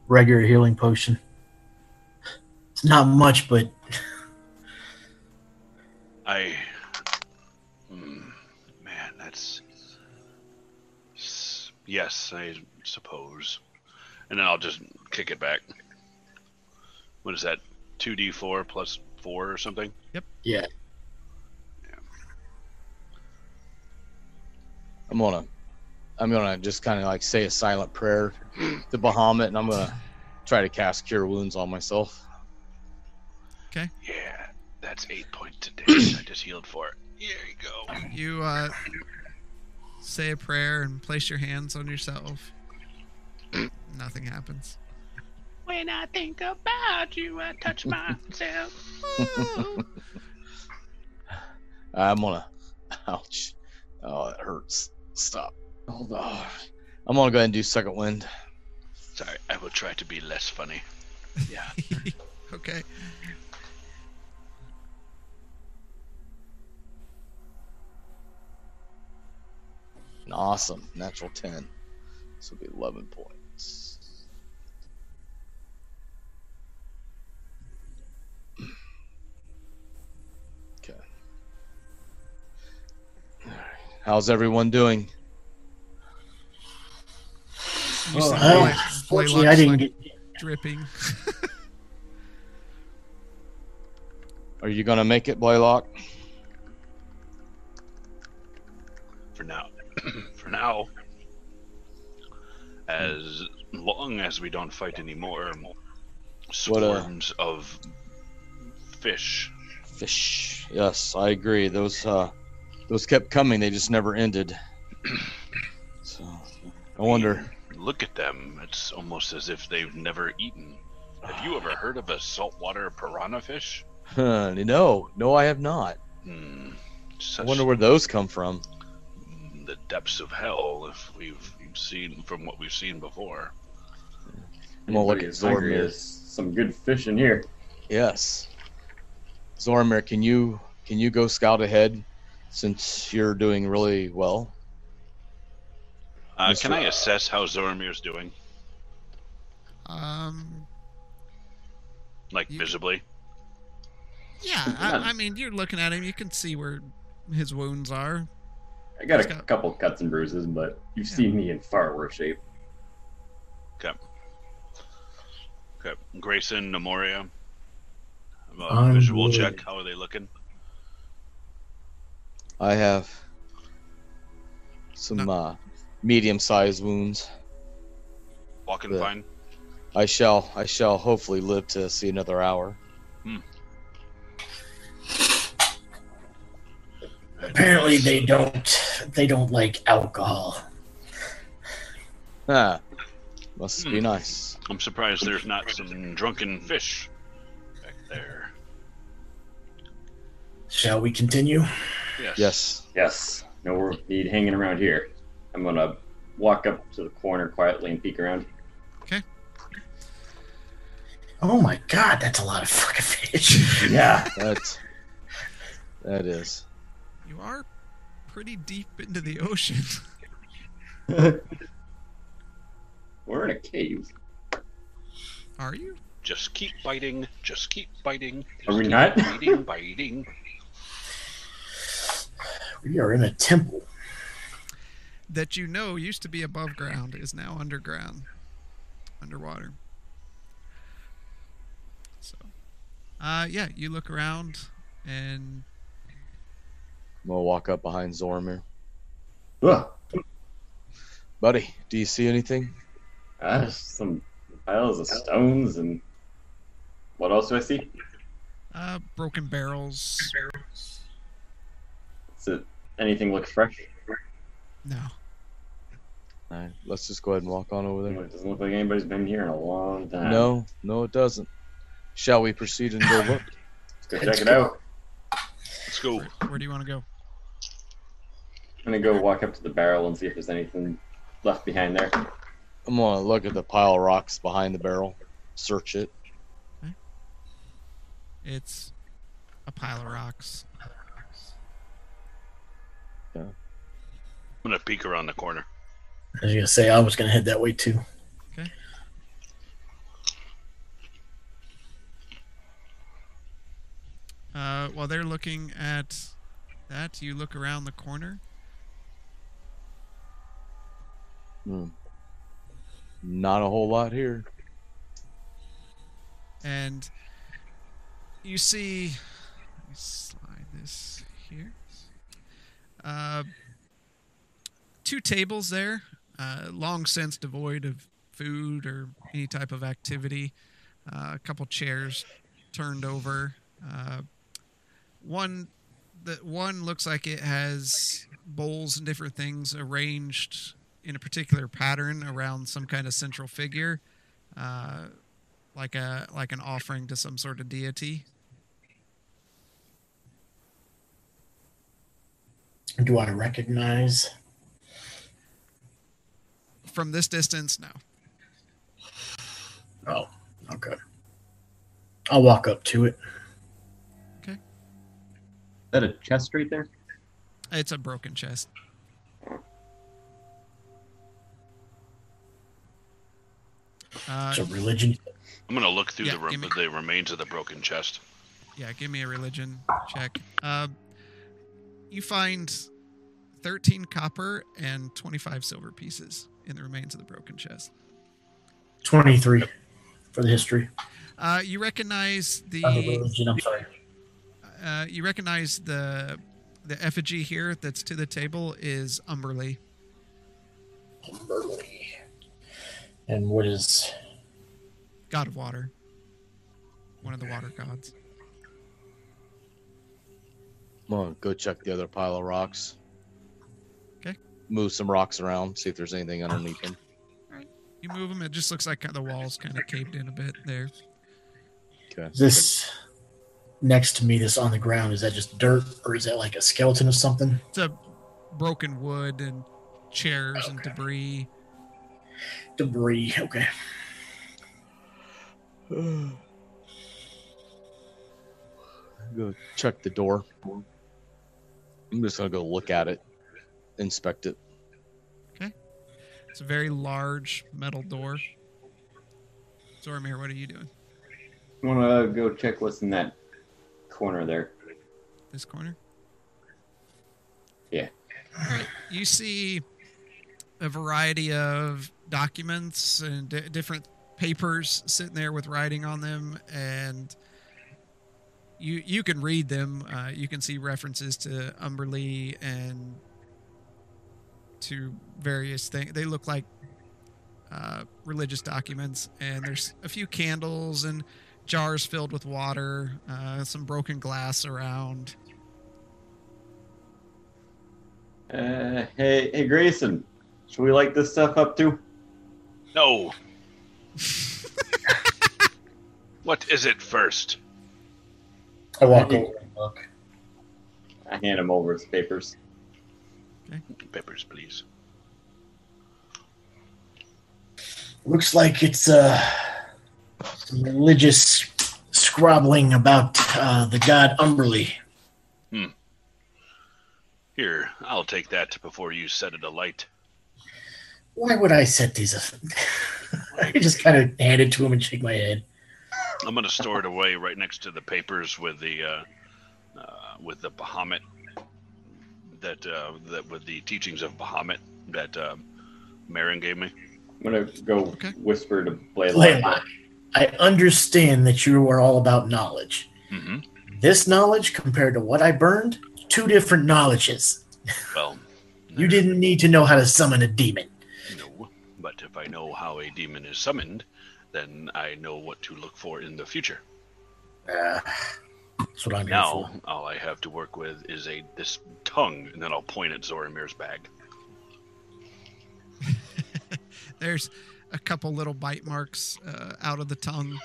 S6: regular healing potion. It's not much, but
S2: I. Mm, man, that's. s- Yes, I suppose. And then I'll just kick it back. What is that? 2d4 plus 4 or something?
S6: yeah.
S4: I'm gonna, I'm gonna just kind of like say a silent prayer to Bahamut, and I'm gonna try to cast Cure Wounds on myself.
S2: Yeah, that's 8 points of damage. I just healed for it. Here you go.
S3: You uh, say a prayer and place your hands on yourself. Nothing happens. (laughs)
S2: When I think about you, I touch myself.
S4: I'm gonna, (laughs) ouch, oh that hurts. Stop. Hold on. I'm gonna go ahead and do Second Wind.
S2: Sorry, I will try to be less funny. Yeah.
S3: okay.
S4: An awesome natural ten. This will be eleven points. How's everyone doing?
S3: You see
S6: Oh,
S3: Blay-
S6: Fortunately,
S3: Blaylock's,
S6: I didn't
S3: like,
S6: get.
S3: dripping.
S4: Are you gonna make it, Blaylock?
S2: for now. (clears throat) for now, as long as we don't fight any more
S4: uh,
S2: swarms of fish,
S4: Fish. Yes, I agree. Those uh, those kept coming. They just never ended. (clears throat) So, I wonder.
S2: look at them. It's almost as if they've never eaten. Have you ever heard of a saltwater piranha fish?
S4: Huh, no, no, I have not.
S2: Hmm.
S4: I
S2: Such
S4: wonder where those come from.
S2: the depths of hell, if we've seen from what we've seen before.
S4: I'm gonna look
S5: Anybody
S4: at
S5: who's hungry,
S4: Zormir.
S5: there's Some good fish in here.
S4: Yes. Zormir, can you can you go scout ahead since you're doing really well?
S2: Uh,
S4: Mr.
S2: can I assess how Zoromir's doing,
S3: Um,
S2: like
S3: You-
S2: visibly?
S3: yeah, I, I mean, you're looking at him. You can see where his wounds are.
S5: I got a
S3: He's got-
S5: couple cuts and bruises, but you've
S3: Yeah.
S5: seen me in far worse shape.
S2: Okay. Grayson, Nemoria. Uh,
S6: I'm
S2: visual
S6: good.
S2: check. How are they looking?
S4: I have some
S3: No.
S4: uh, medium-sized wounds.
S2: Walking
S4: Yeah.
S2: fine.
S4: I shall I shall hopefully live to see another hour.
S6: Apparently, they don't. They don't like alcohol.
S4: Ah, must be
S2: Hmm.
S4: nice.
S2: I'm surprised there's not some drunken fish back there.
S6: Shall we continue?
S2: Yes.
S4: Yes.
S5: Yes, no need hanging around here. I'm gonna walk up to the corner quietly and peek around.
S6: Oh my god, that's a lot of fucking fish. (laughs)
S5: Yeah,
S4: That that is.
S3: You are pretty deep into the ocean. (laughs)
S5: we're in a cave.
S3: Are you?
S2: Just keep biting. Just keep biting. Just
S5: Are we
S2: keep
S5: not?
S2: Biting, biting.
S6: we are in a temple.
S3: That you know used to be above ground is now underground, underwater. So, uh, yeah, you look around and
S4: I'm gonna walk up behind Zormir.
S5: Ugh,
S4: Buddy, do you see anything?
S5: ah, there's some piles of stones and what else do I see?
S3: uh, broken barrels.
S5: Is it anything look fresh?
S3: No,
S4: All right, let's just go ahead and walk on over there.
S5: It doesn't look like anybody's been here in a long time.
S4: No, no, it doesn't. Shall we proceed and go look?
S5: Let's go check it out.
S2: Let's go.
S3: where, where do you want to go?
S5: I'm gonna go walk up to the barrel and see if there's anything left behind there.
S4: I'm gonna look at the pile of rocks behind the barrel, search it.
S3: It's a pile of rocks.
S2: I'm gonna peek around the corner.
S6: I was gonna say I was gonna head that way too.
S3: Uh, while they're looking at that, you look around the corner.
S4: Hmm. Not a whole lot here.
S3: and you see let me slide this here uh, two tables there uh, long since devoid of food or any type of activity uh, a couple chairs turned over uh, one the one looks like it has bowls and different things arranged in a particular pattern around some kind of central figure uh, like a like an offering to some sort of deity.
S6: Do I recognize?
S3: From this distance, no.
S6: Oh, okay. I'll walk up to it.
S5: Is that a chest right there?
S3: It's a broken chest. Uh,
S6: It's a religion.
S2: I'm gonna look through
S3: Yeah,
S2: the, re-
S3: give me-
S2: the remains of the broken chest.
S3: yeah, give me a religion check. Um, you Uh, find 13 copper and 25 silver pieces in the remains of the broken chest.
S6: 23 for the history.
S3: Uh, you recognize
S6: Uh, the
S3: the
S6: religion, I'm sorry.
S3: uh, you recognize the the effigy here that's to the table is Umberly.
S6: Burley. And what is.
S3: god of water, one of the water gods.
S4: Come on, go check the other pile of rocks.
S3: 'Kay.
S4: Move some rocks around, see if there's anything underneath them.
S3: You move them, it just looks like the walls kind of caved in a bit there.
S4: Okay.
S6: Is this next to me that's on the ground? Is that just dirt or is that like a skeleton of something?
S3: It's a broken wood and chairs and debris.
S6: Debris. Okay.
S4: (sighs) Go check the door. I'm just gonna go look at it, inspect it.
S3: It's a very large metal door. Zoramir, what are you doing?
S5: I want to go check what's in that corner there.
S3: This corner?
S5: Yeah.
S3: Alright, You see a variety of documents and di different papers sitting there with writing on them, and you you can read them. Uh, you can see references to Umberly and to various things. They look like uh, religious documents, and there's a few candles and jars filled with water, uh, some broken glass around.
S5: Uh, hey, hey, Grayson, should we light this stuff up too?
S3: (laughs)
S2: No. what is it first?
S6: I walk over and look.
S5: I hand him over his papers.
S2: Papers, please.
S6: Looks like it's uh, some religious scrabbling about uh, the god Umberly.
S2: Here, I'll take that before you set it alight.
S6: Why would I set these up? (laughs) I just kind of hand it to him and shake my head.
S2: I'm gonna store it away right next to the papers with the uh, uh, with the Bahamut that uh, that with the teachings of Bahamut that um, Marin gave me.
S5: I'm gonna go
S3: Okay.
S5: whisper to Blaylock.
S6: Layla, I understand that you are all about knowledge.
S2: Mm-hmm.
S6: This knowledge compared to what I burned, two different knowledges.
S2: Well,
S6: You didn't need to know how to summon a demon.
S2: no, but if I know how a demon is summoned, then I know what to look for in the future.
S6: Uh, that's what I'm here
S2: Now
S6: for.
S2: all I have to work with is a this tongue, and then I'll point at Zoramir's bag.
S3: There's a couple little bite marks uh, out of the tongue.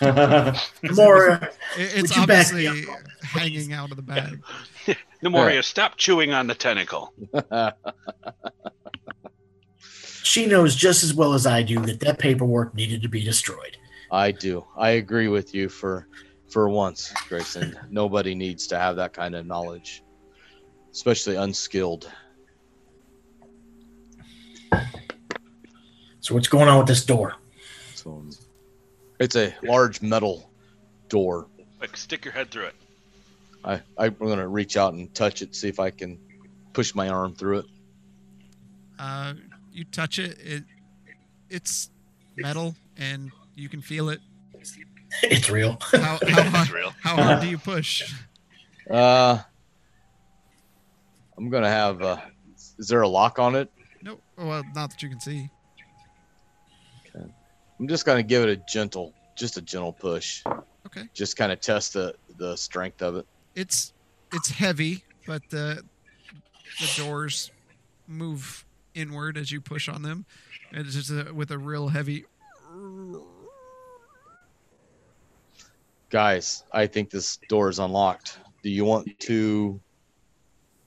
S5: (laughs)
S6: More,
S3: It- it's
S6: you back
S3: obviously
S6: me up,
S3: hanging out of the bag.
S2: Nemoria, stop chewing on the tentacle.
S6: she knows just as well as I do that that paperwork needed to be destroyed.
S4: I do. I agree with you for for once, Grayson. Nobody needs to have that kind of knowledge, especially unskilled.
S6: So what's going on with this door?
S4: So um, it's a large metal door.
S2: Like stick your head through it.
S4: I I'm gonna reach out and touch it, see if I can push my arm through it.
S3: Uh, you touch it, it, it's metal, and you can feel it.
S6: It's real.
S3: How, how,
S2: It's
S3: hard,
S2: real.
S3: how hard do you push?
S4: Uh, I'm gonna have. Uh, is there a lock on it?
S3: No, well, not that you can see.
S4: I'm just gonna give it a gentle, just a gentle push.
S3: Okay.
S4: Just kind of test the the strength of it.
S3: It's it's heavy, but the the doors move inward as you push on them. It's just a, with a real heavy.
S4: Guys, I think this door is unlocked. Do you want to?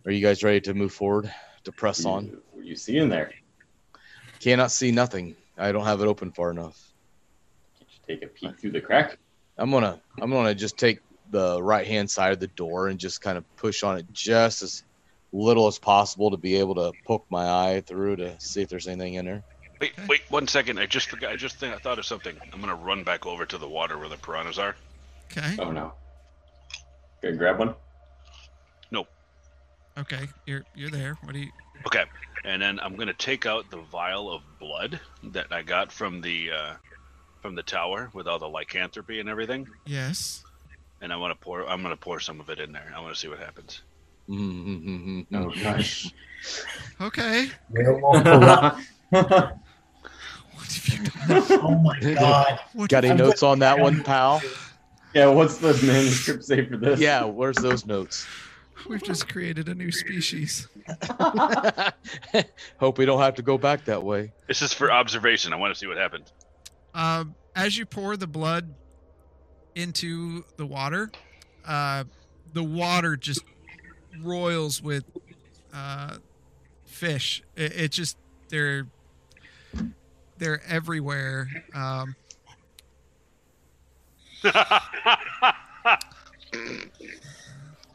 S4: Are you guys ready to move forward to press on?
S5: You- What you see in there?
S4: Cannot see nothing. I don't have it open far enough.
S5: Can't you take a peek through the crack?
S4: I'm gonna I'm gonna just take the right hand side of the door and just kind of push on it just as little as possible to be able to poke my eye through to see if there's anything in there.
S2: Wait, wait one second. I just forgot. I just think I thought of something. I'm gonna run back over to the water where the piranhas are.
S3: Okay.
S5: Oh no. Gonna grab one.
S2: Nope.
S3: Okay, you're you're there. What do you?
S2: Okay, and then I'm gonna take out the vial of blood that I got from the uh, from the tower with all the lycanthropy and everything,
S3: Yes.
S2: and I want to pour. I'm gonna pour some of it in there. I want to see what happens.
S4: Mm-hmm.
S5: Oh gosh.
S3: Okay.
S6: Real Oh long corrupt.
S3: What have you done?
S6: oh my god.
S3: What
S4: Got any
S3: have you-
S4: notes on that one, pal?
S5: yeah, what's the manuscript say for this?
S4: Yeah, where's those notes?
S3: We've just created a new species.
S4: Hope we don't have to go back that way.
S2: This is for observation. I want to see what happens. (laughs)
S3: Um, as you pour the blood into the water, uh, the water just roils with uh, fish. It, it just they're they're everywhere. Um,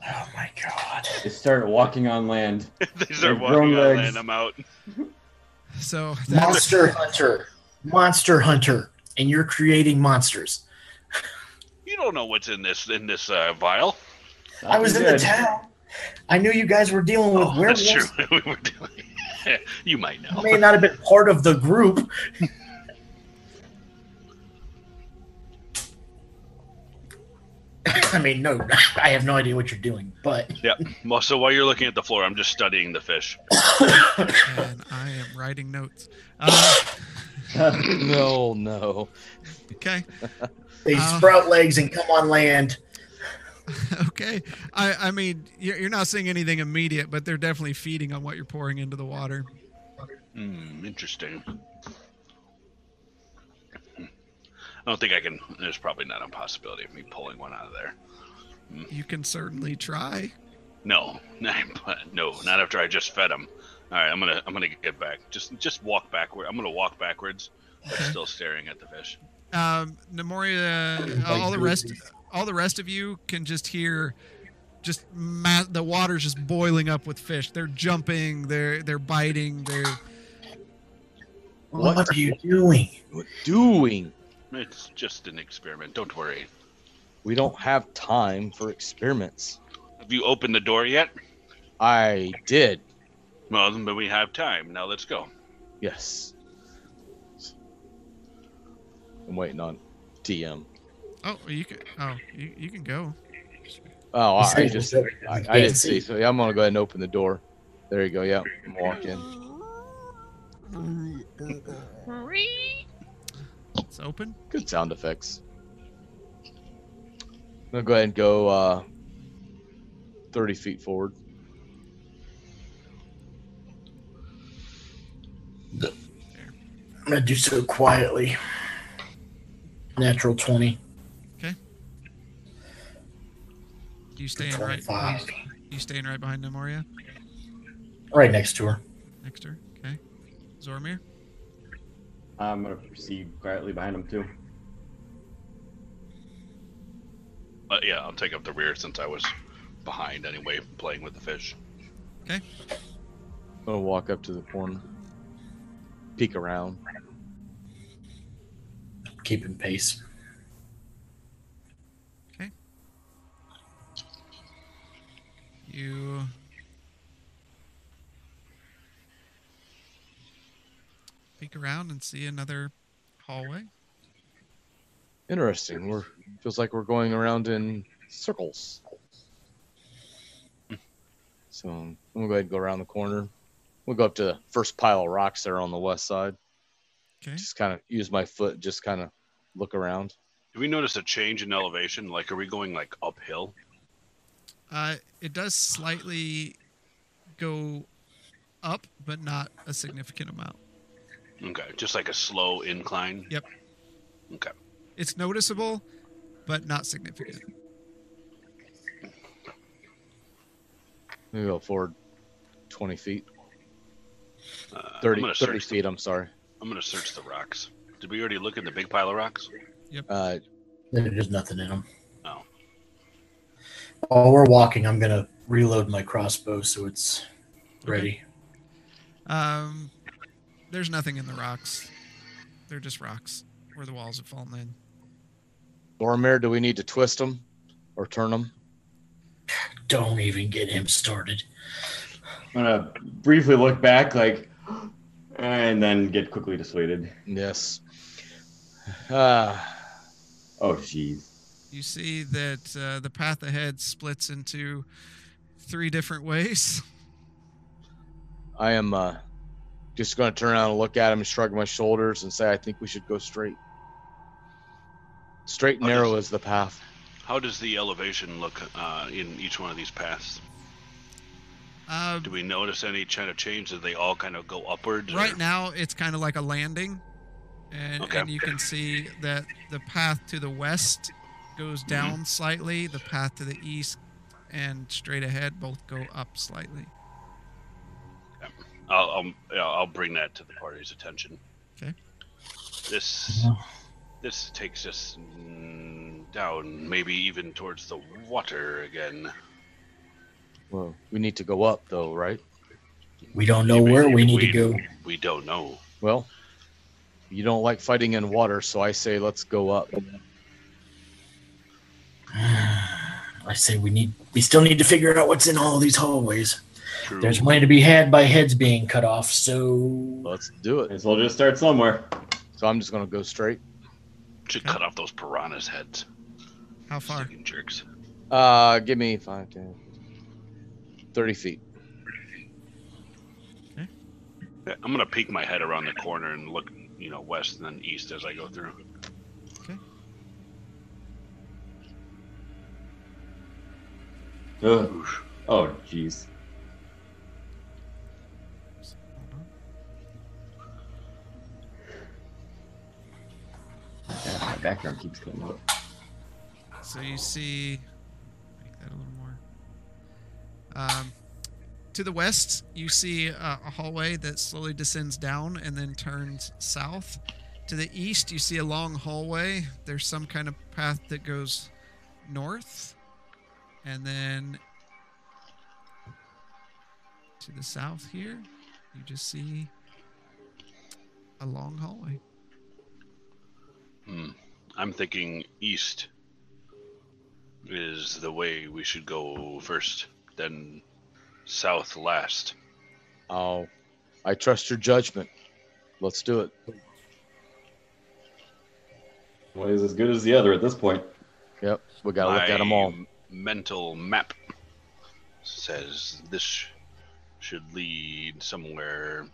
S6: Oh my god.
S5: They start walking on land.
S2: they start
S5: They're
S2: walking on
S5: grown legs.
S2: land. I'm out.
S3: so that's
S6: Monster hunter. Monster hunter. And you're creating monsters.
S2: You don't know what's in this in this uh, vial.
S6: I was in the
S5: Good.
S6: town. I knew you guys were dealing with
S2: Oh, (laughs)
S6: werewolves.
S2: that's true. we were doing. (laughs) you might
S6: I
S2: know.
S6: may not have been part of the group. (laughs) I mean, no, (laughs) I have no idea what you're doing, but
S2: Yeah. Well, so while you're looking at the floor, I'm just studying the fish.
S3: and I am writing notes. Uh,
S2: (clears throat)
S4: No, no.
S3: okay. (laughs)
S6: they
S3: Uh.
S6: sprout legs and come on land.
S3: Okay. I, I mean, you're you're not seeing anything immediate, but they're definitely feeding on what you're pouring into the water.
S2: Hmm, interesting. I don't think I can. There's probably not a possibility of me pulling one out of there.
S3: You can certainly try.
S2: No, (laughs) no, not after I just fed him. All right, I'm gonna, I'm gonna get back. Just, just walk backward. I'm gonna walk backwards, but still staring at the fish.
S3: Um, Nemoria, uh, all the
S6: Like
S3: rest,
S6: movies.
S3: all the rest of you can just hear, just ma- the water's just boiling up with fish. They're jumping. They're they're biting. They're
S6: What, are you doing?
S4: What doing?
S2: It's just an experiment. Don't worry.
S4: We don't have time for experiments.
S2: Have you opened the door yet?
S4: I did.
S2: Well, then, but we have time. Now let's go.
S4: Yes. I'm waiting on DM.
S3: oh you can oh you, you can go.
S4: Oh, all
S6: You
S4: right.
S6: said
S4: I
S6: it
S4: just,
S6: was
S4: I,
S6: open.
S4: I didn't see. So yeah, I'm gonna go ahead and open the door. There you go. Yeah, I'm walking.
S3: It's open.
S4: Good sound effects. I'm gonna go ahead and go uh, 30 feet forward.
S6: I'm gonna do so quietly. Natural twenty.
S3: You staying right?
S6: Twenty-five.
S3: You staying right behind Nemoria
S6: Right next to her.
S3: next to her? Okay. Zormir.
S5: I'm gonna proceed quietly behind them too.
S2: Uh, yeah, I'll take up the rear since I was behind anyway, playing with the fish.
S4: I'm gonna walk up to the corner, peek around.
S6: Keeping pace.
S3: You. Peek around and see another hallway.
S4: Interesting. We're feels like we're going around in circles. So I'm gonna go ahead and go around the corner. We'll go up to the first pile of rocks there on the west side.
S3: Okay.
S4: Just kind of use my foot, just kind of look around.
S2: Do we notice a change in elevation? Like, are we going like uphill?
S3: Uh, it does slightly go up, but not a significant amount.
S2: Okay, just like a slow incline.
S3: Yep.
S2: Okay.
S3: It's noticeable, but not significant.
S4: Maybe go forward 20 feet,
S2: Uh,
S4: 30,
S2: I'm gonna
S4: 30
S2: search. The,
S4: feet. I'm sorry.
S2: I'm gonna search the rocks. Did we already look in the big pile of rocks?
S4: Uh,
S6: There's nothing in them.
S2: Oh.
S6: While we're walking, I'm gonna reload my crossbow so it's ready.
S3: Um, there's nothing in the rocks. They're just rocks where the walls have fallen in.
S4: Boromir, do we need to twist them or turn them?
S6: Don't even get him started.
S5: I'm gonna briefly look back, like, and then get quickly dissuaded.
S4: Yes. Uh,
S5: Oh, jeez.
S3: You see that uh, the path ahead splits into three different ways. (laughs)
S4: I am uh, just going to turn around and look at him and shrug my shoulders and say, I think we should go straight. Straight and
S2: Okay.
S4: narrow is the path.
S2: How does the elevation look uh, in each one of these paths?
S3: Uh,
S2: Do we notice any kind of change? Do they all kind of go upwards? or-
S3: right now, it's kind of like a landing, and,
S2: Okay.
S3: and you can see that the path to the west goes down slightly, the path to the east and straight ahead both go up slightly.
S2: I'll I'll, yeah, I'll bring that to the party's attention.
S3: Okay.
S2: This this takes us mm, down, maybe even towards the water again.
S4: Well, we need to go up, though, right?
S6: We don't know where we need to go.
S2: We don't know.
S4: Well, you don't like fighting in water, so I say let's go up.
S6: (sighs) I say we need. We still need to figure out what's in all these hallways.
S2: True.
S6: There's money to be had by heads being cut off. So
S4: Let's do
S5: Might
S4: it.
S5: as well just start somewhere.
S4: So I'm just going to go straight.
S2: Should cut off those piranhas' heads.
S3: How far?
S2: Stinking jerks.
S4: Uh, give me five, ten, 30 feet.
S2: Yeah, I'm gonna peek my head around the corner and look, you know, west and then east as I go through.
S5: Ugh. Oh, jeez.
S3: Uh-huh.
S5: Yeah, my background keeps coming up.
S3: So you see, make that a little more. Um, to the west, you see uh, a hallway that slowly descends down and then turns south. To the east, you see a long hallway. There's some kind of path that goes north, and then to the south here, you just see a long hallway.
S2: Hmm. I'm thinking east is the way we should go first, then south last.
S4: Oh, I trust your judgment. Let's do it.
S5: One is as good as the other at this point.
S4: Yep, we got to look at them all.
S2: My Mental map says this should lead somewhere.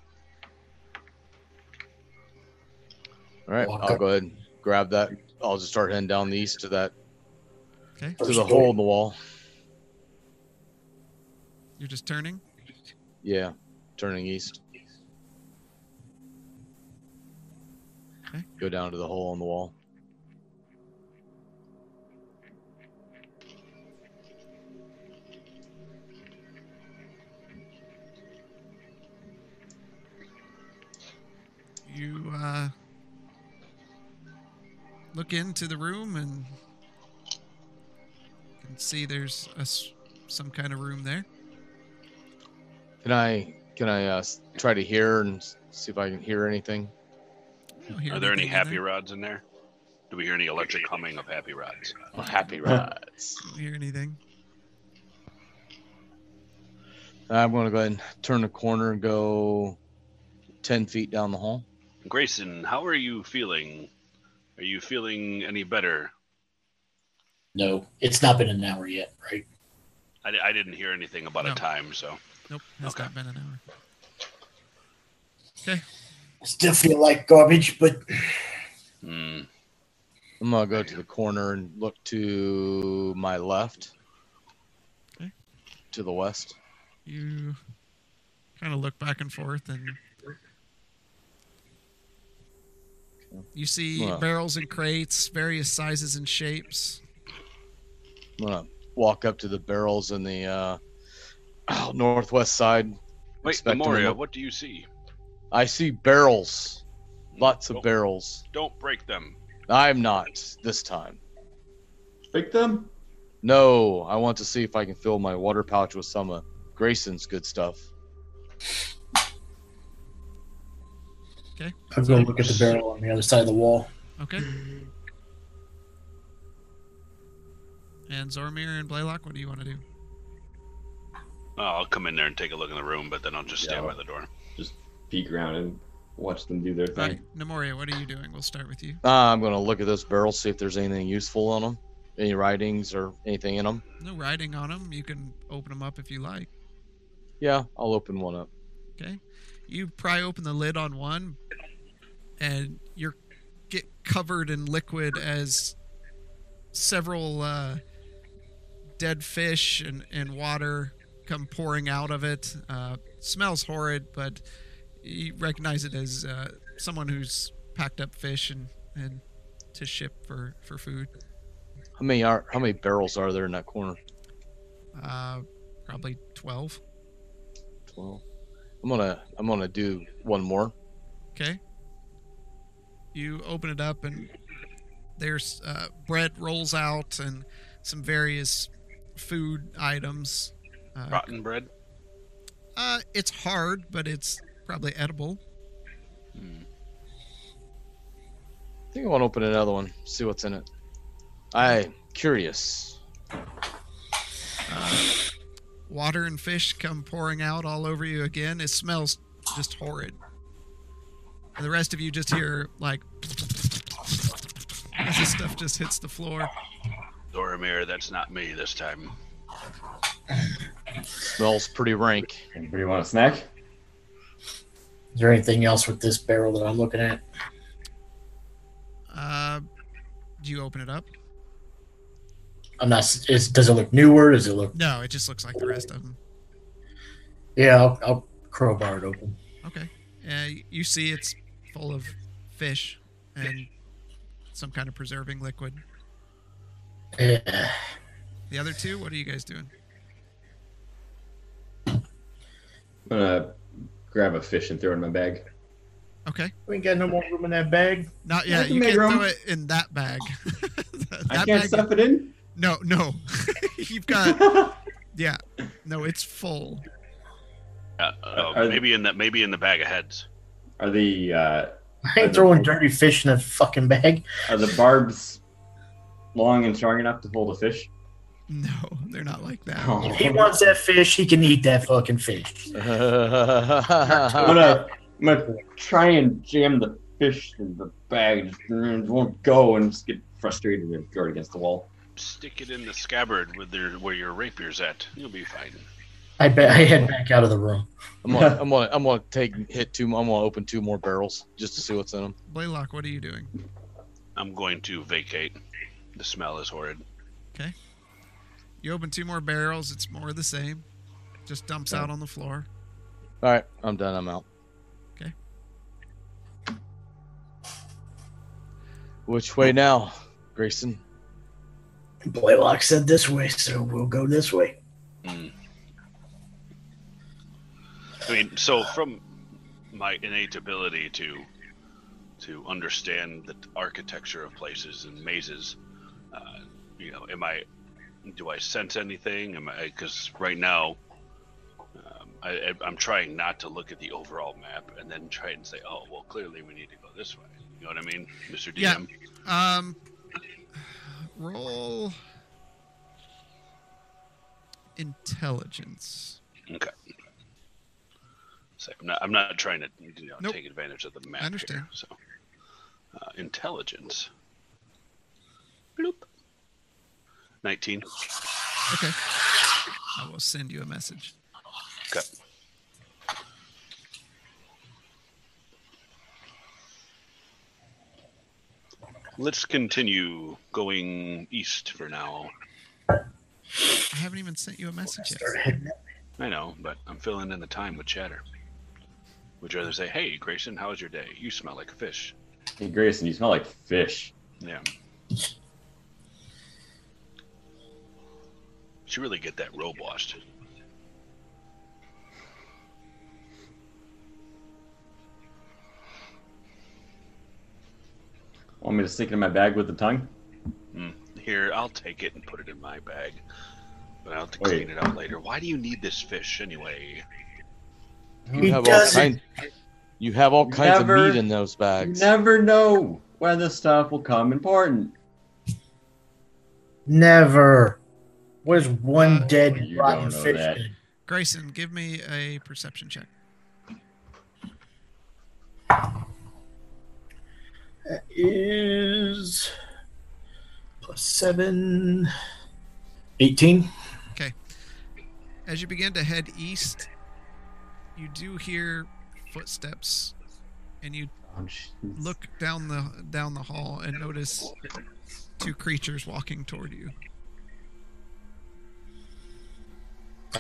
S4: All right,
S6: Walk
S4: I'll
S6: up.
S4: go ahead and grab that. I'll just start heading down the east to that
S3: Okay,
S4: to the hole in the wall.
S3: you're just turning.
S4: Yeah, turning east.
S3: Okay.
S4: Go down to the hole in the wall.
S3: you uh, look into the room and can see there's a s some kind of room there.
S4: Can I can I uh, s- try to hear and s- see if I can hear anything?
S3: You don't hear
S2: Are there any
S3: anything in
S2: happy rods in there? Do we hear any electric humming of happy rods?
S4: Oh, happy rides.
S3: Don't hear anything?
S4: (laughs) I'm going to go ahead and turn the corner and go ten feet down the hall.
S2: Grayson, how are you feeling? Are you feeling any better?
S6: no, it's not been an hour yet, right?
S2: I, I didn't hear anything about
S3: No.
S2: a time, so
S3: Nope, has
S2: Okay.
S3: not been an hour.
S6: I still feel like garbage, but
S2: Hmm.
S4: I'm going to go to the corner and look to my left,
S3: Okay.
S4: to the west.
S3: You kind of look back and forth and. You see
S4: Wow.
S3: barrels and crates, various sizes and shapes.
S4: I'm gonna walk up to the barrels in the uh, (clears throat) northwest side.
S2: wait,
S4: Expect him to
S2: Memoria,
S4: look-
S2: what do you see?
S4: I see barrels, lots of
S2: Don't-
S4: barrels.
S2: Don't break them.
S4: I'm not this time.
S5: Pick them?
S4: No, I want to see if I can fill my water pouch with some of Grayson's good stuff.
S6: I'll go look at the barrel on the other side of the wall.
S3: Okay. And Zormir and Blaylock, what do you want to do?
S2: Oh, I'll come in there and take a look in the room, but then I'll just stand
S5: Yeah.
S2: by the door.
S5: peek around and watch them do their
S3: All
S5: thing.
S3: right, Nemoria, what are you doing? We'll start with you.
S4: Uh, I'm gonna look at this barrel, see if there's anything useful on them, any writings or anything in them.
S3: No writing on them. You can open them up if you like.
S4: Yeah, I'll open one up.
S3: Okay. You pry open the lid on one, and you get covered in liquid as several uh, dead fish and, and water come pouring out of it. Uh, smells horrid, but you recognize it as uh, someone who's packed up fish and, and to ship for, for food.
S4: How many are? How many barrels are there in that corner?
S3: Uh, probably 12.
S4: Twelve. I'm gonna I'm gonna do one more.
S3: Okay. You open it up, and there's uh, bread rolls out and some various food items. Uh,
S2: Rotten bread.
S3: uh, it's hard, but it's probably edible.
S4: I think I want to open another one, see what's in it. I curious.
S3: Water and fish come pouring out all over you again. It smells just horrid. And the rest of you just hear, like, as this stuff just hits the floor.
S2: Doramir, that's not me this time.
S4: Smells pretty rank.
S5: (laughs) Anybody want a snack?
S6: Is there anything else with this barrel that I'm looking at?
S3: Uh, do you open it up?
S6: I'm not. s- Is, does it look newer? Does it look?
S3: No, it just looks like the rest of them.
S6: Yeah, I'll, I'll crowbar it open.
S3: Okay. Uh, you see, it's full of fish and some kind of preserving liquid.
S6: Yeah.
S3: The other two, what are you guys doing?
S5: I'm gonna grab a fish and throw it in my bag.
S3: Okay.
S6: We ain't got no more room in that bag.
S3: Not
S5: Yeah, I
S3: yet.
S5: can
S3: You
S5: make
S3: can't
S5: room.
S3: throw it in that bag. (laughs) that
S5: I can't
S3: bag.
S5: stuff it in.
S3: No, no. (laughs) You've
S5: (laughs)
S3: got. Yeah. No, it's full.
S2: Uh, uh,
S5: Are-
S2: maybe in that. Maybe in the bag of heads.
S5: are the uh,
S6: I ain't throwing dirty fish in that fucking bag.
S5: are the barbs long and strong enough to hold a fish?
S3: No, they're not like that.
S5: Oh.
S6: If he wants that fish, he can eat that fucking fish.
S5: I'm gonna, I'm gonna try and jam the fish in the bag. Just, mm, It won't go and just get frustrated and throw it against the wall.
S2: Stick it in the scabbard with their, where your rapier's at. You'll be fine.
S6: I bet I head back out of the room.
S4: I'm gonna I'm gonna I'm gonna take hit two. I'm gonna open two more barrels just to see what's in them.
S3: Blaylock, what are you doing?
S2: I'm going to vacate. The smell is horrid.
S3: You open two more barrels. It's more of the same. Just dumps out on the floor.
S4: All right, I'm done. I'm out.
S3: Okay.
S4: Which way now, Grayson?
S6: Blaylock said this way, so we'll go this way.
S2: Mm. I mean, so from my innate ability to to understand the architecture of places and mazes, uh, you know, am I do I sense anything? Am I because right now um, I, I- I'm trying not to look at the overall map and then try and say, oh, well, clearly we need to go this way. You know what I mean, Mr. DM?
S3: Yeah. Um, (sighs) roll intelligence.
S2: Okay. So I'm not, I'm not trying to you know,
S3: Nope.
S2: take advantage of the map.
S3: understand.
S2: Here, so, uh, intelligence. Bloop. Nineteen.
S3: Okay. I will send you a message.
S2: Okay. Let's continue going east for now.
S3: I haven't even sent you a message yet.
S6: Start heading that
S2: I know, but I'm filling in the time with chatter. Would you rather say, "Hey, Grayson, how was your day? You smell like a fish."
S5: Hey Grayson, you smell like fish.
S2: Yeah. Should really get that robe washed.
S5: Want me to stick it in my bag with the tongue?
S2: Mm. Here, I'll take it and put it in my bag. But I'll have to
S5: Wait.
S2: clean it out later. Why do you need this fish anyway?
S6: He
S4: You have all
S6: doesn't.
S4: kinds. You have all kinds
S5: Never-
S4: of meat in those
S5: You
S4: bags.
S5: never know when this stuff will come important.
S6: Never. Where's one
S3: Uh,
S6: dead
S5: You
S6: rotten Oh,
S5: don't know
S6: fish?
S5: that.
S6: in?
S3: Grayson, give me a perception check.
S6: That is plus seven. 18.
S3: As you begin to head east, you do hear footsteps, and you
S5: Oh, jeez.
S3: look down the down the hall and notice two creatures walking toward you.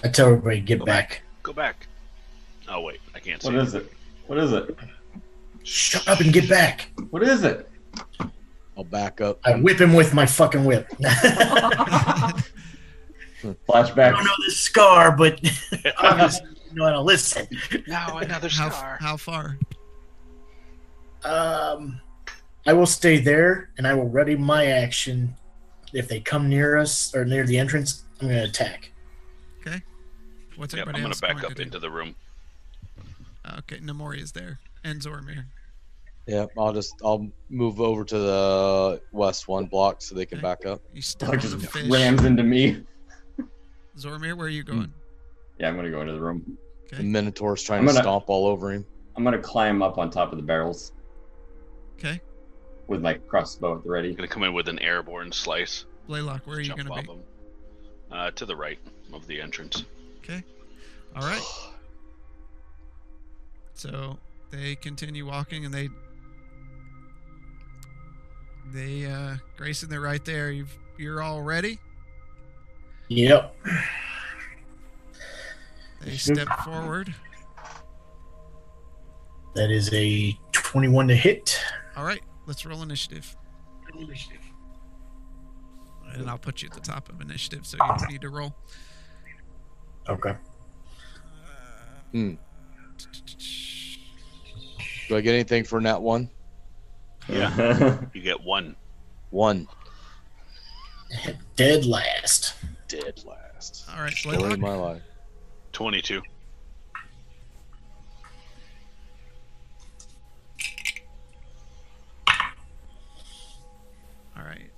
S6: I tell everybody, get back.
S2: Go back. Oh wait, I can't see.
S5: What is it? What is it?
S6: Shut up and get back.
S5: What is it?
S4: I'll back up.
S6: I whip him with my fucking whip. (laughs) I
S4: Hmm.
S5: Flashback.
S6: don't know this scar, but (laughs) obviously you want to listen.
S2: Now another
S3: How
S2: star.
S3: how far?
S6: Um, I will stay there, and I will ready my action. If they come near us or near the entrance, I'm going to attack.
S3: What's
S2: Yep, I'm
S3: everybody
S2: gonna
S3: else
S2: back
S3: going
S2: up
S3: to do?
S2: into the room.
S3: Okay, Namori is there, and Zoromir.
S4: Yeah, I'll just I'll move over to the west one block so they can
S3: Okay.
S4: back up.
S3: You step on
S5: Like
S3: a
S5: just
S3: fish.
S5: rams into me.
S3: Zoromir, where are you going?
S5: Yeah, I'm gonna go into the room.
S4: The Minotaur's trying
S5: I'm
S4: to
S5: gonna-
S4: stomp all over him.
S5: I'm gonna climb up on top of the barrels
S3: Okay,
S5: with my crossbow at the ready.
S2: gonna come in with an airborne slice.
S3: Blaylock, where are you
S2: jump
S3: going to
S2: off
S3: be?
S2: him. Uh, to the right of the entrance.
S3: Okay. All right. So they continue walking, and they they uh, Grayson, they're right there. You've you're all ready.
S6: Yep.
S3: They step forward.
S6: That is a 21 to hit.
S3: All right, let's roll initiative, and I'll put you at the top of initiative, so you don't need to roll.
S6: Okay.
S4: Hmm. Do I get anything for net one?
S5: (laughs) Yeah.
S2: You get one.
S4: One.
S6: Dead last.
S4: Dead last.
S3: All right,
S4: Story of
S3: Blaylock.
S4: my life.
S2: 22.
S3: All right,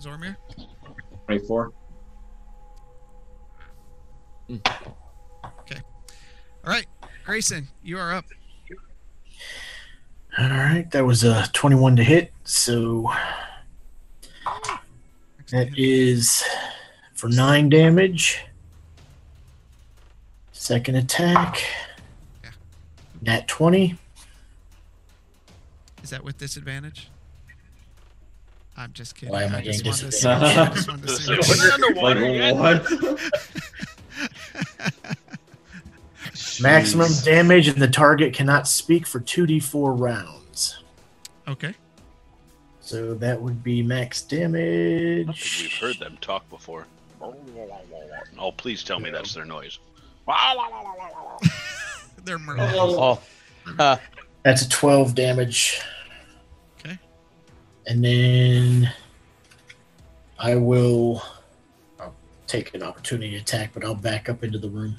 S3: Zormir.
S5: 24.
S3: All right, Grayson, you are up.
S6: All right. That was a 21 to hit. So that is for nine damage. Second attack.
S3: Yeah.
S6: Nat 20.
S3: Is that with disadvantage? I'm just kidding.
S6: Why am I
S3: just
S6: getting
S3: wanted to see-
S6: disadvantage?
S3: I just wanted to see what-
S2: (laughs) Put it underwater
S5: (laughs) Like,
S2: again.
S5: what?
S6: Maximum
S4: Jeez.
S6: damage, and the target cannot speak for 2d4 rounds.
S3: Okay.
S6: So that would be max
S2: I think
S6: damage.
S2: We've heard them talk before. Oh, please tell me that's their noise.
S3: They're murderers.
S4: Oh,
S3: Uh,
S4: ha.
S6: That's a 12 damage.
S3: Okay.
S6: And then I will I'll take an opportunity attack, but I'll back up into the room.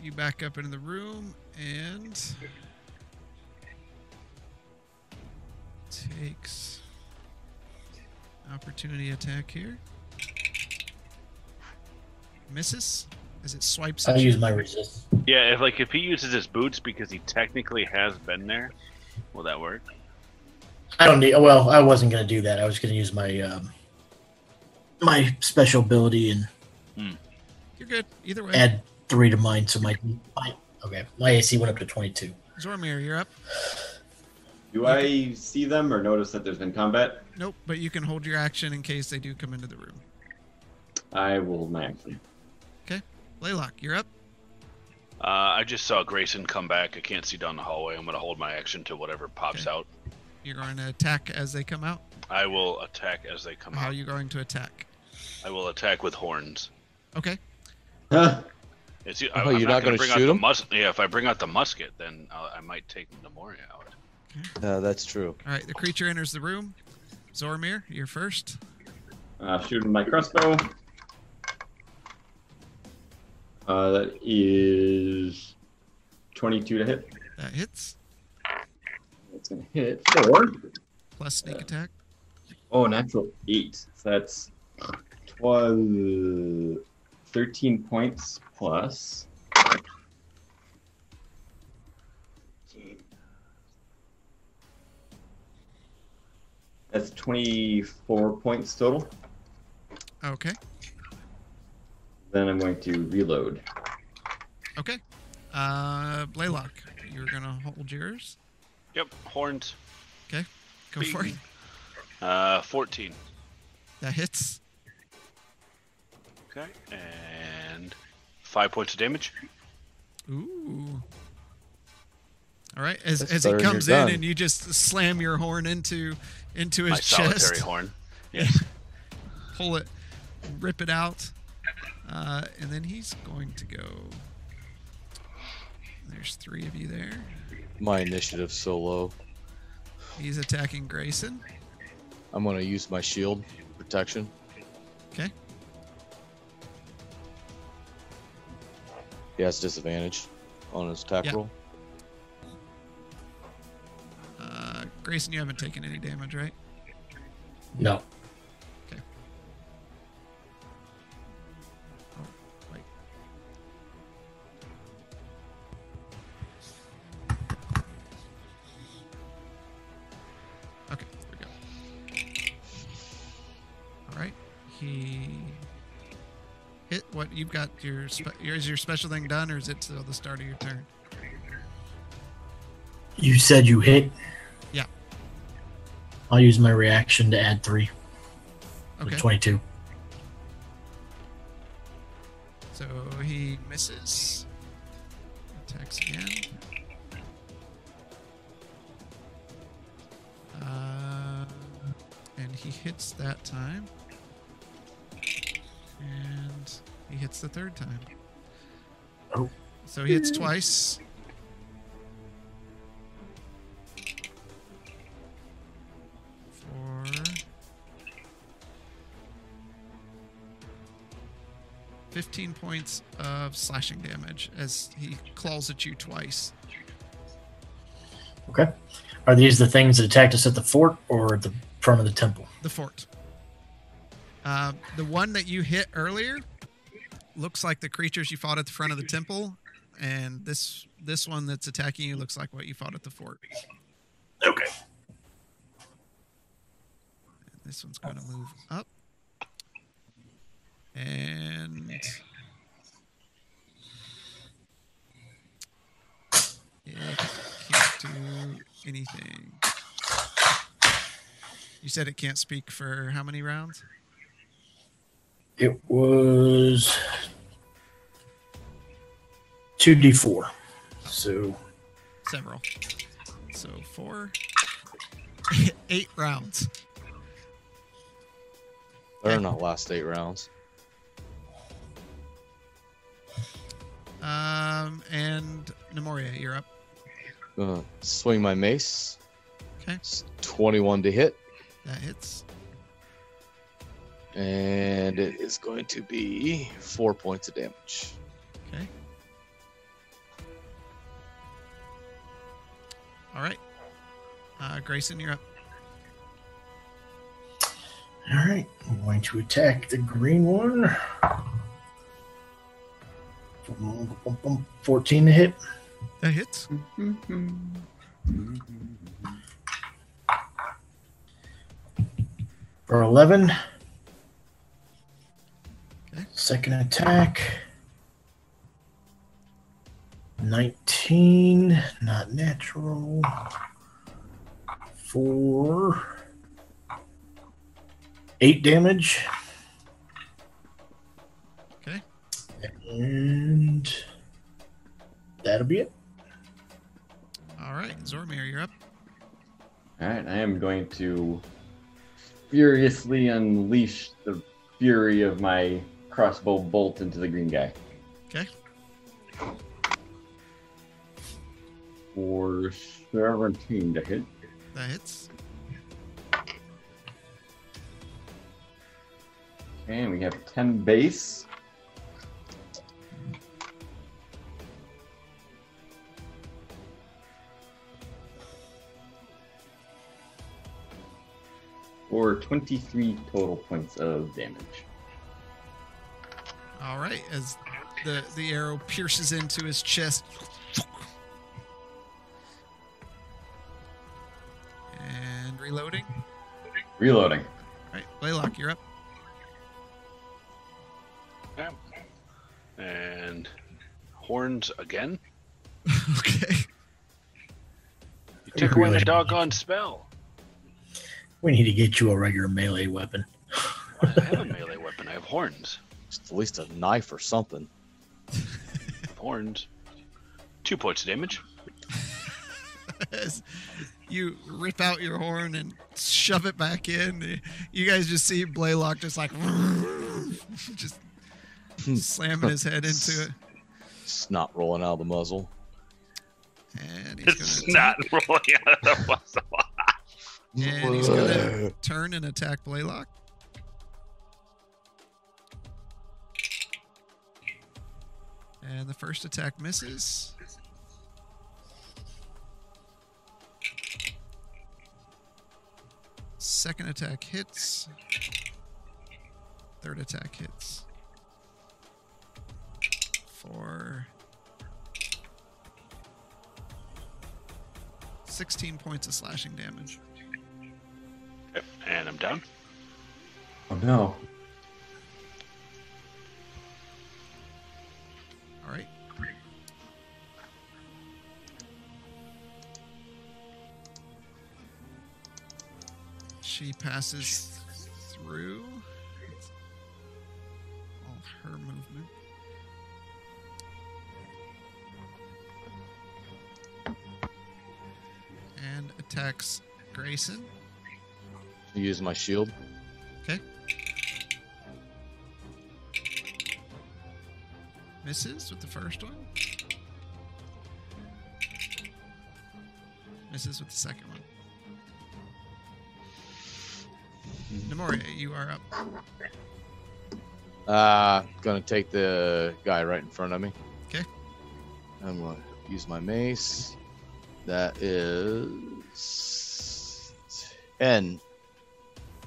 S3: You back up into the room and takes opportunity attack here. Misses as it swipes
S6: I'll
S3: at you.
S6: use my resist.
S2: Yeah, if like if he uses his boots because he technically has been there, will that work?
S6: I don't need. Well, I wasn't going to do that. I was going to use my um, my special ability and
S3: You're good. Either way.
S6: add three to mine. So my, my okay, my AC went up to 22.
S3: Zormir, you're up.
S5: Do I see them or notice that there's been combat?
S3: Nope, but you can hold your action in case they do come into the room.
S5: I will hold my (laughs) action.
S3: Laylock, you're up.
S2: Uh, I just saw Grayson come back. I can't see down the hallway. I'm gonna hold my action to whatever pops
S3: Okay.
S2: out.
S3: You're going to attack as they come out.
S2: I will attack as they come
S3: How are
S2: out.
S3: you going to attack?
S2: I will attack with horns.
S3: Okay.
S5: Huh.
S2: It's, I, am
S4: Oh, you're
S2: not gonna
S4: not gonna
S2: bring
S4: shoot
S2: out the
S4: him?
S2: mus- Yeah, if I bring out the musket, then I'll, I might take Nemoria out.
S4: Yeah, Uh, that's true.
S3: All right. The creature enters the room. Zormir, you're first.
S5: Uh, shooting my crossbow. Uh, that is 22 to hit.
S3: That hits.
S5: It's gonna hit four.
S3: Plus sneak attack.
S5: Oh, natural eight. So that's was 13 points plus. That's 24 points total.
S3: Okay.
S5: Then I'm going to reload.
S3: Okay. Uh, Blaylock, you're gonna hold yours.
S2: Yep, horns.
S3: Go for it.
S2: Uh, 14.
S3: That hits.
S2: Okay, and five points of damage.
S3: Ooh. All right. As
S4: That's
S3: as
S4: better
S3: he
S4: than your
S3: comes in
S4: gun.
S3: and you just slam your horn into into his
S2: My solitary
S3: chest,
S2: horn. Yes.
S3: pull it, rip it out, uh, and then he's going to go. There's three of you there.
S4: My initiative's so low.
S3: He's attacking Grayson.
S4: I'm gonna use my shield protection.
S3: Okay.
S4: He has disadvantage on his attack
S3: Yeah.
S4: roll.
S3: Uh, Grayson, you haven't taken any damage, right?
S6: No.
S3: Wait. Okay, there we go. All right, he hit. What you've got your, spe- your is your special thing done, or is it till the start of your turn?
S6: You said you hit.
S3: Yeah.
S6: I'll use my reaction to add three for
S3: Okay,
S6: 22.
S3: so he misses. Attacks again. Uh, and he hits that time. And he hits the third time.
S6: Oh.
S3: So he hits twice. Four. Fifteen points of slashing damage as he claws at you twice.
S6: Okay. Are these the things that attacked us at the fort or at the front of the temple?
S3: the fort. Uh, the one that you hit earlier looks like the creatures you fought at the front of the temple, and this this one that's attacking you looks like what you fought at the fort.
S1: (laughs)
S6: Okay.
S3: This one's going to move up, and it can't do anything. You said it can't speak for how many rounds?
S6: It was 2d4. So
S3: several. So four, (laughs) eight rounds.
S4: They're not last eight rounds.
S3: Um, and Nemoria, you're up.
S4: Gonna swing my mace.
S3: Okay.
S4: It's 21 to hit,
S3: That hits.
S4: and it is going to be four points of damage.
S3: Okay. All right. Uh, Grayson, you're up.
S6: All right, I'm going to attack the green one. 14 to hit.
S3: That hits.
S6: for 11.
S3: Okay.
S6: Second attack. 19, not natural. 4. 8 damage.
S3: Okay.
S6: And that'll be it.
S3: All right, Zormir, you're up.
S5: All right, I am going to furiously unleash the fury of my crossbow bolt into the green guy.
S3: Okay.
S5: For 17 to hit.
S3: That hits.
S5: And we have 10 base. Or 23 total points of damage.
S3: All right, as the the arrow pierces into his chest. And reloading.
S5: Reloading.
S3: All right, Blaylock, you're up. (laughs)
S2: Yeah. And horns again.
S3: Okay.
S2: You took away the
S6: Really?
S2: doggone spell.
S6: We need to get you a regular melee weapon.
S2: Why do I have a melee weapon. I have horns.
S4: Just at least a knife or something.
S2: I have horns. Two points of damage.
S3: as you rip out your horn and shove it back in. You guys just see Blaylock just like (laughs) just slamming his head into it.
S4: Snot rolling out of the muzzle.
S3: And he's
S8: It's
S3: gonna
S8: not
S3: attack,
S8: rolling out of the muzzle.
S3: and he's gonna turn and attack Blaylock. And the first attack misses. Second attack hits. Third attack hits. For 16 points of slashing damage.
S2: Yep. And I'm down.
S5: Oh no.
S3: All right. She passes through all her movement. And attacks Grayson.
S4: Use my shield.
S3: Okay. Misses with the first one. Misses with the second one. Nemoria, you are up.
S4: Uh, gonna take the guy right in front of me.
S3: 'Kay.
S4: I'm gonna use my mace. That is ten.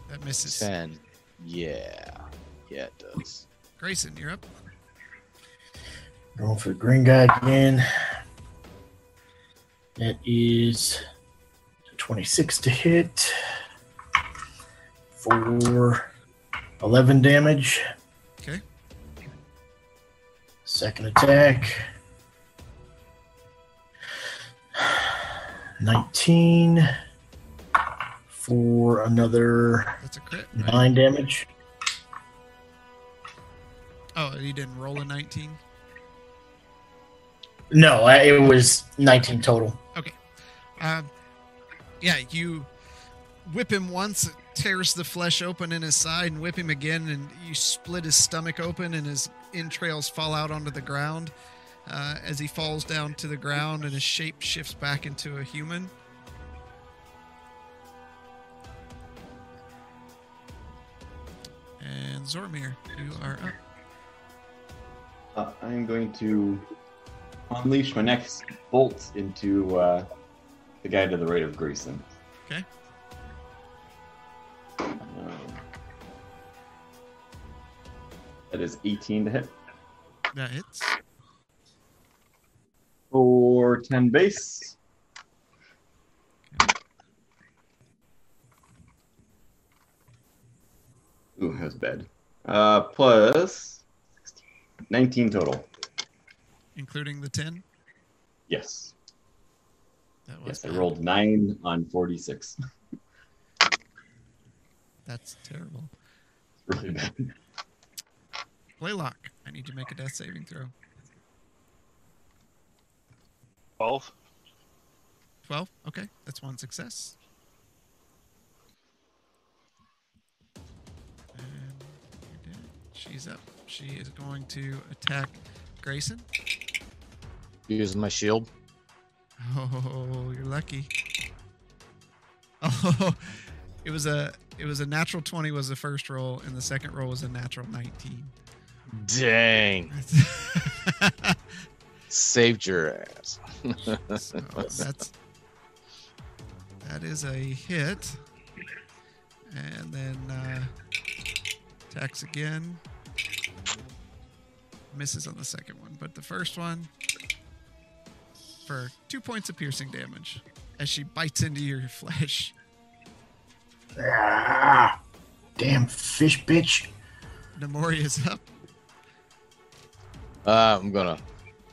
S3: That misses.
S4: Ten. Yeah. Yeah, it does.
S3: Grayson, you're up.
S6: Going for the green guy again. That is 26 to hit for 11 damage.
S3: Okay.
S6: Second attack 19 for another
S3: That's a crit. Right?
S6: 9 damage.
S3: Oh, you didn't roll a 19.
S6: No, I, it was 19 total.
S3: Um, yeah, you whip him once, it tears the flesh open in his side, and whip him again, and you split his stomach open, and his entrails fall out onto the ground. Uh, as he falls down to the ground, and his shape shifts back into a human. And Zormir, you are up.
S5: Uh, I'm going to unleash my next bolt into uh, the guy to the right of Grayson.
S3: Okay.
S5: Um, that is 18 to hit.
S3: That hits.
S5: For 10 base. Ooh, that was bad. Uh, plus 19 total.
S3: Including the 10.
S5: Yes.
S3: That was
S5: Yes, I
S3: bad.
S5: rolled 9 on 46.
S3: That's terrible.
S5: (laughs) really bad.
S3: Blaylock, I need to make a death saving throw.
S2: Twelve.
S3: 12 okay that's one success and you're dead. she's up she is going to attack grayson
S4: Use my shield.
S3: oh you're lucky (laughs) oh it was a it was a natural 20 was the first roll and the second roll was a natural 19
S4: Dang.
S3: (laughs)
S4: Saved your ass.
S3: so that's that is a hit and then uh attacks again misses on the second one, but the first one for two points of piercing damage as she bites into your (laughs) flesh.
S6: Ah, damn fish bitch.
S3: Namori is up.
S4: Uh, I'm gonna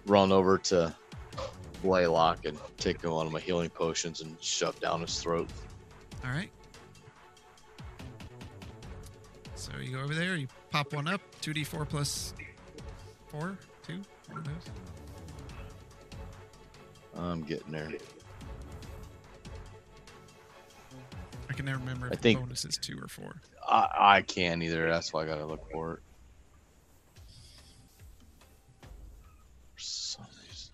S4: run over to Blaylock and take one of my healing potions and shove down his throat.
S3: All right. So you go over there, you pop one up, 2d4 plus 4, 2, one of those.
S4: I'm getting there.
S3: I can never remember if
S4: I
S3: the
S4: think-
S3: bonus is 2 or 4.
S4: I, I can't either. That's why I gotta look for it. For some reason.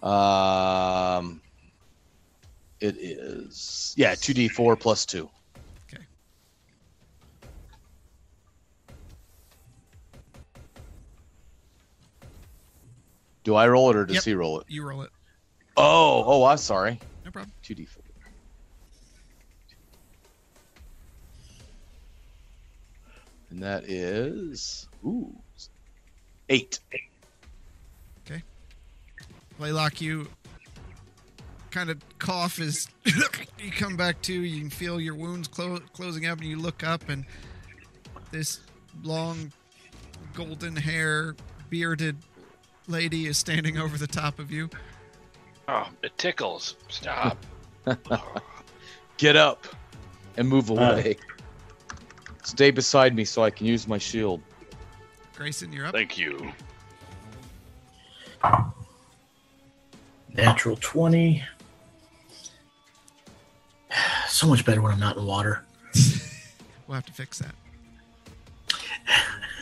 S4: Um, it is yeah, two D four plus two. Do I roll it or does
S3: Yep.
S4: he roll it?
S3: You roll it.
S4: Oh, oh, I'm sorry.
S3: No problem.
S4: Two D four. And that is ooh eight.
S3: Blaylock, you kind of cough as (laughs) you come back to. You can feel your wounds clo- closing up, and you look up, and this long, golden hair, bearded lady is standing over the top of you.
S2: Oh, it tickles.
S6: (laughs)
S2: Stop.
S4: Get up and move away. Stay beside me so I can use my shield.
S3: Grayson, you're up.
S2: Thank you.
S6: Natural 20. (sighs) So much better when I'm not in water.
S3: We'll have to fix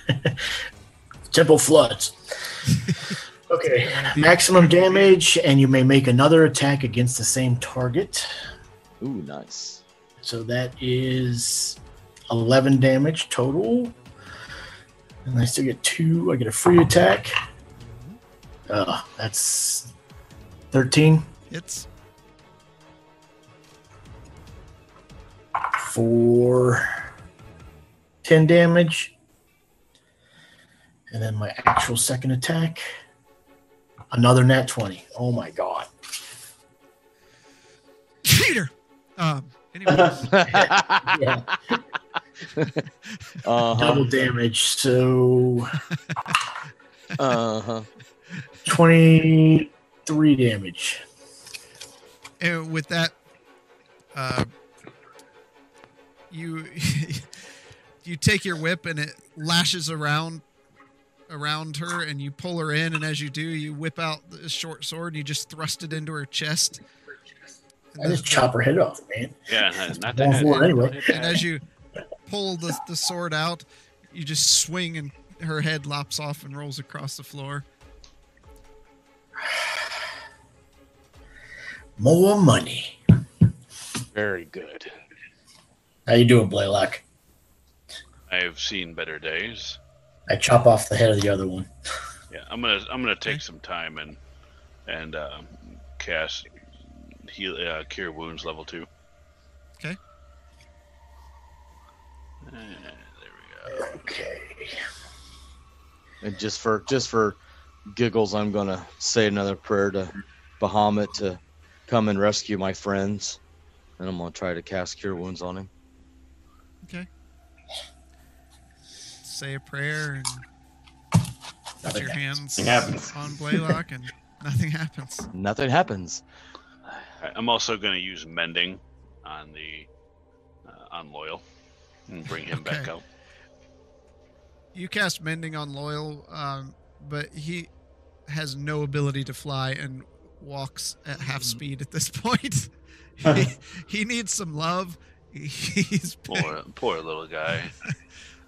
S3: that.
S6: Temple floods. okay. Maximum damage, and you may make another attack against the same target.
S4: Ooh, nice.
S6: So that is 11 damage total. And I still get two. I get a free attack. Uh, that's 13
S3: It's
S6: for 10 damage. And then my actual second attack. Another nat 20. Oh my god.
S3: Peter. Um. Anyway,
S6: Yeah.
S4: Uh-huh.
S6: Double damage. So
S4: Uh-huh.
S6: 23 damage.
S3: and with that, uh, you (laughs) you take your whip and it lashes around around her, and you pull her in. And as you do, you whip out the short sword and you just thrust it into her chest. And,
S6: I
S3: the-
S6: just chop her head off, man.
S2: Yeah, not
S6: One
S2: that.
S6: floor anyway.
S3: and as you pull the, the sword out, you just swing and her head lops off and rolls across the floor.
S6: More money.
S4: Very good.
S6: How you doing, Blaylock?
S2: I've seen better days.
S6: I chop off the head of the other one.
S2: Yeah, I'm gonna I'm gonna take some time and and uh, cast heal uh, cure wounds level two.
S3: Okay.
S2: Uh, there we go.
S6: Okay.
S4: And just for just for giggles, I'm gonna say another prayer to Bahamut to come and rescue my friends. And I'm gonna try to cast cure wounds on him.
S3: Say a prayer and put
S6: Nothing
S3: your hands
S5: Nothing happens.
S3: on Blaylock, and (laughs) nothing happens.
S4: Nothing happens.
S2: I- I'm also gonna use mending on the uh, on loyal and bring him back
S3: Okay.
S2: out.
S3: You cast mending on loyal, um, but he has no ability to fly and walks at half
S2: Hmm.
S3: speed at this (laughs) point. he, he needs some love. (laughs) He's.
S2: Poor poor
S3: (laughs)
S2: little guy.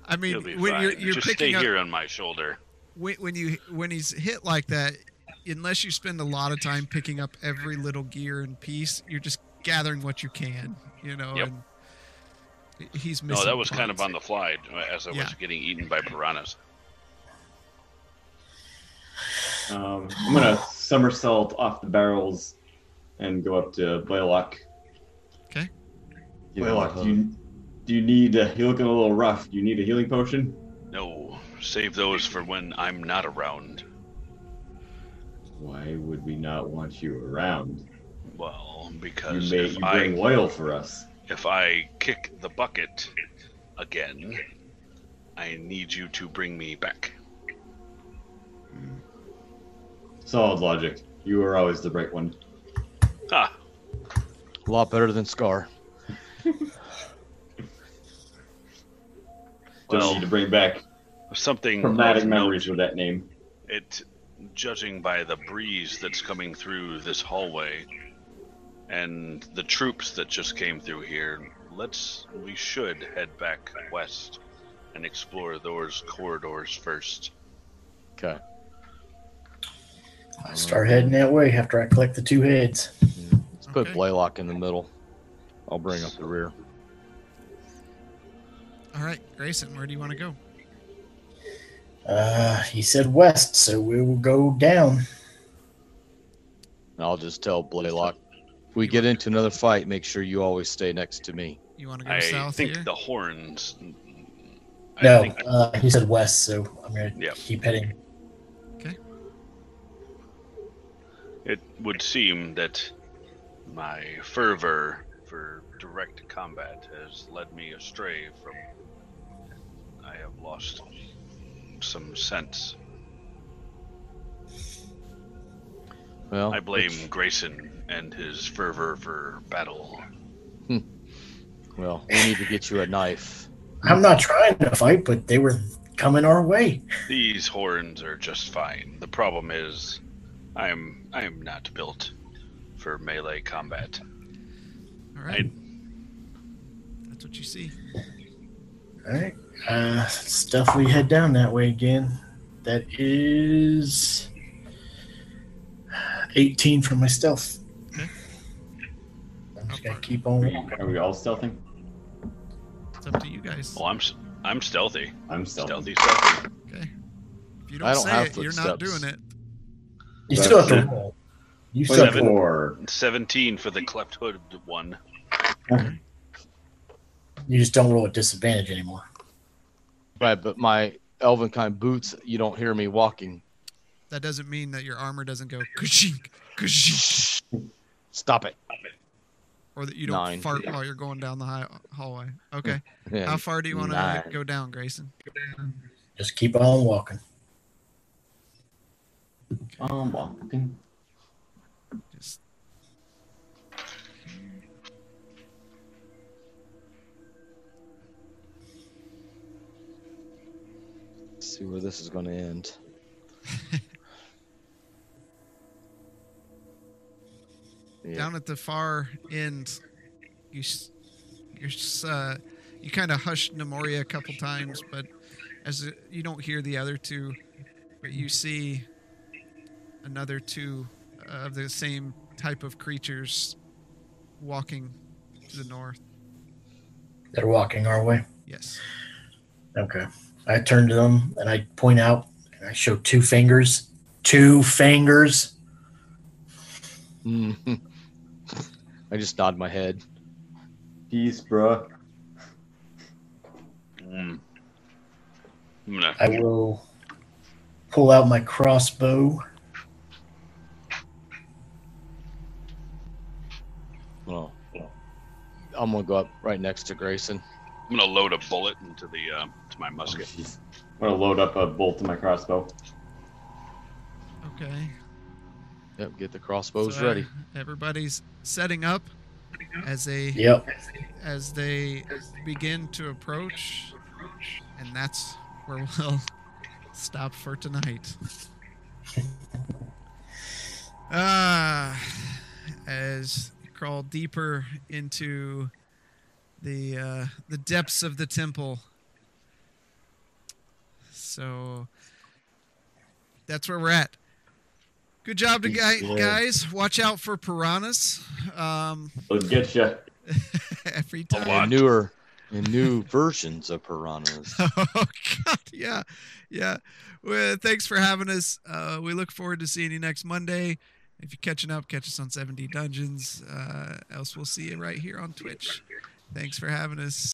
S3: I
S2: He'll
S3: mean,
S2: be
S3: when
S2: fine.
S3: you're, you're
S2: Just
S3: picking
S2: stay
S3: up
S2: here on my shoulder.
S3: when, when you when he's hit like that, unless you spend a lot of time picking up every little gear and piece, you're just gathering what you can. You know.
S2: Yep.
S3: And he- he's
S2: No,
S3: missing.
S2: that was kind of
S3: parts.
S2: on the fly as I was
S3: Yeah.
S2: getting eaten by piranhas.
S5: Um, I'm gonna somersault off the barrels and go up to Blaylock.
S4: Give him a
S5: Blaylock,
S4: hug.
S5: do you, do you need? Uh, you're looking a little rough. Do you need a healing potion?
S2: No, Save those for when I'm not around.
S5: Why would we not want you around?
S2: Well,
S5: You,
S2: because
S5: may,
S2: if
S5: you
S2: I
S5: bring oil for us.
S2: if I kick the bucket again, I need you to bring me back.
S5: Solid logic. You are always the right one.
S2: Ah,
S4: A lot better than Scar.
S5: Don't
S2: Well-
S5: need to bring back
S2: something
S5: traumatic
S2: of
S5: memories
S2: note.
S5: with that name.
S2: It, judging by the breeze that's coming through this hallway, and the troops that just came through here, let's we should head back west and explore those corridors first.
S4: Okay.
S6: I start heading that way after I collect the two heads.
S4: Let's put
S3: Okay.
S4: Blaylock in the middle. I'll bring up the rear.
S3: All right, Grayson, where do you want to go?
S6: Uh, he said west, so we will go down.
S4: And I'll just tell Blaylock, if we get into another fight, make sure you always stay next to me.
S3: You want to go
S2: I
S3: south
S2: think
S3: here?
S2: the horns. I
S6: no,
S2: think-
S6: uh, he said west, so I'm gonna
S2: Yeah.
S6: keep heading.
S2: It would seem that my fervor for direct combat has led me astray from. I have lost some sense.
S4: Well,
S2: I blame
S4: it's-
S2: Grayson and his fervor for battle.
S4: Well, we need to get you a knife.
S6: I'm not trying to fight, but they were coming our way.
S2: These horns are just fine. The problem is, I'm I am not built for melee combat.
S3: All right. That's what you see.
S6: All right, uh, stuff we head down that way again. That is 18 for my stealth. I'm just gonna keep on.
S5: Are,
S6: walking.
S5: you- are we all stealthing?
S3: It's up to you guys.
S2: Well, I'm s- I'm stealthy,
S5: I'm stealthy.
S2: stealthy, stealthy.
S3: Okay. If you don't,
S4: I don't
S3: say
S4: have
S3: it, you're not
S4: footsteps.
S3: doing it.
S6: You still have to
S2: Seven.
S6: roll. You still have to
S2: Seven.
S6: roll.
S5: Four.
S2: Seventeen for the cleft hood one.
S6: You just don't roll at disadvantage anymore.
S4: Right, but my elven kind boots, you don't hear me walking.
S3: That doesn't mean that your armor doesn't go kushink, kushink,
S4: Stop it.
S3: or that you don't
S4: Nine.
S3: fart while you're going down the high, hallway. Okay.
S4: (laughs) Yeah.
S3: How far do you want to
S4: Nine.
S3: go down, Grayson?
S6: Just keep on walking.
S5: I'm walking.
S3: Just
S4: see where this is going to end. Yeah.
S3: down at the far end, you s- you're s- uh, you kind of hush Nemoria a couple times, but as it- you don't hear the other two, but you see another two uh, of the same type of creatures walking to the north.
S6: They're walking our way.
S3: Yes.
S6: Okay. I turn to them and I point out and I show two fingers. Two fingers.
S4: Mhm. (laughs) I just nod my head.
S5: Peace, bruh.
S2: Mm. I'm gonna
S6: I will pull out my crossbow.
S4: Well, I'm gonna go up right next to Grayson.
S2: I'm gonna load a bullet into the uh, to my musket.
S5: Jeez. I'm gonna load up a bolt to my crossbow.
S3: Okay.
S4: Yep, get the crossbows
S3: So, uh,
S4: ready.
S3: Everybody's setting up as they
S6: Yep.
S3: as they begin to approach, and that's where we'll (laughs) stop for tonight. Ah, as you crawl deeper into the uh, the depths of the temple. So that's where we're at. Good job to guy,
S4: Yeah.
S3: guys. Watch out for piranhas. (laughs) Um,
S5: It'll get you.
S3: every
S2: A
S3: time.
S2: lot.
S4: And newer and new versions of piranhas.
S3: Oh (laughs) God, yeah, yeah. Well, thanks for having us. Uh, we look forward to seeing you next Monday. If you're catching up, catch us on 70 Dungeons. Uh, else, we'll see you right here on Twitch. Thanks for having us.